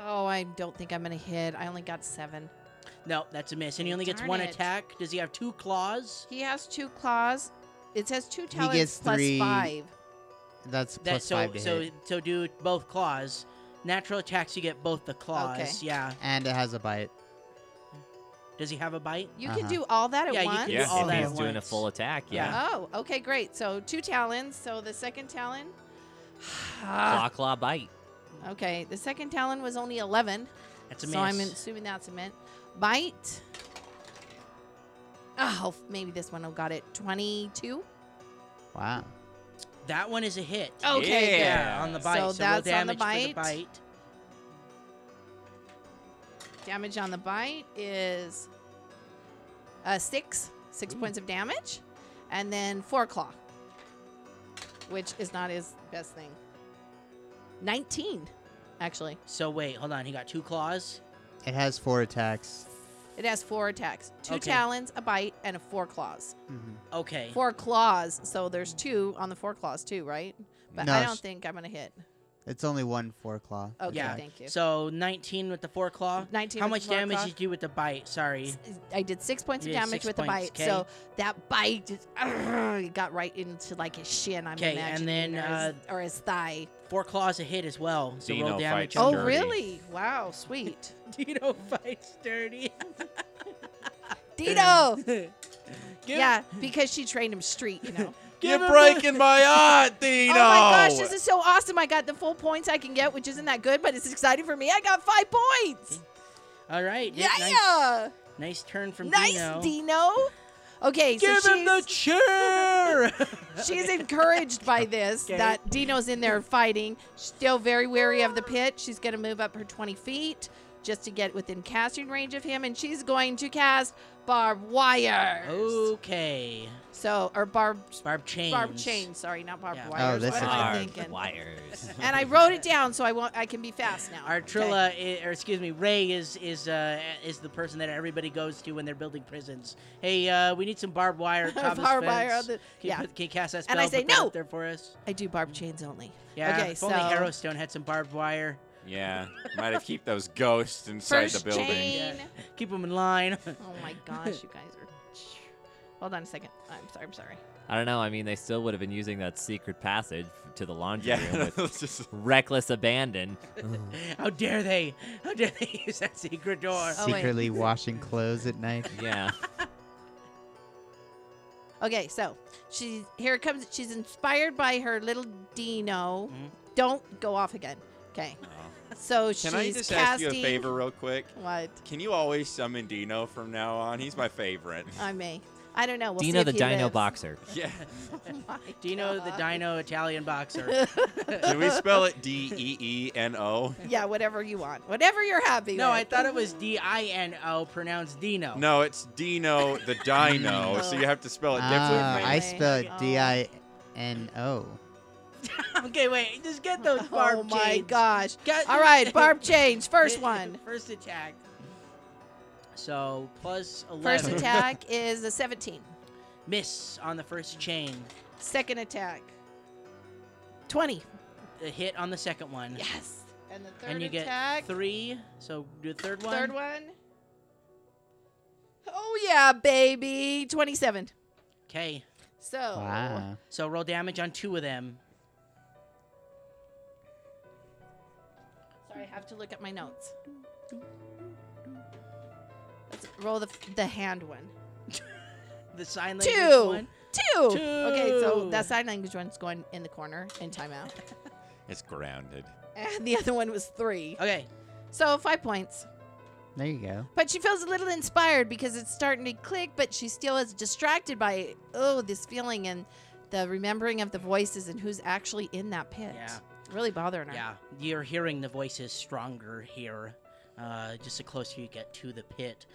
Speaker 4: Oh, I don't think I'm gonna hit. I only got seven.
Speaker 1: No, that's a miss. And he
Speaker 4: Okay,
Speaker 1: only gets
Speaker 4: darn
Speaker 1: one
Speaker 4: it.
Speaker 1: attack. Does he have two claws?
Speaker 4: He has two claws. It says two talents
Speaker 7: gets
Speaker 4: plus
Speaker 7: three-
Speaker 4: five.
Speaker 7: <laughs> That's
Speaker 1: That
Speaker 7: plus
Speaker 1: so
Speaker 7: five to
Speaker 1: so
Speaker 7: hit.
Speaker 1: so do both claws. Natural attacks you get both the claws.
Speaker 4: Okay.
Speaker 1: Yeah.
Speaker 7: And it has a bite.
Speaker 1: Does he have a bite?
Speaker 4: You can
Speaker 7: Uh-huh.
Speaker 4: do all that at
Speaker 1: Yeah, you
Speaker 4: once.
Speaker 1: can
Speaker 5: Yeah,
Speaker 1: do all
Speaker 3: if
Speaker 1: that
Speaker 3: he's
Speaker 1: at
Speaker 3: doing a
Speaker 1: once.
Speaker 3: full attack, yeah.
Speaker 4: Oh, okay, great. So two talons. So the second talon. Ah.
Speaker 3: Claw claw bite.
Speaker 4: Okay, the second talon was only eleven.
Speaker 1: That's a miss.
Speaker 4: so I'm assuming that's a mint. Bite. Oh, maybe this one. Oh, got it. Twenty-two.
Speaker 7: Wow.
Speaker 1: that one is a hit.
Speaker 4: Okay, good.
Speaker 5: Yeah.
Speaker 1: Yeah, on the bite.
Speaker 4: So
Speaker 1: So, roll
Speaker 4: that's on the
Speaker 1: damage for the
Speaker 4: bite.
Speaker 1: bite.
Speaker 4: Damage on the bite is uh, six, six points of damage, and then four claw, which is not his best thing. Nineteen, actually.
Speaker 1: So wait, hold on. He got two claws.
Speaker 7: It has four attacks.
Speaker 4: It has four attacks: two
Speaker 1: Okay. Eh.
Speaker 4: talons, a bite, and a four claws.
Speaker 7: Mhm.
Speaker 1: Okay.
Speaker 4: Four claws. So there's two on the four claws too, right? But
Speaker 7: No,
Speaker 4: I
Speaker 7: it's-
Speaker 4: don't think I'm gonna hit.
Speaker 7: It's only one four claw.
Speaker 4: Okay,
Speaker 1: Yeah.
Speaker 4: thank you.
Speaker 1: So 19 with the four claw.
Speaker 4: 19
Speaker 1: How
Speaker 4: with
Speaker 1: much
Speaker 4: the four
Speaker 1: damage
Speaker 4: claw.
Speaker 1: did you do with the bite? Sorry.
Speaker 4: s- I did six points
Speaker 1: You
Speaker 4: of
Speaker 1: did
Speaker 4: damage
Speaker 1: six
Speaker 4: with the
Speaker 1: points,
Speaker 4: bite. So that bite just it got right into like his shin. I'm
Speaker 1: 'Kay, and
Speaker 4: imagining,
Speaker 1: then, uh,
Speaker 4: or, his, or his thigh.
Speaker 1: Four claws a hit as well. So roll
Speaker 5: Dino
Speaker 1: damage.
Speaker 5: fights
Speaker 1: on
Speaker 4: Oh,
Speaker 1: the-
Speaker 5: dirty.
Speaker 4: really? Wow, sweet.
Speaker 1: <laughs> Dino fights dirty. <laughs>
Speaker 4: Dino.
Speaker 1: Give-
Speaker 4: yeah, because she trained him street.
Speaker 1: <laughs>
Speaker 4: You know.
Speaker 1: give him
Speaker 5: You're
Speaker 1: a-
Speaker 5: breaking my heart, Dino.
Speaker 4: Oh my gosh, this is so awesome! I got the full points I can get, which isn't that good, but it's exciting for me. I got five points.
Speaker 1: All right.
Speaker 4: Yeah,
Speaker 1: Nice, nice turn from
Speaker 4: nice
Speaker 1: Dino.
Speaker 4: Dino. Okay,
Speaker 1: Give
Speaker 4: so
Speaker 1: him the
Speaker 4: she's-
Speaker 1: chair.
Speaker 4: She's encouraged by this
Speaker 1: Okay.
Speaker 4: that Dino's in there fighting. She's still very wary of the pit. She's going to move up her 20 feet just to get within casting range of him, and she's going to cast barbed wire.
Speaker 1: okay.
Speaker 4: So, or barb
Speaker 1: Barb Oh. chains.
Speaker 4: barb chain. Sorry, not barbed
Speaker 1: Yeah.
Speaker 4: wire.
Speaker 7: Oh, this
Speaker 4: what
Speaker 7: is
Speaker 4: am I
Speaker 7: hard.
Speaker 4: thinking?
Speaker 3: wires.
Speaker 4: And I wrote it down so I won't. I can be fast now. Okay.
Speaker 1: Artrilla, i- or excuse me, Ray is is uh, is the person that everybody goes to when they're building prisons. Hey, uh, we need some barbed wire. Barbed
Speaker 4: <laughs> barbed wire. on
Speaker 1: Can
Speaker 4: the-
Speaker 1: you,
Speaker 4: yeah,
Speaker 1: put, can you cast that spell?
Speaker 4: And I say
Speaker 1: put that up
Speaker 4: no.
Speaker 1: there for us.
Speaker 4: I do barb chains only.
Speaker 1: Yeah.
Speaker 4: Okay,
Speaker 1: if only
Speaker 4: so-
Speaker 1: Harrowstone had some barbed wire.
Speaker 5: Yeah, might have keep those ghosts inside
Speaker 4: First
Speaker 5: the building.
Speaker 4: chain.
Speaker 1: Keep them in line. <laughs>
Speaker 4: Oh my gosh, you guys are. Hold on a second. I'm sorry. I'm sorry.
Speaker 3: I don't know. I mean, they still would have been using that secret passage f- to the laundry room
Speaker 5: <laughs> Yeah, <laughs>
Speaker 3: with
Speaker 5: let's just
Speaker 3: reckless abandon.
Speaker 1: How dare they? How dare they <laughs> use that secret door?
Speaker 4: Oh, wait.
Speaker 7: Secretly washing clothes at
Speaker 1: <laughs>
Speaker 7: night.
Speaker 3: Yeah.
Speaker 4: Okay, so she's here it comes. She's inspired by her little Dino.
Speaker 1: Mhm.
Speaker 4: Don't go off again. Okay.
Speaker 1: Oh.
Speaker 4: So she's
Speaker 5: Can I just ask
Speaker 4: casting.
Speaker 5: you a favor real quick?
Speaker 4: What?
Speaker 5: Can you always summon Dino from now on? He's my favorite.
Speaker 4: I may. I don't know. We'll see
Speaker 3: Dino
Speaker 4: if
Speaker 3: the
Speaker 4: he
Speaker 3: Dino
Speaker 4: lives.
Speaker 3: Boxer.
Speaker 5: <laughs> yeah.
Speaker 4: <laughs> Oh my
Speaker 1: <laughs> Dino the
Speaker 4: God.
Speaker 1: Dino Italian
Speaker 4: <laughs>
Speaker 1: boxer.
Speaker 5: Can we spell it D E E N O?
Speaker 4: Yeah, whatever you want, whatever you're happy
Speaker 1: no, I
Speaker 4: with.
Speaker 1: thought it was D I N O, pronounced Dino.
Speaker 5: No, it's Dino the <laughs> Dino, so you have
Speaker 1: Oh,
Speaker 5: to spell it
Speaker 7: Ah,
Speaker 5: differently.
Speaker 7: I spell it
Speaker 4: Oh.
Speaker 7: D I N O.
Speaker 1: <laughs> okay, wait. Just get those barb
Speaker 4: <laughs> oh
Speaker 1: chains.
Speaker 4: my gosh!
Speaker 1: Get- <laughs>
Speaker 4: All right, barb change. First one.
Speaker 1: First attack. So plus eleven.
Speaker 4: First attack is a 17.
Speaker 1: <laughs> Miss on the first chain.
Speaker 4: Second attack, 20.
Speaker 1: A hit on the second one.
Speaker 4: Yes. And the third
Speaker 1: and you
Speaker 4: attack.
Speaker 1: get three. So do the third one.
Speaker 4: Third one. Oh yeah, baby. Twenty-seven.
Speaker 1: Okay.
Speaker 4: So
Speaker 1: Oh.
Speaker 7: Wow.
Speaker 1: So roll damage on two of them.
Speaker 4: sorry, I have to look at my notes. Let's roll the the hand one.
Speaker 1: The sign language
Speaker 4: Two.
Speaker 1: one.
Speaker 4: Two. Okay, so
Speaker 1: Two.
Speaker 4: that sign language one's going in the corner in timeout,
Speaker 5: It's grounded.
Speaker 4: and the other one was three.
Speaker 1: Okay.
Speaker 4: So five points.
Speaker 7: There you go.
Speaker 4: But she feels a little inspired because it's starting to click, but she still is distracted by oh this feeling and the remembering of the voices and who's actually in that pit.
Speaker 1: Yeah.
Speaker 4: Really bothering her.
Speaker 1: Yeah. You're hearing the voices stronger here. Uh, just the closer you get to the pit.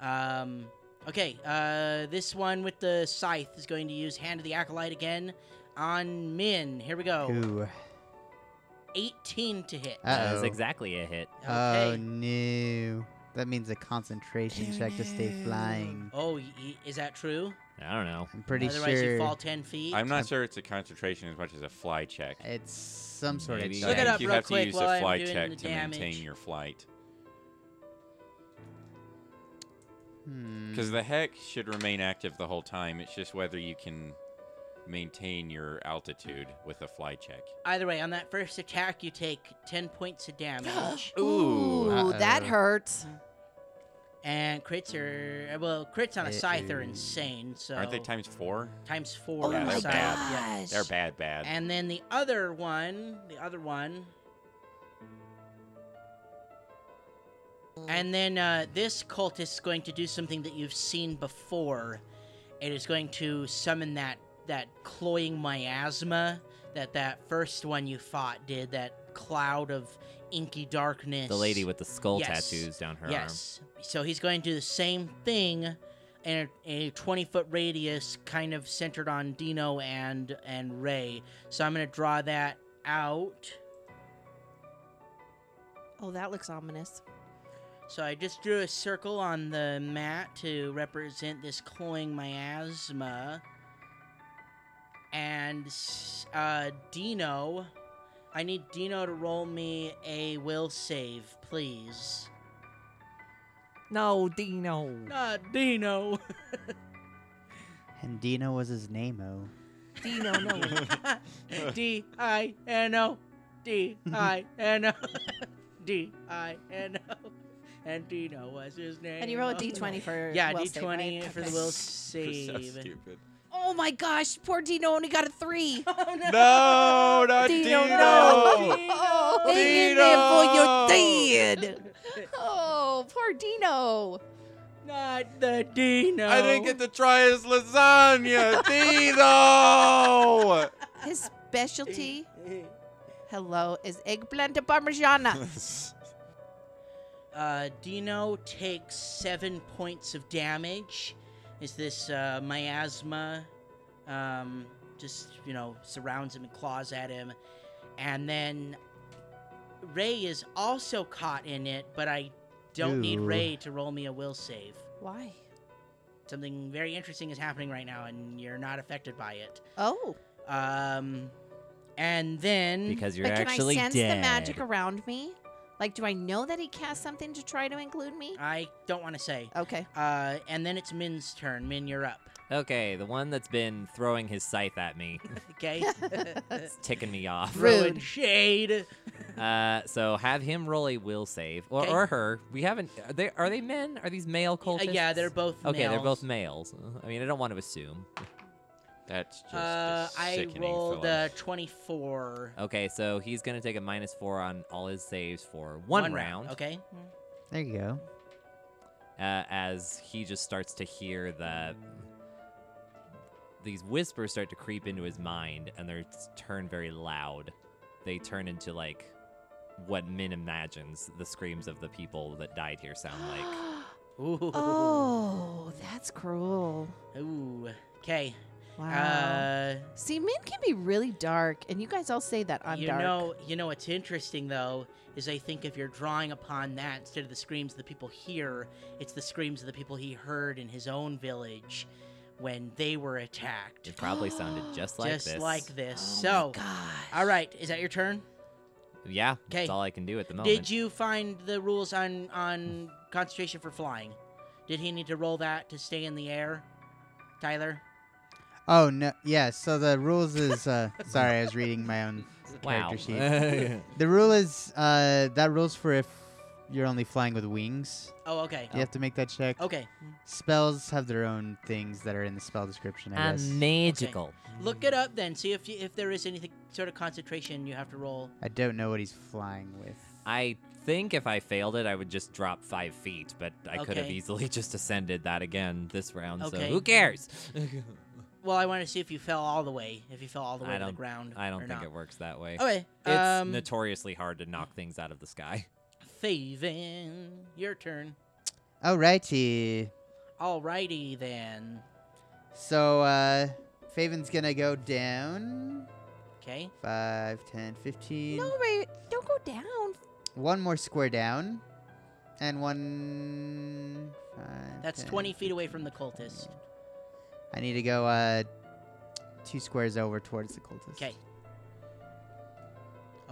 Speaker 1: Um, okay, uh, this one with the scythe is going to use Hand of the Acolyte again on Min. Here we go.
Speaker 7: Ooh.
Speaker 1: 18 to hit.
Speaker 6: That is
Speaker 7: Uh-oh.
Speaker 6: exactly a hit.
Speaker 7: Oh
Speaker 1: Okay.
Speaker 7: no. That means a concentration check to stay flying.
Speaker 1: Oh, y- y- is that true?
Speaker 6: I don't know.
Speaker 7: I'm pretty
Speaker 1: Otherwise, you fall
Speaker 7: sure
Speaker 1: 10 feet.
Speaker 5: I'm not sure it's a concentration as much as a fly check.
Speaker 7: it's some sort of
Speaker 8: Maybe.
Speaker 7: check.
Speaker 1: Look
Speaker 5: I
Speaker 1: it
Speaker 5: think
Speaker 1: up
Speaker 5: you
Speaker 1: real
Speaker 5: have
Speaker 1: quick
Speaker 5: to use
Speaker 1: while
Speaker 5: a
Speaker 1: I'm
Speaker 5: fly
Speaker 1: doing
Speaker 5: check
Speaker 1: the
Speaker 5: to
Speaker 1: damage.
Speaker 5: maintain your flight.
Speaker 1: Mm.
Speaker 7: Hmm.
Speaker 5: Because the heck should remain active the whole time. It's just whether you can maintain your altitude with a fly check.
Speaker 1: Either way, on that first attack, you take 10 points of
Speaker 7: <gasps>
Speaker 1: damage.
Speaker 5: Ooh.
Speaker 4: Ooh, that
Speaker 7: Uh-oh.
Speaker 4: hurts.
Speaker 1: and crits are. Well, crits on a scythe are
Speaker 7: Uh-oh.
Speaker 1: insane, so.
Speaker 5: Aren't they times four?
Speaker 1: times four
Speaker 4: Oh
Speaker 5: yeah,
Speaker 1: on a
Speaker 4: my
Speaker 5: they're
Speaker 1: scythe. Yeah.
Speaker 5: bad.
Speaker 4: gosh.
Speaker 5: They're bad, bad. <laughs>
Speaker 1: And then the other one, the other one. And then uh, this cultist is going to do something that you've seen before. It is going to summon that that cloying miasma that that first one you fought did. That cloud of inky darkness.
Speaker 6: The lady with the skull
Speaker 1: Yes.
Speaker 6: tattoos down her
Speaker 1: Yes. So he's going to do the same thing in a, a 20 foot radius, kind of centered on Dino and and Ray. So I'm going to draw that out.
Speaker 4: Oh, that looks ominous.
Speaker 1: So I just drew a circle on the mat to represent this cloying miasma. And s- uh, Dino, I need Dino to roll me a will save, please.
Speaker 6: No, Dino.
Speaker 1: Not Dino.
Speaker 7: And Dino was his name oh.
Speaker 4: Dino, no.
Speaker 1: <laughs> D I N O, D I N O, <laughs> D I N O, and Dino was his name.
Speaker 4: And you roll a
Speaker 1: <laughs>
Speaker 4: d20 for
Speaker 1: Yeah,
Speaker 4: will
Speaker 1: D
Speaker 4: save,
Speaker 1: twenty
Speaker 4: right?
Speaker 1: for the
Speaker 5: <laughs>
Speaker 4: Okay.
Speaker 1: will
Speaker 5: So
Speaker 1: <laughs> save.
Speaker 5: stupid.
Speaker 4: <laughs> Oh my gosh, poor Dino only got a three.
Speaker 1: Oh
Speaker 5: No, not
Speaker 4: Dino,
Speaker 5: <laughs> Dino.
Speaker 4: no.
Speaker 1: Dino!
Speaker 4: Hang in there for your
Speaker 5: Dino!
Speaker 4: dad. Oh, poor Dino.
Speaker 1: <laughs> Not the Dino.
Speaker 5: I didn't get to try
Speaker 1: <laughs>
Speaker 5: his lasagna, Dino.
Speaker 4: His specialty,
Speaker 1: <laughs>
Speaker 4: hello, is eggplant
Speaker 5: <laughs>
Speaker 4: parmigiana.
Speaker 1: Uh, Dino takes seven points of damage. Is this uh, miasma? Um, just you know, surrounds him and claws at him, and then Ray is also caught in it. But I don't need
Speaker 7: Ooh.
Speaker 1: Ray to roll me a will save.
Speaker 4: Why?
Speaker 1: Something very interesting is happening right now, and you're not affected by it.
Speaker 4: Oh,
Speaker 1: Um, and then
Speaker 6: Because you're
Speaker 4: but can I
Speaker 6: actually
Speaker 4: sense
Speaker 6: dead.
Speaker 4: the magic around me? Like, do I know that he cast something to try to include me?
Speaker 1: I don't want to say.
Speaker 4: Okay.
Speaker 1: Uh, and then it's Min's turn. Min, you're up.
Speaker 6: Okay, the one that's been throwing his scythe at me,
Speaker 1: Okay.
Speaker 6: it's ticking me off. <laughs>
Speaker 1: Throwing
Speaker 4: Rude.
Speaker 1: shade.
Speaker 6: Uh, so have him roll a will save, or,
Speaker 1: Okay.
Speaker 6: or her. We haven't. Are they are they men? Are these male
Speaker 1: Uh,
Speaker 6: cultists?
Speaker 1: yeah, they're both
Speaker 6: okay. They're both
Speaker 1: males.
Speaker 6: males. Uh, I mean, I don't want to assume.
Speaker 5: That's just
Speaker 1: Uh,
Speaker 5: a
Speaker 1: I
Speaker 5: sickening
Speaker 1: rolled
Speaker 5: feeling.
Speaker 1: uh, 24.
Speaker 6: Okay, so he's gonna take a minus four on all his saves for one, round.
Speaker 1: Okay.
Speaker 7: There
Speaker 1: <laughs>
Speaker 7: you go.
Speaker 6: uh, as he just starts to hear the these whispers start to creep into his mind and they turn very loud they turn into like what min imagines the screams of the people that died
Speaker 1: <gasps>
Speaker 6: here sound
Speaker 4: <gasps>
Speaker 6: like <gasps>
Speaker 1: Ooh.
Speaker 4: oh, that's cruel.
Speaker 1: Ooh. Okay.
Speaker 4: Wow.
Speaker 1: Uh,
Speaker 4: See, men can be really dark, and you guys all say that I'm
Speaker 1: you
Speaker 4: dark.
Speaker 1: know, you know what's interesting though is I think if you're drawing upon that instead of the screams the people hear, it's the screams of the people he heard in his own village when they were attacked.
Speaker 6: it
Speaker 1: <gasps>
Speaker 6: probably sounded just like
Speaker 1: Just
Speaker 6: this
Speaker 1: like this. so,
Speaker 4: Oh my gosh.
Speaker 1: all right, is that your turn?
Speaker 6: yeah
Speaker 1: Okay.
Speaker 6: that's all i can do at the moment
Speaker 1: Did you find the rules on on concentration for flying? Did he need to roll that to stay in the air, Tyler?
Speaker 7: Oh no yeah, so the rules
Speaker 1: <laughs>
Speaker 7: is uh sorry, I was reading my own
Speaker 6: wow
Speaker 7: character
Speaker 6: <laughs>
Speaker 7: sheet. The rule is uh that rules for if you're only flying with wings.
Speaker 1: Oh, okay.
Speaker 7: You have to make that check.
Speaker 1: Okay.
Speaker 7: Spells have their own things that are in the spell description, I guess.
Speaker 6: i'm magical
Speaker 1: Look it up then. See if you, if there is anything sort of concentration you have to roll.
Speaker 7: I don't know what he's flying with.
Speaker 6: i think if i failed it i would just drop five feet but i could have
Speaker 1: Okay.
Speaker 6: easily <laughs> just ascended that again this round so
Speaker 1: Okay.
Speaker 6: who cares <laughs>
Speaker 1: Well, I want to see if you fell all the way. If you fell all the way
Speaker 6: I
Speaker 1: to the
Speaker 6: don't-
Speaker 1: ground.
Speaker 6: I don't
Speaker 1: or
Speaker 6: think
Speaker 1: not.
Speaker 7: Oh,
Speaker 6: it works that way.
Speaker 1: Okay.
Speaker 6: It's
Speaker 1: um,
Speaker 6: notoriously hard to knock things out of the sky.
Speaker 1: Faven, your turn.
Speaker 7: Alrighty.
Speaker 1: Alrighty then.
Speaker 7: So, uh, Faven's gonna go down.
Speaker 1: Okay.
Speaker 7: 5, 10, 15.
Speaker 4: No, wait. Don't go down.
Speaker 7: One more square down. And one. five,
Speaker 1: That's
Speaker 7: 10,
Speaker 1: 20 feet away
Speaker 7: 15.
Speaker 1: from the cultist.
Speaker 7: I need to go, uh, two squares over towards the cultist.
Speaker 1: Okay.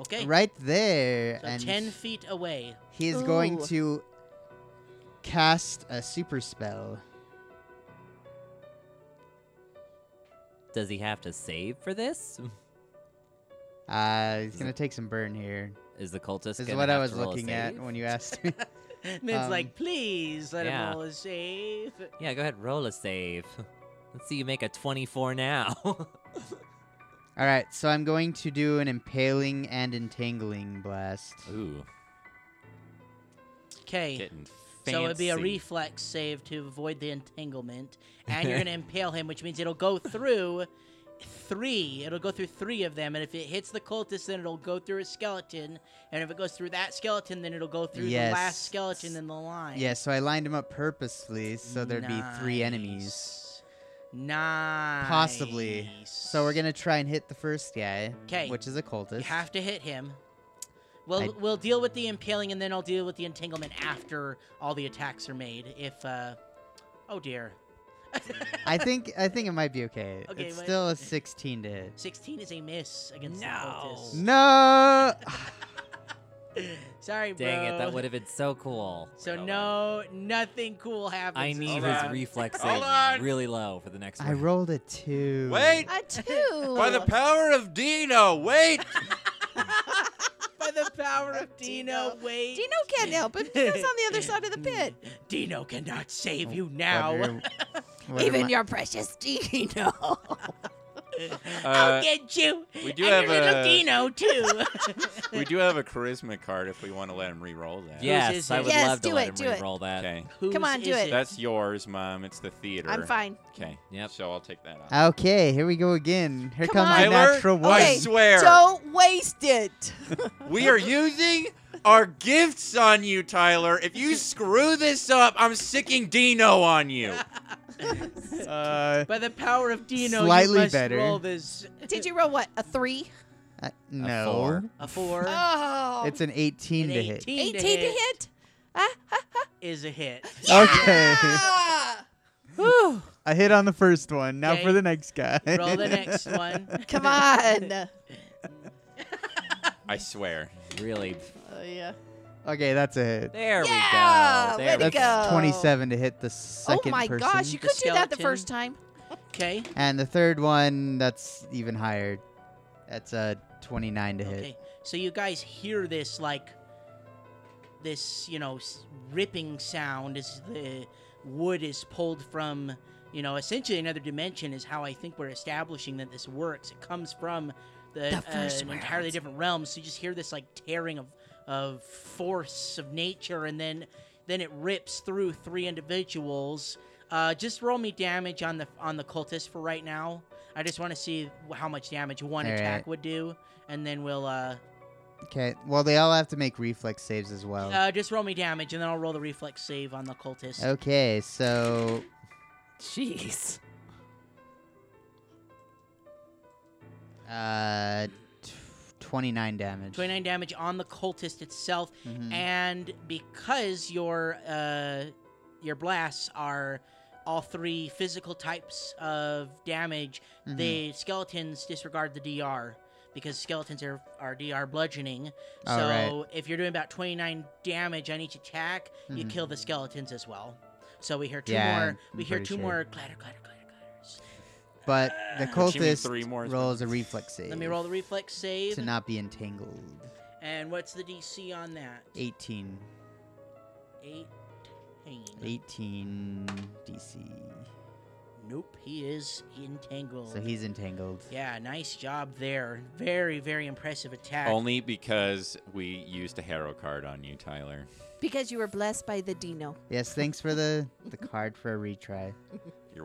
Speaker 1: Okay.
Speaker 7: Right there.
Speaker 1: So
Speaker 7: and
Speaker 1: 10 feet away.
Speaker 7: he is going
Speaker 4: Ooh.
Speaker 7: to cast a super spell.
Speaker 3: <laughs> Does he have to save for this? <laughs>
Speaker 7: Uh, he's gonna take some burn here.
Speaker 3: Is the cultist?
Speaker 7: Is
Speaker 3: gonna
Speaker 7: what I
Speaker 3: have
Speaker 7: was
Speaker 3: to roll a
Speaker 7: looking at
Speaker 3: save?
Speaker 7: when you
Speaker 1: <laughs>
Speaker 7: asked me.
Speaker 1: Mid's
Speaker 7: Um,
Speaker 1: like, please let
Speaker 3: yeah.
Speaker 1: him roll a save.
Speaker 3: Yeah, go ahead, roll a save. <laughs> Let's see you make a 24 now. <laughs>
Speaker 7: All right, so I'm going to do an impaling and entangling blast.
Speaker 5: Ooh,
Speaker 1: Okay.
Speaker 5: getting fancy.
Speaker 1: So it'd be a reflex save to avoid the entanglement. And you're going to impale him, which means it'll go through three. It'll go through three of them. And if it hits the cultist, then it'll go through a skeleton. And if it goes through that skeleton, then it'll go through the
Speaker 7: Yes.
Speaker 1: last skeleton in the line.
Speaker 7: Yeah, so I lined them up purposefully, so there'd be three enemies.
Speaker 1: Nice. Nice.
Speaker 7: Possibly. So we're gonna try and hit the first guy,
Speaker 1: 'Kay.
Speaker 7: which is a cultist.
Speaker 1: You have to hit him. We'll
Speaker 7: I-
Speaker 1: we'll deal with the impaling and then I'll deal with the entanglement after all the attacks are made. If uh, oh dear,
Speaker 7: <laughs> I think I think it might be okay.
Speaker 1: Okay,
Speaker 7: it's
Speaker 1: wait.
Speaker 7: still a 16 to hit.
Speaker 1: sixteen is a miss against the
Speaker 7: No.
Speaker 1: cultist. Sorry, bro.
Speaker 3: Dang it, that would have been so cool.
Speaker 1: So
Speaker 5: Hold
Speaker 1: no, nothing cool happens.
Speaker 3: I
Speaker 1: this
Speaker 3: need
Speaker 5: Hold
Speaker 3: his
Speaker 1: round.
Speaker 5: on.
Speaker 3: reflex
Speaker 5: Hold
Speaker 3: save
Speaker 5: on.
Speaker 3: really low for the
Speaker 7: <sighs>
Speaker 3: next
Speaker 7: I
Speaker 3: one.
Speaker 7: rolled a two.
Speaker 5: Wait!
Speaker 1: <laughs>
Speaker 4: A two.
Speaker 5: By the power of Dino, wait!
Speaker 1: by the power of Dino.
Speaker 4: <laughs> Dino.
Speaker 1: Wait,
Speaker 4: Dino can't help it.
Speaker 1: <laughs>
Speaker 4: Dino's on the other side of the pit.
Speaker 1: Dino cannot save
Speaker 7: Oh,
Speaker 1: you now.
Speaker 7: Wonder-
Speaker 1: <laughs>
Speaker 7: wonder
Speaker 4: Even
Speaker 7: my-
Speaker 4: your precious <laughs> Dino.
Speaker 5: Uh,
Speaker 1: <laughs> I'll get you.
Speaker 5: we do
Speaker 1: and
Speaker 5: have
Speaker 1: your little
Speaker 5: a-
Speaker 1: Dino too. <laughs>
Speaker 5: Uh, we do have a charisma card if we want to let him re-roll that.
Speaker 1: is
Speaker 3: <laughs> Yes, I
Speaker 1: it?
Speaker 3: would
Speaker 4: Yes,
Speaker 3: love to
Speaker 4: do
Speaker 3: let
Speaker 4: it,
Speaker 3: him
Speaker 4: do it.
Speaker 3: re-roll that.
Speaker 5: Okay.
Speaker 4: <laughs> Come
Speaker 1: Whose
Speaker 4: on, do
Speaker 1: is
Speaker 4: it.
Speaker 5: That's yours, Mom. It's the theater.
Speaker 4: I'm fine.
Speaker 5: Okay.
Speaker 3: Yep.
Speaker 5: So I'll take that off.
Speaker 7: Okay, here we go again. Here
Speaker 4: Come
Speaker 7: comes
Speaker 4: on.
Speaker 7: my
Speaker 5: Tyler,
Speaker 7: natural one.
Speaker 5: I
Speaker 4: Okay,
Speaker 5: swear,
Speaker 4: Don't waste it.
Speaker 5: we are using our gifts on you, Tyler. If
Speaker 4: <laughs>
Speaker 5: you screw this up, I'm sicking Dino on you.
Speaker 1: <laughs>
Speaker 7: Uh,
Speaker 1: By the power of Dino,
Speaker 7: Slightly
Speaker 1: you must
Speaker 7: better.
Speaker 1: roll this
Speaker 4: Did you roll what? A three?
Speaker 7: uh, no.
Speaker 1: a four.
Speaker 4: Oh.
Speaker 7: It's an 18
Speaker 1: an
Speaker 7: to hit.
Speaker 1: 18
Speaker 4: 18
Speaker 1: to hit,
Speaker 7: <laughs>
Speaker 4: Ah, ah,
Speaker 1: is a hit.
Speaker 7: Okay.
Speaker 4: ah.
Speaker 7: <laughs> I hit on the first one.
Speaker 1: <laughs>
Speaker 7: Now
Speaker 1: Okay.
Speaker 7: for the next guy.
Speaker 1: Roll the next one.
Speaker 4: Come on.
Speaker 1: <laughs>
Speaker 5: I swear.
Speaker 3: Really.
Speaker 4: Oh, yeah.
Speaker 7: <laughs> okay, that's a hit.
Speaker 3: There
Speaker 4: Yeah,
Speaker 3: we go.
Speaker 4: way
Speaker 3: There
Speaker 4: to
Speaker 3: we
Speaker 7: That's
Speaker 3: go.
Speaker 4: go.
Speaker 7: 27 to hit the second
Speaker 4: oh my
Speaker 7: person.
Speaker 4: gosh, you
Speaker 1: The
Speaker 4: could do that the
Speaker 1: skeleton.
Speaker 4: first time.
Speaker 7: <laughs>
Speaker 1: Okay.
Speaker 7: And the third one, that's even higher. That's a 29 to hit.
Speaker 1: Okay. So you guys hear this like this, you know, s- ripping sound as the wood is pulled from, you know, essentially another dimension is how I think we're establishing that this works. It comes from the,
Speaker 4: The first
Speaker 1: uh, an entirely
Speaker 4: world.
Speaker 1: different realm. So you just hear this like tearing of of force of nature, and then then it rips through three individuals. Uh, just roll me damage on the on the cultist for right now. I just want to see how much damage one
Speaker 7: All
Speaker 1: attack
Speaker 7: right.
Speaker 1: would do, and then we'll uh,
Speaker 7: Okay. Well, they all have to make reflex saves as well.
Speaker 1: uh, just roll me damage, and then I'll roll the reflex save on the cultist.
Speaker 7: okay, so
Speaker 3: Jeez.
Speaker 7: uh t- 29 damage.
Speaker 1: 29 damage on the cultist itself,
Speaker 7: Mhm.
Speaker 1: and because your uh, your blasts are all three physical types of damage,
Speaker 7: Mhm.
Speaker 1: the skeletons disregard the DR because skeletons are, are DR bludgeoning. So
Speaker 7: All Oh, right.
Speaker 1: if you're doing about 29 damage on each attack, you
Speaker 7: Mhm.
Speaker 1: kill the skeletons as well. So we hear two
Speaker 7: Yeah,
Speaker 1: more.
Speaker 7: I'm-
Speaker 1: we
Speaker 7: I'm
Speaker 1: hear
Speaker 7: pretty
Speaker 1: two
Speaker 7: sure.
Speaker 1: more clatter, clatter, clatter, clatters.
Speaker 7: But the
Speaker 5: Don't you mean
Speaker 7: cultist
Speaker 5: three more is
Speaker 7: rolls a reflex save.
Speaker 1: Let me roll the reflex save.
Speaker 7: to not be entangled.
Speaker 1: And what's the DC on that?
Speaker 7: 18.
Speaker 1: 18.
Speaker 7: 18 DC.
Speaker 1: Nope, he is entangled.
Speaker 7: So he's entangled.
Speaker 1: yeah, nice job there. Very, very impressive attack.
Speaker 5: Only because we used a hero card on you, Tyler.
Speaker 4: Because you were blessed by the Dino.
Speaker 7: Yes, thanks for the the card for a retry.
Speaker 5: You're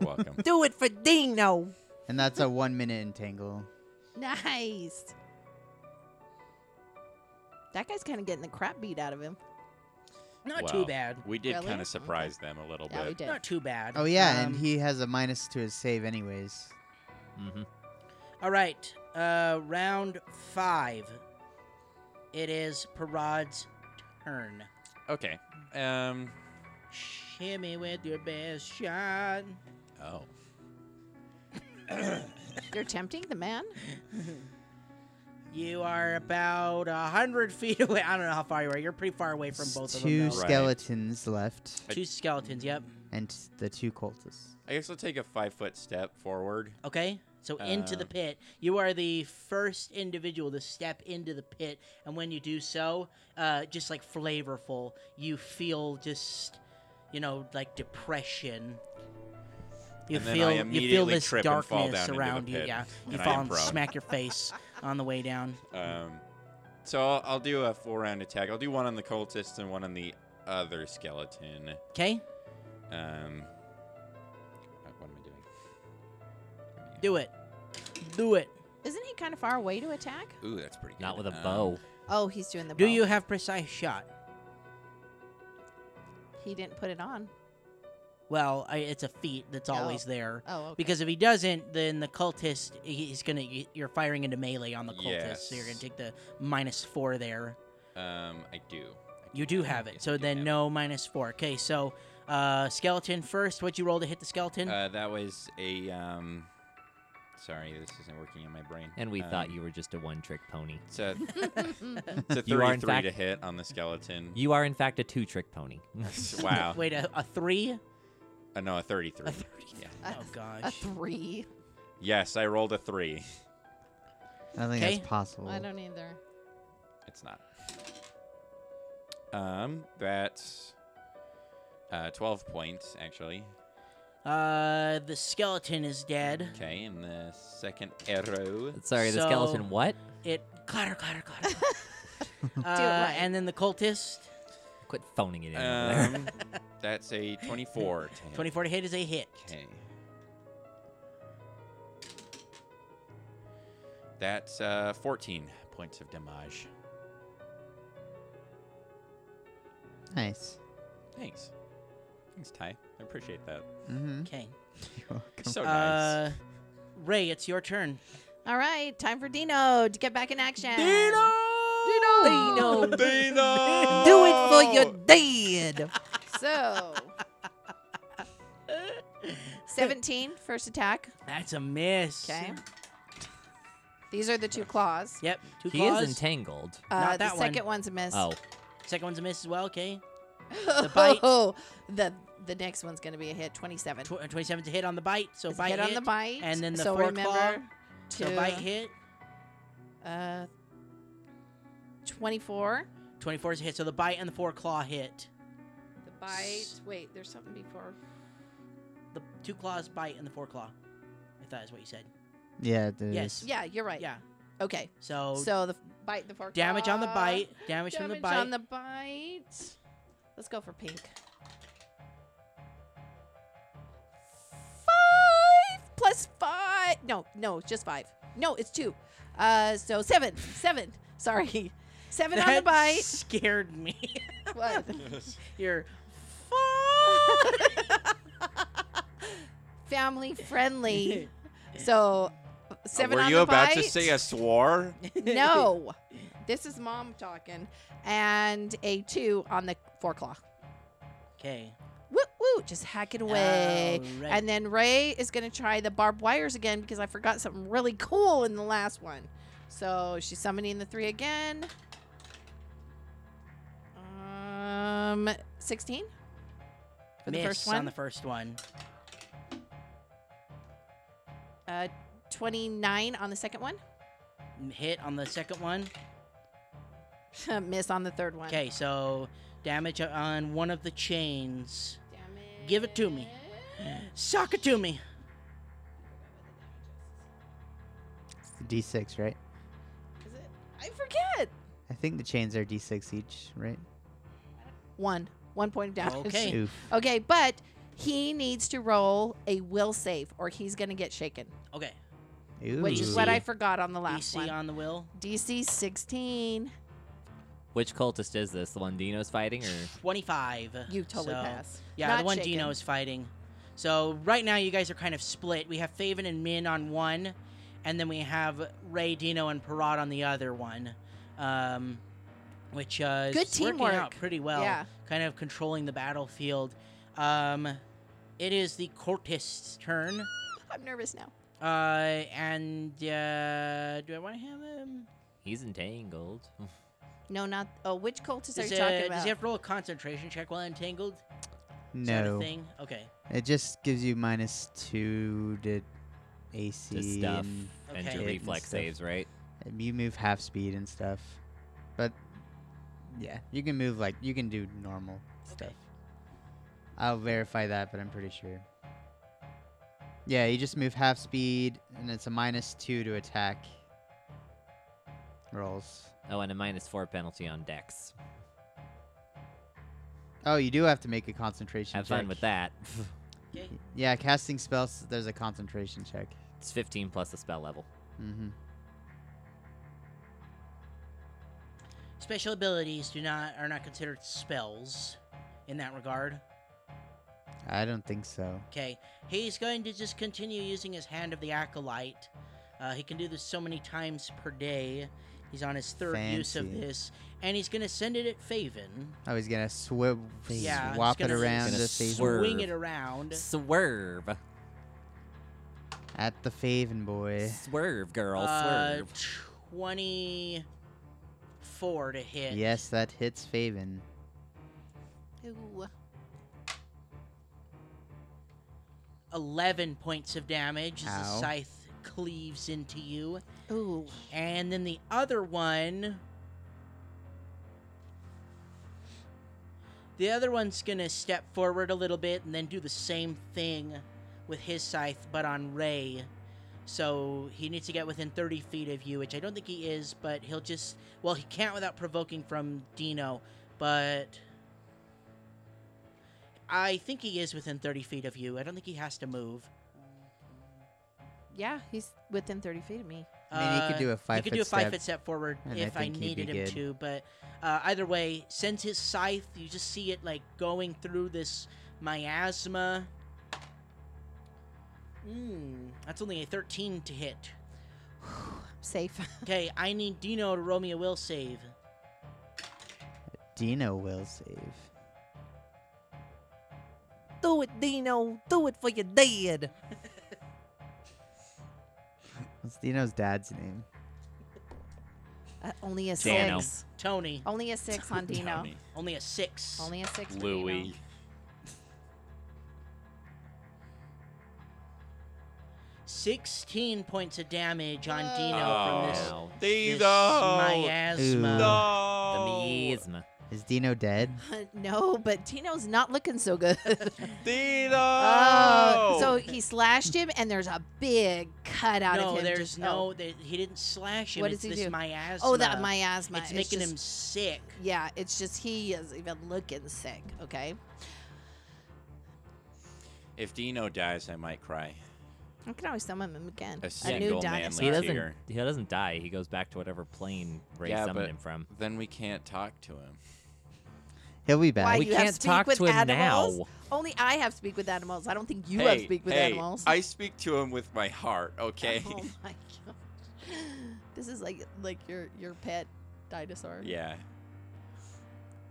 Speaker 4: <laughs>
Speaker 5: welcome.
Speaker 4: Do it for Dino.
Speaker 7: And that's a 1 minute entangle.
Speaker 1: Oh,
Speaker 4: Nice. That guy's kind of getting the crap beat out of him.
Speaker 1: Not
Speaker 5: Wow.
Speaker 1: too bad.
Speaker 5: We did
Speaker 4: Really?
Speaker 5: kind of surprise them a little
Speaker 4: Yeah, we
Speaker 5: bit.
Speaker 4: did.
Speaker 1: Not too bad.
Speaker 7: Oh yeah, and
Speaker 1: Um,
Speaker 7: he has a minus to his save anyways.
Speaker 6: Mm-hmm.
Speaker 1: All right, uh, round five. It is Parad's turn.
Speaker 5: Okay. Um.
Speaker 1: Shimmy with your best shot.
Speaker 5: Oh.
Speaker 4: You're tempting the man.
Speaker 1: You are about a hundred <laughs> feet away. I don't know how far you are. You're pretty far away from
Speaker 7: S-
Speaker 1: both of
Speaker 7: two
Speaker 1: them.
Speaker 5: though.
Speaker 1: Though.
Speaker 5: Right.
Speaker 7: skeletons left,
Speaker 5: I-
Speaker 1: Two skeletons. Yep.
Speaker 7: and the two cultists.
Speaker 5: I guess I'll take a five foot step forward.
Speaker 1: Okay. So into the
Speaker 5: Um,
Speaker 1: pit. You are the first individual to step into the pit, and when you do so, uh, just like flavorful, you feel just, you know, like depression. You
Speaker 5: And then
Speaker 1: feel
Speaker 5: I
Speaker 1: you feel
Speaker 5: immediately
Speaker 1: this
Speaker 5: trip and fall
Speaker 1: darkness
Speaker 5: down into the
Speaker 1: around you.
Speaker 5: pit,
Speaker 1: Yeah, you
Speaker 5: and I
Speaker 1: fall
Speaker 5: am
Speaker 1: and
Speaker 5: prone.
Speaker 1: smack your
Speaker 5: <laughs>
Speaker 1: face on the way down.
Speaker 5: Um. So I'll, I'll do a full round attack. I'll do one on the cultist and one on the other skeleton.
Speaker 1: Okay,
Speaker 5: Um. uh, What am I doing?
Speaker 1: do it, do it.
Speaker 4: Isn't he kind of far away to attack?
Speaker 5: Ooh, that's pretty good.
Speaker 3: Not with a
Speaker 5: Um,
Speaker 3: bow.
Speaker 4: Oh, he's doing the.
Speaker 1: Do
Speaker 4: bow.
Speaker 1: you have precise shot?
Speaker 4: He didn't put it on.
Speaker 1: Well, I, it's a feat that's
Speaker 4: Oh.
Speaker 1: always there.
Speaker 4: Oh, okay.
Speaker 1: Because if he doesn't, then the cultist he- he's gonna y- you're firing into melee on the cultist, so you're gonna
Speaker 5: Yes.
Speaker 1: take the minus four there.
Speaker 5: Um, I do. I
Speaker 1: You do
Speaker 5: I
Speaker 1: have it,
Speaker 5: guess I
Speaker 1: so
Speaker 5: do
Speaker 1: then
Speaker 5: have
Speaker 1: no minus four. Okay, so uh, skeleton first. What you roll to hit the
Speaker 5: it.
Speaker 1: skeleton?
Speaker 5: Uh, that was a um. Sorry, this isn't working in my brain.
Speaker 3: And we
Speaker 5: Um,
Speaker 3: thought you were just a one trick pony.
Speaker 5: It's a,
Speaker 4: Mm, mm.
Speaker 5: it's a
Speaker 3: You are, in
Speaker 5: 33 to
Speaker 3: fact-
Speaker 5: hit on the skeleton.
Speaker 3: You are, in fact, a two trick pony.
Speaker 5: <laughs>
Speaker 3: <laughs>
Speaker 5: wow.
Speaker 1: Wait, a, a three?
Speaker 5: Uh, no, a 33.
Speaker 1: A thirty?
Speaker 5: Yeah.
Speaker 4: A-
Speaker 1: Oh
Speaker 4: a
Speaker 1: gosh.
Speaker 4: three.
Speaker 5: Yes, I rolled a 3.
Speaker 7: I don't think
Speaker 1: Okay.
Speaker 7: that's possible.
Speaker 1: Oh.
Speaker 4: I don't either.
Speaker 5: It's not. Um, that's uh, 12 points, actually.
Speaker 1: Uh, the skeleton is dead.
Speaker 5: Okay,
Speaker 4: Mm-hmm.
Speaker 5: and the second arrow.
Speaker 3: Sorry, the
Speaker 1: So-
Speaker 3: skeleton what?
Speaker 1: It clatter clatter
Speaker 4: <laughs>
Speaker 1: clatter. uh,
Speaker 4: right.
Speaker 1: And then the cultist.
Speaker 3: Quit phoning it in over there.
Speaker 4: <laughs>
Speaker 5: Um, that's a 24. to hit.
Speaker 1: Twenty four to hit is a hit.
Speaker 5: Okay. That's uh, 14 points of damage.
Speaker 7: Nice.
Speaker 5: Thanks. Thanks, Ty. I appreciate that.
Speaker 7: Mm-hmm.
Speaker 1: Okay.
Speaker 7: You're welcome.
Speaker 5: So Oh, nice.
Speaker 1: Uh, Ray, it's your turn.
Speaker 4: All right, time for Dino to get back in action. <laughs>
Speaker 1: <laughs>
Speaker 5: Dino! Oh, Dino!
Speaker 4: Do it for your dad.
Speaker 1: <laughs>
Speaker 4: so, 17, first attack.
Speaker 1: That's a miss.
Speaker 4: Okay. These are the two claws.
Speaker 1: Yep. Two
Speaker 3: He
Speaker 1: claws.
Speaker 3: is entangled.
Speaker 4: Uh,
Speaker 1: Not
Speaker 4: the
Speaker 1: that one.
Speaker 4: second one's a miss.
Speaker 3: Oh,
Speaker 1: Second one's a miss as well. Okay.
Speaker 4: <laughs> the
Speaker 1: bite.
Speaker 4: Oh, the the next one's gonna be a hit. Twenty-seven.
Speaker 1: Tw- uh, 27's a hit on the bite. So
Speaker 4: It's a
Speaker 1: bite
Speaker 4: hit, on the bite,
Speaker 1: and then the
Speaker 4: so
Speaker 1: foreclaw,
Speaker 4: remember to
Speaker 1: So bite hit.
Speaker 4: Uh, twenty-four.
Speaker 1: 24 is a hit. So the bite and the four claw hit.
Speaker 4: The bite. Wait, there's something before.
Speaker 1: The two claws bite and the four claw. If that is what you said.
Speaker 7: Yeah, there
Speaker 1: Yes.
Speaker 7: is.
Speaker 4: Yeah, you're right.
Speaker 1: Yeah.
Speaker 4: Okay.
Speaker 1: So,
Speaker 4: So the bite, the foreclaw.
Speaker 1: damage on the bite. Damage,
Speaker 4: Damage
Speaker 1: from the bite.
Speaker 4: on the bite. Let's go for pink. Five plus five. No, no, just five. No, it's two. Uh, so seven, seven. Sorry,
Speaker 1: <laughs>
Speaker 4: seven on the
Speaker 1: That
Speaker 4: bite.
Speaker 1: scared me. <laughs>
Speaker 4: What?
Speaker 1: You're
Speaker 4: <laughs> Family
Speaker 1: <laughs>
Speaker 4: friendly. So seven
Speaker 5: Were
Speaker 4: on
Speaker 5: you
Speaker 4: the
Speaker 5: about
Speaker 4: bite.
Speaker 5: to say a
Speaker 4: <laughs>
Speaker 5: swore?
Speaker 4: no? This is mom talking, and a two on the foreclaw.
Speaker 1: Okay.
Speaker 4: Woot woot! Just hack it away.
Speaker 1: Alright.
Speaker 4: And then Ray is going to try the barbed wires again because I forgot something really cool in the last one. So she's summoning the three again. Um, 16 for
Speaker 1: miss
Speaker 4: the first
Speaker 1: on
Speaker 4: one.
Speaker 1: the first one.
Speaker 4: uh, 29 on the second one. <laughs>
Speaker 1: M- Hit on the second one.
Speaker 4: Miss on the third one.
Speaker 1: Okay, so damage on one of the chains. Give it to me. Suck it to me.
Speaker 7: It's the D6, right?
Speaker 4: Is it? I forget.
Speaker 7: I think the chains are D6 each, right?
Speaker 4: One. One point of damage.
Speaker 1: Okay.
Speaker 7: Oof.
Speaker 4: <laughs> Okay, but he needs to roll a will save or he's going to get shaken,
Speaker 1: Okay.
Speaker 7: Ooh.
Speaker 4: which is what I forgot on the last
Speaker 1: DC
Speaker 4: one.
Speaker 1: on the will.
Speaker 4: DC 16.
Speaker 3: Which cultist is this? The one Dino's fighting, or
Speaker 1: 25.
Speaker 4: You totally
Speaker 1: So,
Speaker 4: pass.
Speaker 1: Yeah,
Speaker 4: Not
Speaker 1: the one
Speaker 4: shaken.
Speaker 1: Dino is fighting. So right now you guys are kind of split. We have Faven and Min on one, and then we have Ray, Dino, and Parad on the other one. Um, which uh, is
Speaker 4: Good
Speaker 1: working out
Speaker 4: teamwork.
Speaker 1: pretty well.
Speaker 4: Yeah.
Speaker 1: Kind of controlling the battlefield. Um, it is the Cortist's turn.
Speaker 4: I'm nervous now.
Speaker 1: Uh, and uh, do I want to have him?
Speaker 3: he's entangled?
Speaker 4: No, not. Oh, which cultist are
Speaker 1: Does,
Speaker 4: you
Speaker 1: uh,
Speaker 4: talking
Speaker 1: does
Speaker 4: about?
Speaker 1: he have to roll a concentration check while entangled? Is that a
Speaker 7: No,
Speaker 1: thing? Okay.
Speaker 7: it just gives you minus two to AC.
Speaker 3: To stuff
Speaker 7: and-
Speaker 3: and
Speaker 1: Okay.
Speaker 3: to
Speaker 7: Hit and
Speaker 3: reflex
Speaker 7: stuff.
Speaker 3: saves, right?
Speaker 7: and You move half speed and stuff, but yeah, you can move like you can do normal stuff. I'll verify that, but I'm pretty sure. Yeah, you just move half speed, and it's a minus two to attack rolls.
Speaker 3: Oh, and a minus four penalty on Dex.
Speaker 7: Oh, you do have to make a concentration.
Speaker 3: Have
Speaker 7: check.
Speaker 3: fun
Speaker 5: <laughs>
Speaker 3: with that.
Speaker 1: Okay.
Speaker 7: Yeah, casting spells. There's a concentration check.
Speaker 3: it's 15 plus the spell level.
Speaker 7: Mm-hmm.
Speaker 1: Special abilities do not are not considered spells in that regard.
Speaker 7: I don't think so.
Speaker 1: Okay, he's going to just continue using his hand of the acolyte. Uh, he can do this so many times per day. He's on his third use of
Speaker 7: Fancy.
Speaker 1: this, and he's gonna send it at Faven.
Speaker 7: Oh, he's gonna swi-
Speaker 1: Yeah, he's
Speaker 7: swap it
Speaker 1: gonna- he's
Speaker 7: around
Speaker 3: gonna
Speaker 7: to
Speaker 3: sw-
Speaker 7: Faven.
Speaker 1: Swing
Speaker 3: Swerve.
Speaker 1: it around.
Speaker 3: Swerve.
Speaker 7: at the Faven
Speaker 5: Eh.
Speaker 7: boy.
Speaker 3: Swerve, girl.
Speaker 1: Uh,
Speaker 3: swerve.
Speaker 1: Twenty-four to hit.
Speaker 7: Yes, that hits Faven.
Speaker 4: Ooh.
Speaker 1: Eleven points of damage as the
Speaker 7: Ow.
Speaker 1: scythe cleaves into you.
Speaker 4: Ooh.
Speaker 1: And then the other one. The other one's gonna step forward a little bit and then do the same thing with his scythe, but on Ray. So he needs to get within 30 feet of you, which I don't think he is, but he'll just. Well, he can't without provoking from Dino, but. I think he is within 30 feet of you. I don't think he has to move.
Speaker 4: Yeah, he's within 30 feet of me.
Speaker 7: I mean, he
Speaker 1: Uh,
Speaker 7: could do a
Speaker 1: he
Speaker 7: five.
Speaker 1: could
Speaker 7: foot
Speaker 1: do a five
Speaker 7: step.
Speaker 1: foot step forward
Speaker 7: and I
Speaker 1: if I,
Speaker 7: think he'd be
Speaker 1: needed him
Speaker 7: good.
Speaker 1: to, but uh, either way, sends his scythe. You just see it like going through this miasma. Mm, that's only a 13 to hit.
Speaker 4: Safe. <laughs>
Speaker 1: Okay, I need Dino to roll me a will save.
Speaker 7: Dino will save.
Speaker 4: Do it, Dino. Do it for your dad.
Speaker 7: <laughs> What's Dino's dad's name?
Speaker 4: Uh, only a
Speaker 3: Dano.
Speaker 4: six.
Speaker 1: Tony,
Speaker 4: Only a six
Speaker 5: <laughs>
Speaker 4: on Dino.
Speaker 5: Tommy,
Speaker 1: only a six.
Speaker 4: Oh. Only a six. for Dino.
Speaker 5: Louis.
Speaker 1: Sixteen points of damage on
Speaker 4: Whoa.
Speaker 1: Dino from this,
Speaker 5: Oh,
Speaker 1: this
Speaker 5: Dino.
Speaker 1: miasma.
Speaker 7: Ooh.
Speaker 3: the
Speaker 5: No.
Speaker 3: miasma.
Speaker 7: Is Dino dead?
Speaker 4: no, but Dino's not looking
Speaker 1: <laughs>
Speaker 4: so good. <laughs>
Speaker 5: Dino.
Speaker 4: Uh, Oh, so he slashed him, and there's a big cut out
Speaker 1: Oh! no,
Speaker 4: of him.
Speaker 1: there's
Speaker 4: just-
Speaker 1: no.
Speaker 4: oh.
Speaker 1: there- he didn't slash him.
Speaker 4: What
Speaker 1: it's
Speaker 4: does he
Speaker 1: this
Speaker 4: do?
Speaker 1: miasma.
Speaker 4: Oh, that miasma.
Speaker 1: It's making
Speaker 4: just-
Speaker 1: him sick.
Speaker 4: Yeah, it's just he is even looking sick. Okay.
Speaker 5: If Dino dies, I might cry.
Speaker 4: I can always summon him again. a
Speaker 5: A
Speaker 4: new
Speaker 5: single
Speaker 4: dinosaur.
Speaker 5: manly
Speaker 3: He doesn't.
Speaker 5: tear.
Speaker 3: He doesn't die. He goes back to whatever plane Ray
Speaker 5: Yeah,
Speaker 3: summoned
Speaker 5: but-
Speaker 3: him from.
Speaker 5: Then we can't talk to him.
Speaker 7: He'll be
Speaker 4: Why
Speaker 7: back.
Speaker 3: we
Speaker 4: you have
Speaker 3: can't
Speaker 4: speak
Speaker 3: talk
Speaker 4: with
Speaker 3: to him
Speaker 4: animals?
Speaker 3: now.
Speaker 4: Only I have speak with animals. I don't think you
Speaker 5: hey,
Speaker 4: have speak with
Speaker 5: hey,
Speaker 4: animals. <laughs>
Speaker 5: I <laughs> speak to him with my heart, okay?
Speaker 4: Oh my gosh. This is like like your your pet dinosaur.
Speaker 5: yeah.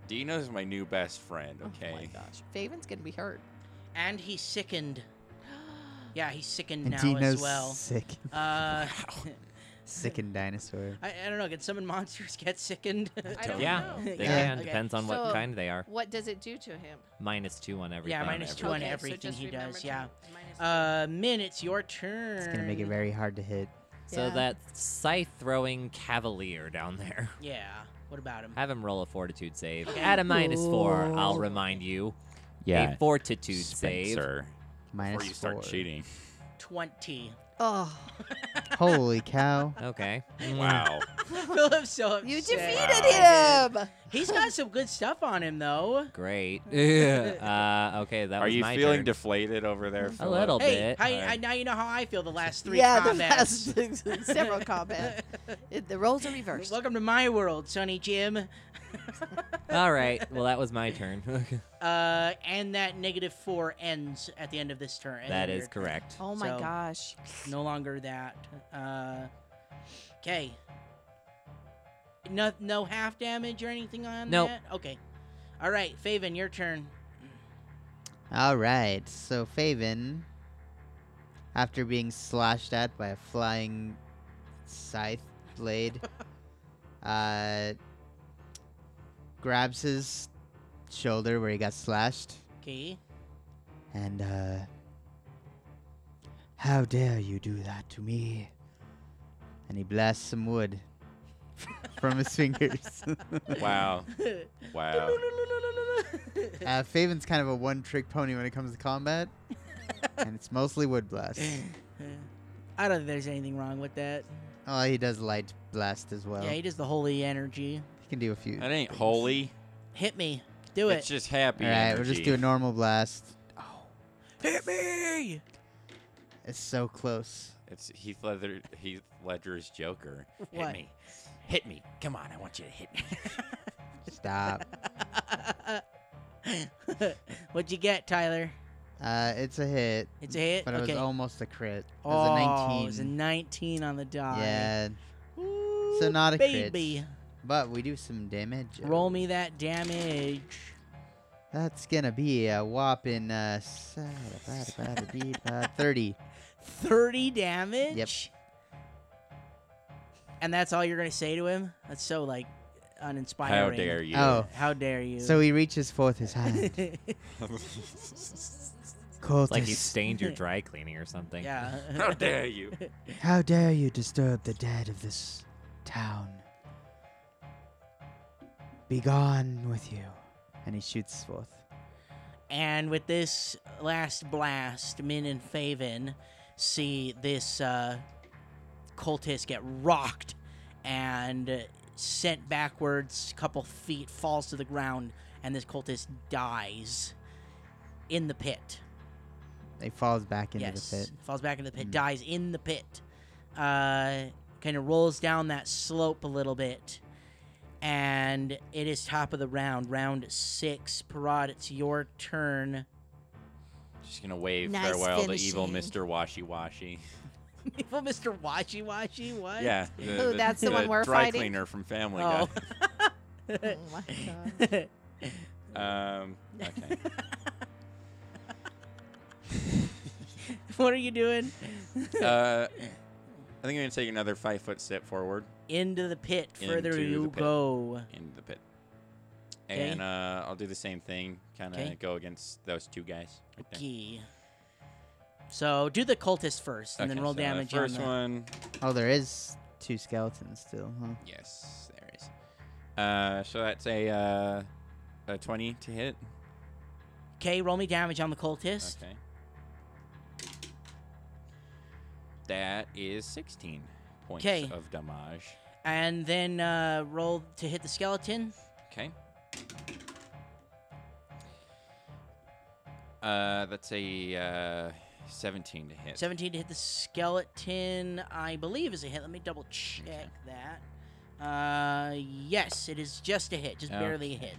Speaker 5: Dino's my new best friend, okay?
Speaker 4: Oh my gosh. Faven's gonna be hurt. <gasps>
Speaker 1: And he's sickened. Yeah, he's sickened
Speaker 7: and
Speaker 1: now
Speaker 7: Dino's
Speaker 1: as
Speaker 7: <laughs>
Speaker 1: well.
Speaker 7: sick,
Speaker 1: Uh,
Speaker 7: sickened dinosaur.
Speaker 1: I, I don't know. Can summon monsters <laughs> get
Speaker 3: <laughs>
Speaker 1: sickened?
Speaker 4: I don't
Speaker 3: yeah,
Speaker 4: know.
Speaker 3: they
Speaker 7: Yeah.
Speaker 3: can.
Speaker 1: Okay.
Speaker 3: Depends on what
Speaker 4: So-
Speaker 3: kind they are.
Speaker 4: What does it do to him?
Speaker 3: Minus two on everything.
Speaker 1: yeah, minus two on
Speaker 4: Okay, so
Speaker 1: everything
Speaker 4: just
Speaker 1: he
Speaker 4: remember
Speaker 1: does.
Speaker 4: to
Speaker 1: Yeah.
Speaker 4: minus
Speaker 1: Uh, Min, it's your turn.
Speaker 7: It's gonna make it very hard to hit.
Speaker 3: So
Speaker 4: Yeah.
Speaker 3: that scythe throwing cavalier down <laughs> there.
Speaker 1: Yeah. What about him?
Speaker 3: Have him roll a fortitude save. At a minus four, I'll
Speaker 4: Ooh.
Speaker 3: remind you.
Speaker 5: Yeah.
Speaker 3: A fortitude save.
Speaker 5: Spencer,
Speaker 7: Minus
Speaker 5: before you start
Speaker 7: four.
Speaker 5: cheating.
Speaker 4: <laughs>
Speaker 1: Twenty. <laughs>
Speaker 4: Oh,
Speaker 7: Holy cow!
Speaker 3: Okay. Mm.
Speaker 6: Mm.
Speaker 5: Wow.
Speaker 1: Philip Phillips.
Speaker 4: You
Speaker 1: said-
Speaker 4: defeated
Speaker 1: I did.
Speaker 4: him.
Speaker 1: He's got some good stuff on him, though.
Speaker 6: Great. uh,
Speaker 3: okay, that
Speaker 5: Are
Speaker 3: was
Speaker 5: you
Speaker 3: my
Speaker 5: feeling
Speaker 3: turn.
Speaker 5: deflated over there?
Speaker 3: a
Speaker 5: Philip?
Speaker 3: little
Speaker 1: Hey,
Speaker 3: bit.
Speaker 1: how, I, now you know how I feel the last three
Speaker 4: yeah,
Speaker 1: comments. <laughs>
Speaker 4: the last <laughs> several comments. It- the roles are reversed.
Speaker 1: Welcome to my world, Sonny Jim.
Speaker 3: All right. Well, that was my turn. <laughs>
Speaker 1: Uh, and that negative four ends at the end of this turn.
Speaker 3: that
Speaker 4: <laughs>
Speaker 3: is correct.
Speaker 4: oh my
Speaker 1: So-
Speaker 4: gosh.
Speaker 1: No longer that. Uh, okay. No, no half damage or anything on
Speaker 3: Nope.
Speaker 1: that. Okay. All right, Faven, your turn.
Speaker 7: All right, so Faven, after being slashed at by a flying scythe blade, uh, grabs his shoulder where he got slashed
Speaker 1: Okay. <laughs>
Speaker 7: and, uh, how dare you do that to me? And he blasts some wood <laughs> from his fingers.
Speaker 5: Wow.
Speaker 4: <laughs>
Speaker 5: Wow.
Speaker 7: Uh, Faven's kind of a one trick pony when it comes to combat, and it's mostly wood blasts.
Speaker 1: I don't think there's anything wrong with that.
Speaker 7: Oh, he does light blast as well.
Speaker 1: Yeah, he
Speaker 7: he,
Speaker 1: does the holy energy.
Speaker 7: can do a few.
Speaker 5: That ain't holy.
Speaker 1: Hit me. Do
Speaker 5: It's
Speaker 1: it.
Speaker 5: just happy.
Speaker 7: All right, we'll
Speaker 5: energy.
Speaker 7: just do a normal blast. Oh.
Speaker 1: Hit me.
Speaker 7: It's so close.
Speaker 5: It's Heath Ledger. Heath Ledger's Joker.
Speaker 1: What?
Speaker 5: Hit me. Hit me. Come on, I want you to hit me.
Speaker 1: <laughs>
Speaker 7: Stop.
Speaker 1: What'd you get, Tyler?
Speaker 7: uh, it's a hit,
Speaker 1: It's a hit.
Speaker 7: but it
Speaker 1: okay.
Speaker 7: was almost a crit. It
Speaker 1: oh,
Speaker 7: was a
Speaker 1: It was a
Speaker 7: 19.
Speaker 1: 19 on the die.
Speaker 7: yeah,
Speaker 1: Ooh,
Speaker 7: so not a crit.
Speaker 1: baby.
Speaker 7: but we do some damage.
Speaker 1: Roll me that damage.
Speaker 7: That's gonna be a whopping uh, sa- ba- ba- ba- dee- ba-
Speaker 1: <laughs>
Speaker 7: 30.
Speaker 1: 30 damage? And that's all you're going to say to him? That's so, like, uninspiring.
Speaker 5: How dare you?
Speaker 7: Oh,
Speaker 1: <laughs> How dare you?
Speaker 7: so he reaches forth
Speaker 1: <laughs>
Speaker 7: his hand. Cultist,
Speaker 3: Like you stained your dry cleaning or something.
Speaker 1: yeah.
Speaker 5: How dare you?
Speaker 7: how dare you disturb the dead of this town? Begone with you. And he shoots forth.
Speaker 1: And with this last blast, Min and Faven see this uh, cultist get rocked and sent backwards a couple feet, falls to the ground, and this cultist dies in the pit.
Speaker 7: He falls back into
Speaker 1: yes,
Speaker 7: the pit.
Speaker 1: falls back into the pit,
Speaker 7: Mm.
Speaker 1: dies in the pit. Uh, kind of rolls down that slope a little bit, and it is top of the round, round six. Parad, it's your turn.
Speaker 5: Just gonna wave
Speaker 4: Nice
Speaker 5: farewell to evil
Speaker 4: finishing.
Speaker 5: Mr. Washy Washy.
Speaker 1: <laughs> Evil Mr. Washy Washy, what?
Speaker 5: Yeah.
Speaker 4: Oh, that's the one we're
Speaker 5: dry
Speaker 4: fighting?
Speaker 5: cleaner from Family
Speaker 1: Oh.
Speaker 5: uh,
Speaker 4: Oh
Speaker 5: <laughs>
Speaker 4: my god.
Speaker 5: Guy. Um. Okay.
Speaker 1: <laughs> what are you doing?
Speaker 5: Uh, I think I'm gonna take another five foot step forward
Speaker 1: Into the pit, further
Speaker 5: Into the
Speaker 1: you
Speaker 5: pit.
Speaker 1: go.
Speaker 5: into the pit,
Speaker 1: 'Kay.
Speaker 5: and uh, I'll do the same thing. Kind of
Speaker 1: 'Kay.
Speaker 5: go against those two guys. Right there.
Speaker 1: Okay. So do the cultist first, and
Speaker 5: Okay,
Speaker 1: then roll
Speaker 5: so
Speaker 1: damage
Speaker 5: The first
Speaker 1: on the
Speaker 5: one.
Speaker 7: Oh, there is two skeletons still, huh?
Speaker 5: Yes, there it is. Uh, so that's a uh, a twenty to hit.
Speaker 1: Okay, roll me damage on the cultist.
Speaker 5: Okay. That is sixteen points
Speaker 1: 'Kay.
Speaker 5: of damage.
Speaker 1: And then uh, roll to hit the skeleton.
Speaker 5: Okay. Uh, that's a uh, seventeen to hit.
Speaker 1: 17 to hit the skeleton, I believe, is a hit. Let me double check
Speaker 5: Okay.
Speaker 1: that. Uh, yes, it is just a hit, just barely a
Speaker 5: Okay.
Speaker 1: hit.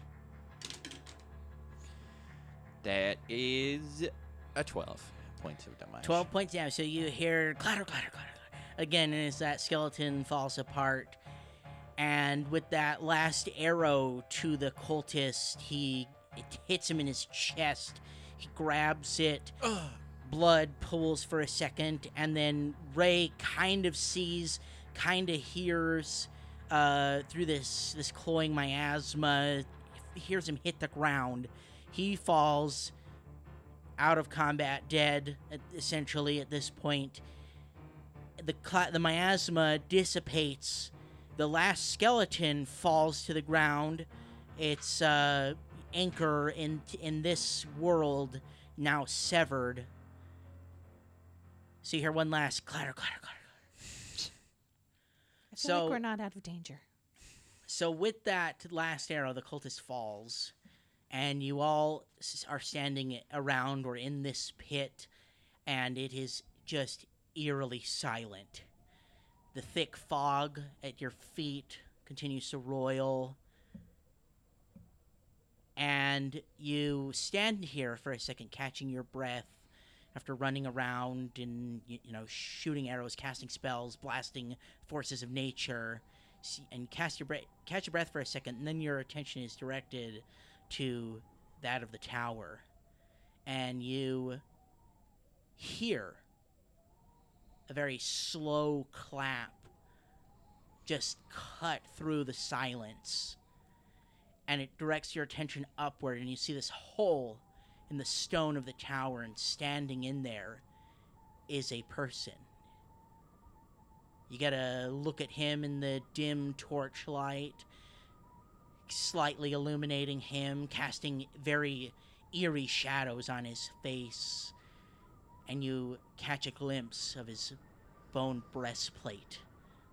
Speaker 5: That is a 12 points of damage.
Speaker 1: 12 points down. So you hear clatter, clatter, clatter, clatter. Again, and as that skeleton falls apart. And with that last arrow to the cultist, he it hits him in his chest. He grabs it. Blood pools for a second, and then Ray kind of sees, kind of hears uh, through this this cloying miasma. Hears him hit the ground. He falls out of combat, dead e- essentially at this point. The cla the miasma dissipates. The last skeleton falls to the ground. Its uh, anchor in in this world now severed. So you hear one last clatter, clatter, clatter.
Speaker 4: I feel
Speaker 1: So-
Speaker 4: like we're not out of danger.
Speaker 1: So with that last arrow, the cultist falls, and you all s- are standing around or in this pit, and it is just eerily silent. The thick fog at your feet continues to roil, and you stand here for a second, catching your breath after running around and y- you know shooting arrows, casting spells, blasting forces of nature s- and cast your breath, catch your breath for a second, and then your attention is directed to that of the tower, and you hear a very slow clap just cut through the silence, and it directs your attention upward, and you see this hole in the stone of the tower, and standing in there is a person. You gotta look at him in the dim torchlight, slightly illuminating him, casting very eerie shadows on his face, and you catch a glimpse of his bone breastplate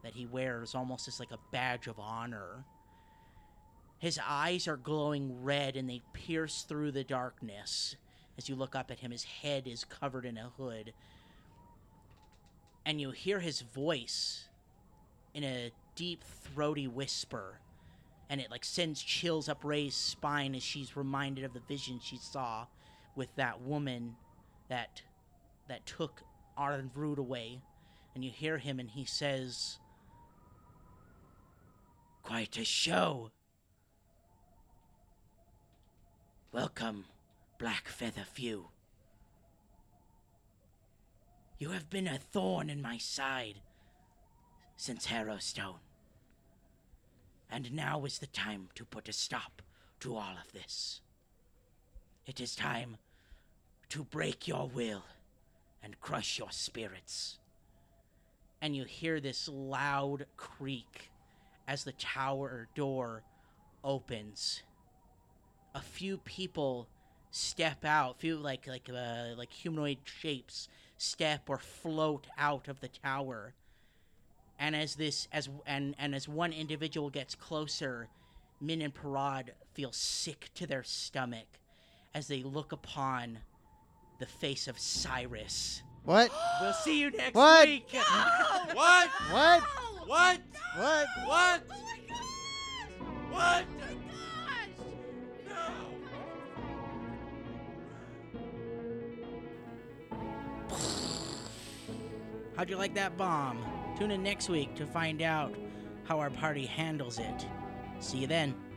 Speaker 1: that he wears almost as like a badge of honor. His eyes are glowing red and they pierce through the darkness. As you look up at him, his head is covered in a hood, and you hear his voice in a deep throaty whisper and it like sends chills up ray's spine as she's reminded of the vision she saw with that woman that that took Arden Root away and you hear him and he says quite a show welcome black feather few you have been a thorn in my side since Harrowstone. And now is the time to put a stop to all of this. It is time to break your will and crush your spirits. And you hear this loud creak as the tower door opens. A few people step out, few like like uh, like humanoid shapes step or float out of the tower. And as this as and and as one individual gets closer, Min and Parad feel sick to their stomach as they look upon the face of Cyrus.
Speaker 7: What?
Speaker 1: We'll see you next
Speaker 7: What?
Speaker 1: week.
Speaker 5: What?
Speaker 7: What?
Speaker 5: What?
Speaker 7: What?
Speaker 5: What? What?
Speaker 1: How'd you like that bomb? Tune in next week to find out how our party handles it. See you then.